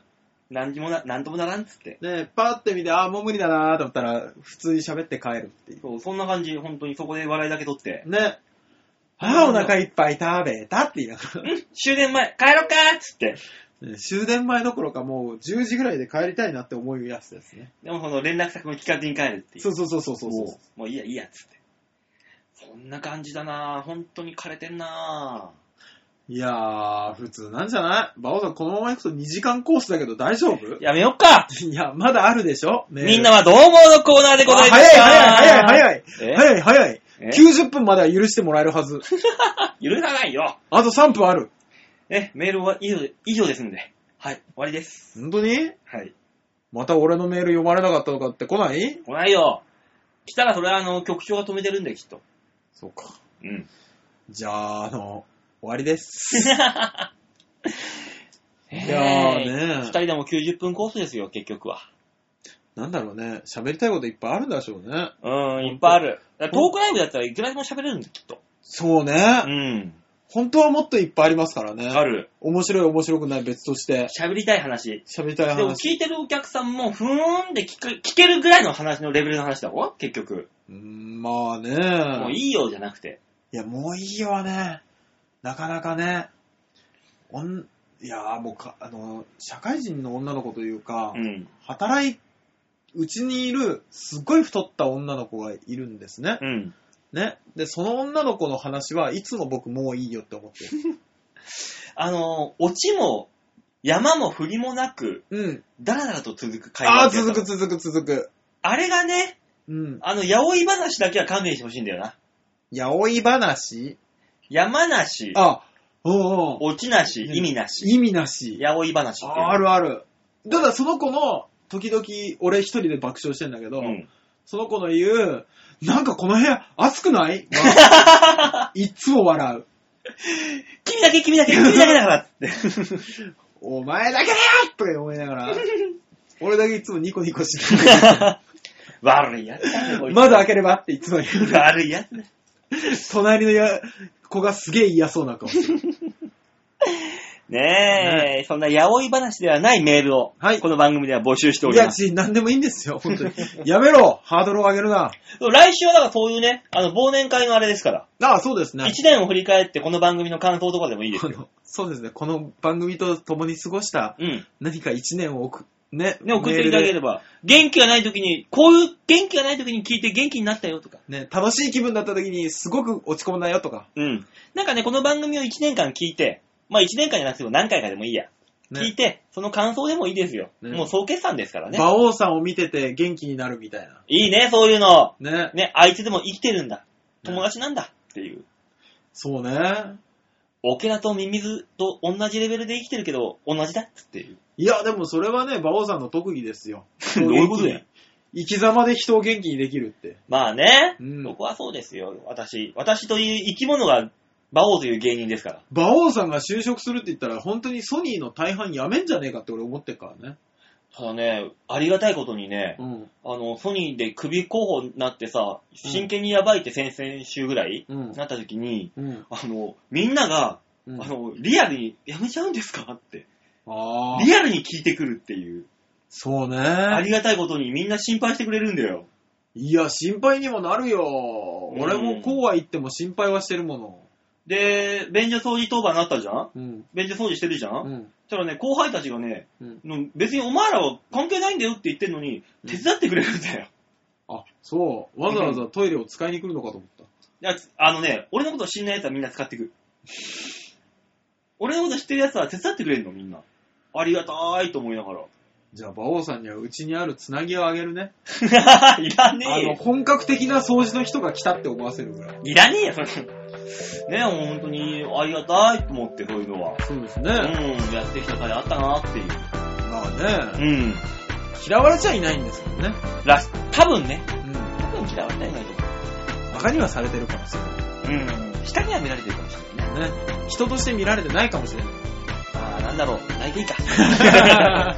Speaker 2: なんにもな、なんともならんっつって。
Speaker 3: ね、パーって見て、ああ、もう無理だなーと思ったら、普通に喋って帰るっていう。
Speaker 2: そう、そんな感じ、本当にそこで笑いだけ取って。
Speaker 3: ね。ああ、お腹いっぱい食べたって言いなが
Speaker 2: うん終電前、帰ろっかーっつって。
Speaker 3: ら、ね *laughs* 終電前どころかもう10時ぐらいで帰りたいなって思うやつですね。
Speaker 2: でもその連絡先も聞かずに帰るっていう。
Speaker 3: そうそうそうそうそう
Speaker 2: もうもういいや、いいや、つって。そんな感じだなぁ。本当に枯れてんなぁ。
Speaker 3: いやー、普通なんじゃないバオさん、このまま行くと2時間コースだけど大丈夫
Speaker 2: やめよっか
Speaker 3: いや、まだあるでしょ
Speaker 2: みんな
Speaker 3: は
Speaker 2: はどう思うのコーナーでございま
Speaker 3: 早い
Speaker 2: す
Speaker 3: 早い早い早い
Speaker 2: い
Speaker 3: 早い早い
Speaker 2: え
Speaker 3: 90分までは許してもらえるは *laughs* ず。
Speaker 2: 許さないよ
Speaker 3: あと3分ある。
Speaker 2: え、メールは以上以上ですんで。はい、終わりです。
Speaker 3: 本当に
Speaker 2: はい。
Speaker 3: また俺のメール読まれなかったとかって来ない
Speaker 2: 来ないよ来たらそれはあの、局長が止めてるんで、きっと。
Speaker 3: そうか。
Speaker 2: *laughs* うん。
Speaker 3: じゃあ、あの、終わりです。 *laughs*
Speaker 2: い
Speaker 3: いやー
Speaker 2: 二
Speaker 3: ね
Speaker 2: 人でも90分コースですよ、結局は。
Speaker 3: なんだろうね。喋りたいこといっぱいあるんだしょうね。
Speaker 2: うん、いっぱいある。だからトークライブだったらいくらでも喋れるんだ、きっと。
Speaker 3: そうね、
Speaker 2: うん。
Speaker 3: 本当はもっといっぱいありますからね。
Speaker 2: ある。
Speaker 3: 面白い面白くない別として。
Speaker 2: 喋りたい話。
Speaker 3: 喋りたい
Speaker 2: でも
Speaker 3: 話。
Speaker 2: 聞いてるお客さんも、ふーんで聞く聞けるぐらいの話のレベルの話だろ結局。
Speaker 3: うーんまあね。
Speaker 2: もう
Speaker 3: い
Speaker 2: いいよじゃなくて。
Speaker 3: や、もういいよはね。なかなかね。おん、いやーもうか、あの、社会人の女の子というか、
Speaker 2: うん。
Speaker 3: 働い、うちにいる、すっごい太った女の子がいるんですね。
Speaker 2: うん。
Speaker 3: ね。で、その女の子の話はいつも僕もういいよって思ってる。
Speaker 2: あの、オチも、山も振りもなく、
Speaker 3: うん。
Speaker 2: だらだらと続く会
Speaker 3: ああ、
Speaker 2: 話だったの。
Speaker 3: 続く続く続く。
Speaker 2: あれがね、
Speaker 3: うん。
Speaker 2: あの、八百い話だけは勘弁してほしいんだよな。
Speaker 3: 八百話
Speaker 2: 山なし、
Speaker 3: あ、うんうん。
Speaker 2: オチなし、意味なし。
Speaker 3: 意味なし。
Speaker 2: 八百い話っていう。
Speaker 3: ああるある。ただその子の、時々俺一人で爆笑してんだけど、
Speaker 2: うん。
Speaker 3: その子の言う、なんかこの部屋暑
Speaker 2: *laughs*
Speaker 3: くない、がいっつも笑う。
Speaker 2: 君だけ、君だけ、君だけだからって。
Speaker 3: お前だけだよとか思いなが
Speaker 2: *laughs*
Speaker 3: ら、俺だけいつもニコニコして
Speaker 2: 悪いやつだね、こい
Speaker 3: る。
Speaker 2: つ
Speaker 3: 窓開ければっていつも言う。
Speaker 2: 悪いやつだ。
Speaker 3: 隣のや子がすげえ嫌そうな顔してる。
Speaker 2: ねえ、そんな八百い話ではないメールを、
Speaker 3: はい
Speaker 2: この番組では募集してお
Speaker 3: い
Speaker 2: り
Speaker 3: や、
Speaker 2: ます。
Speaker 3: ち、なんでもいいんですよ、本当に。やめろハードルを上げるな。
Speaker 2: 来週はだからそういうね、あの、忘年会のあれですから、
Speaker 3: ああ、そうですね。
Speaker 2: 一年を振り返ってこの番組の感想とかでもいいです
Speaker 3: こ
Speaker 2: よ。
Speaker 3: のそうですね、この番組と共に過ごした
Speaker 2: うん。
Speaker 3: 何か一年を送、ね、
Speaker 2: ね、送っていただけれ
Speaker 3: ば。
Speaker 2: ば、元気がない時に、こういう元気がない時に聞いて元気になったよとか。
Speaker 3: ね、楽しい気分だった時にすごく落ち込んだよとか。
Speaker 2: うん。なんかね、この番組を1年間聞いて、まあ1年間じゃなくても何回かでもいいや。
Speaker 3: ね
Speaker 2: 聞いて、その感想でもいいですよ。
Speaker 3: ね
Speaker 2: もう総決算ですからね。
Speaker 3: 馬王さんを見てて元気になるみたいな。
Speaker 2: いいね、そういうの。
Speaker 3: ね。
Speaker 2: ね、あいつでも生きてるんだ。友達なんだ。っていう。
Speaker 3: そうね。
Speaker 2: オケラとミミズと同じレベルで生きてるけど、同じだっていう。
Speaker 3: いや、でもそれはね、馬王さんの特技ですよ。
Speaker 2: *laughs* どういうことや
Speaker 3: 人を元気に生き様で人を元気にできるって。
Speaker 2: まあね、
Speaker 3: うん
Speaker 2: 僕はそうですよ、私。私という生き物が、バオという芸人ですから。
Speaker 3: 馬王さんが就職するって言ったら、本当にソニーの大半やめんじゃねえかって俺思ってるからね。
Speaker 2: ただね、ありがたいことにね、
Speaker 3: うん。
Speaker 2: あの、ソニーで首候補になってさ、真剣にやばいって先々週ぐらい、
Speaker 3: うん
Speaker 2: なった時に、
Speaker 3: うん。
Speaker 2: あの、みんなが、
Speaker 3: うん
Speaker 2: あの、リアルに、やめちゃうんですかって、
Speaker 3: ああ。
Speaker 2: リアルに聞いてくるっていう、
Speaker 3: そう
Speaker 2: あ
Speaker 3: ね。
Speaker 2: りがたいことにみんな心配してくれるんだよ。
Speaker 3: いや、心配にもなるよ。
Speaker 2: うん
Speaker 3: 俺もこうは言っても心配はしてるもの。
Speaker 2: で、便所掃除当番になったじゃん
Speaker 3: うん。
Speaker 2: 便所掃除してるじゃん、
Speaker 3: うん。
Speaker 2: そしたらね、後輩たちがね、
Speaker 3: うん
Speaker 2: の別にお前らは関係ないんだよって言ってんのに、
Speaker 3: うん
Speaker 2: 手伝ってくれるんだよ。
Speaker 3: あ、そう。わざわざトイレを使いに来るのかと思った。
Speaker 2: いやあのね、俺のこと知んない奴はみんな使ってく。俺のこと知ってる奴は手伝ってくれるの、みんな。ありがたーいと思いなが
Speaker 3: じゃあ、馬王さんにはうちにあるつなぎをあげるね。
Speaker 2: ら。 *laughs* いらね
Speaker 3: あ
Speaker 2: え
Speaker 3: の、
Speaker 2: よ。
Speaker 3: 本格的な掃除の人が来たって思わせるぐらい。
Speaker 2: いらねえよ、それ。ねえ、本当にありがたいと思って、そういうのは。
Speaker 3: そうです
Speaker 2: う
Speaker 3: ね。
Speaker 2: ん、やってきた甲斐あったなっていう。
Speaker 3: まあ
Speaker 2: う
Speaker 3: ね、
Speaker 2: ん。
Speaker 3: 嫌われちゃいないんですけどね。
Speaker 2: らし、多分ね、
Speaker 3: うん。
Speaker 2: 多分嫌われたいないと
Speaker 3: 馬鹿にはされてるかもし
Speaker 2: 思う。うん。下には見られてるかもしれないね。
Speaker 3: れないね。人として見られてないかもし
Speaker 2: *laughs*
Speaker 3: れない。
Speaker 2: あーなんだろう、泣いていいか。 *laughs*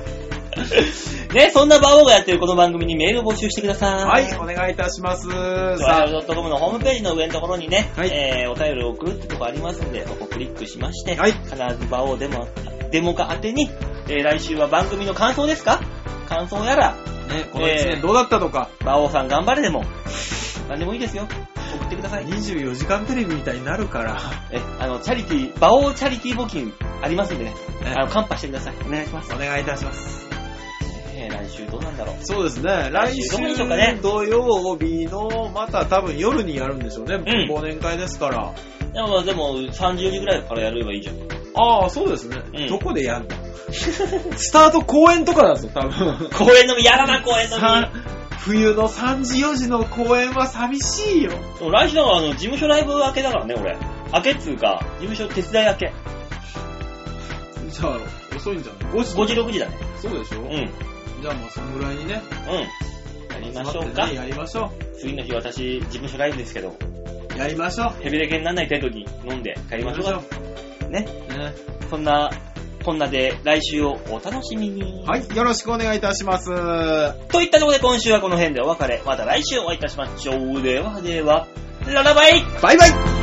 Speaker 2: ね、そんな馬王がやってるこの番組にメールを募集してください。
Speaker 3: はい、お願いいたします。
Speaker 2: さ
Speaker 3: さ
Speaker 2: あ、
Speaker 3: あ、
Speaker 2: ドットコムのホームページの上のところにね、
Speaker 3: はい
Speaker 2: えー、お便りを送るってとこありますんで、そこクリックしまして、
Speaker 3: はい
Speaker 2: 必ず場をデモ、デモか宛てに、えー、来週は番組の感想ですか感想やら、
Speaker 3: ね、この1年どうだったとか、
Speaker 2: 馬王さん頑張れでも、何でもいいですよ。送ってください。
Speaker 3: 24時間テレビみたいになるから、
Speaker 2: え、あの、チャリティー、馬王チャリティー募金ありますんでね、あの、カンパしてください。お願いします。
Speaker 3: お願いいたします。
Speaker 2: えー、来週どうなんだろう。
Speaker 3: そうですね、来週
Speaker 2: どこでしょうかね
Speaker 3: 土曜日の、また多分夜にやるんでしょうね、
Speaker 2: ん
Speaker 3: 忘年会ですから。
Speaker 2: でも、でも、30時ぐらいからやればいいじゃん。
Speaker 3: ああ、そうですね。
Speaker 2: うん
Speaker 3: どこでやんの *laughs* スタート公園とかだぞ、多分。
Speaker 2: 公園のみ、やらな、公園の
Speaker 3: さ
Speaker 2: み。
Speaker 3: 冬の3時4時の公園は寂しいよ。
Speaker 2: でも来週だから、あの、事務所ライブ明けだからね、俺。明けっつうか、事務所手伝い明け。
Speaker 3: じゃあ、遅いんじゃない ?5 時。
Speaker 2: 5時、6時だね。
Speaker 3: そうでしょ、
Speaker 2: うん。
Speaker 3: う
Speaker 2: うん。
Speaker 3: じゃあもうそのぐらいにね、
Speaker 2: やりましょう
Speaker 3: 集ま
Speaker 2: か
Speaker 3: って。ねやりましょ
Speaker 2: 次の日私、事務所ライブですけど、
Speaker 3: う。やりましょう。
Speaker 2: ヘビレケにならない程度に飲んで帰りましょうか。ね。
Speaker 3: ね、
Speaker 2: そんな、こんなで来週をお楽しみに。
Speaker 3: はい、よろしくお願いいたします。
Speaker 2: といったところで今週はこの辺でお別れ。また来週お会いいたしましょう。ではでは、ララバイ
Speaker 3: バイバイ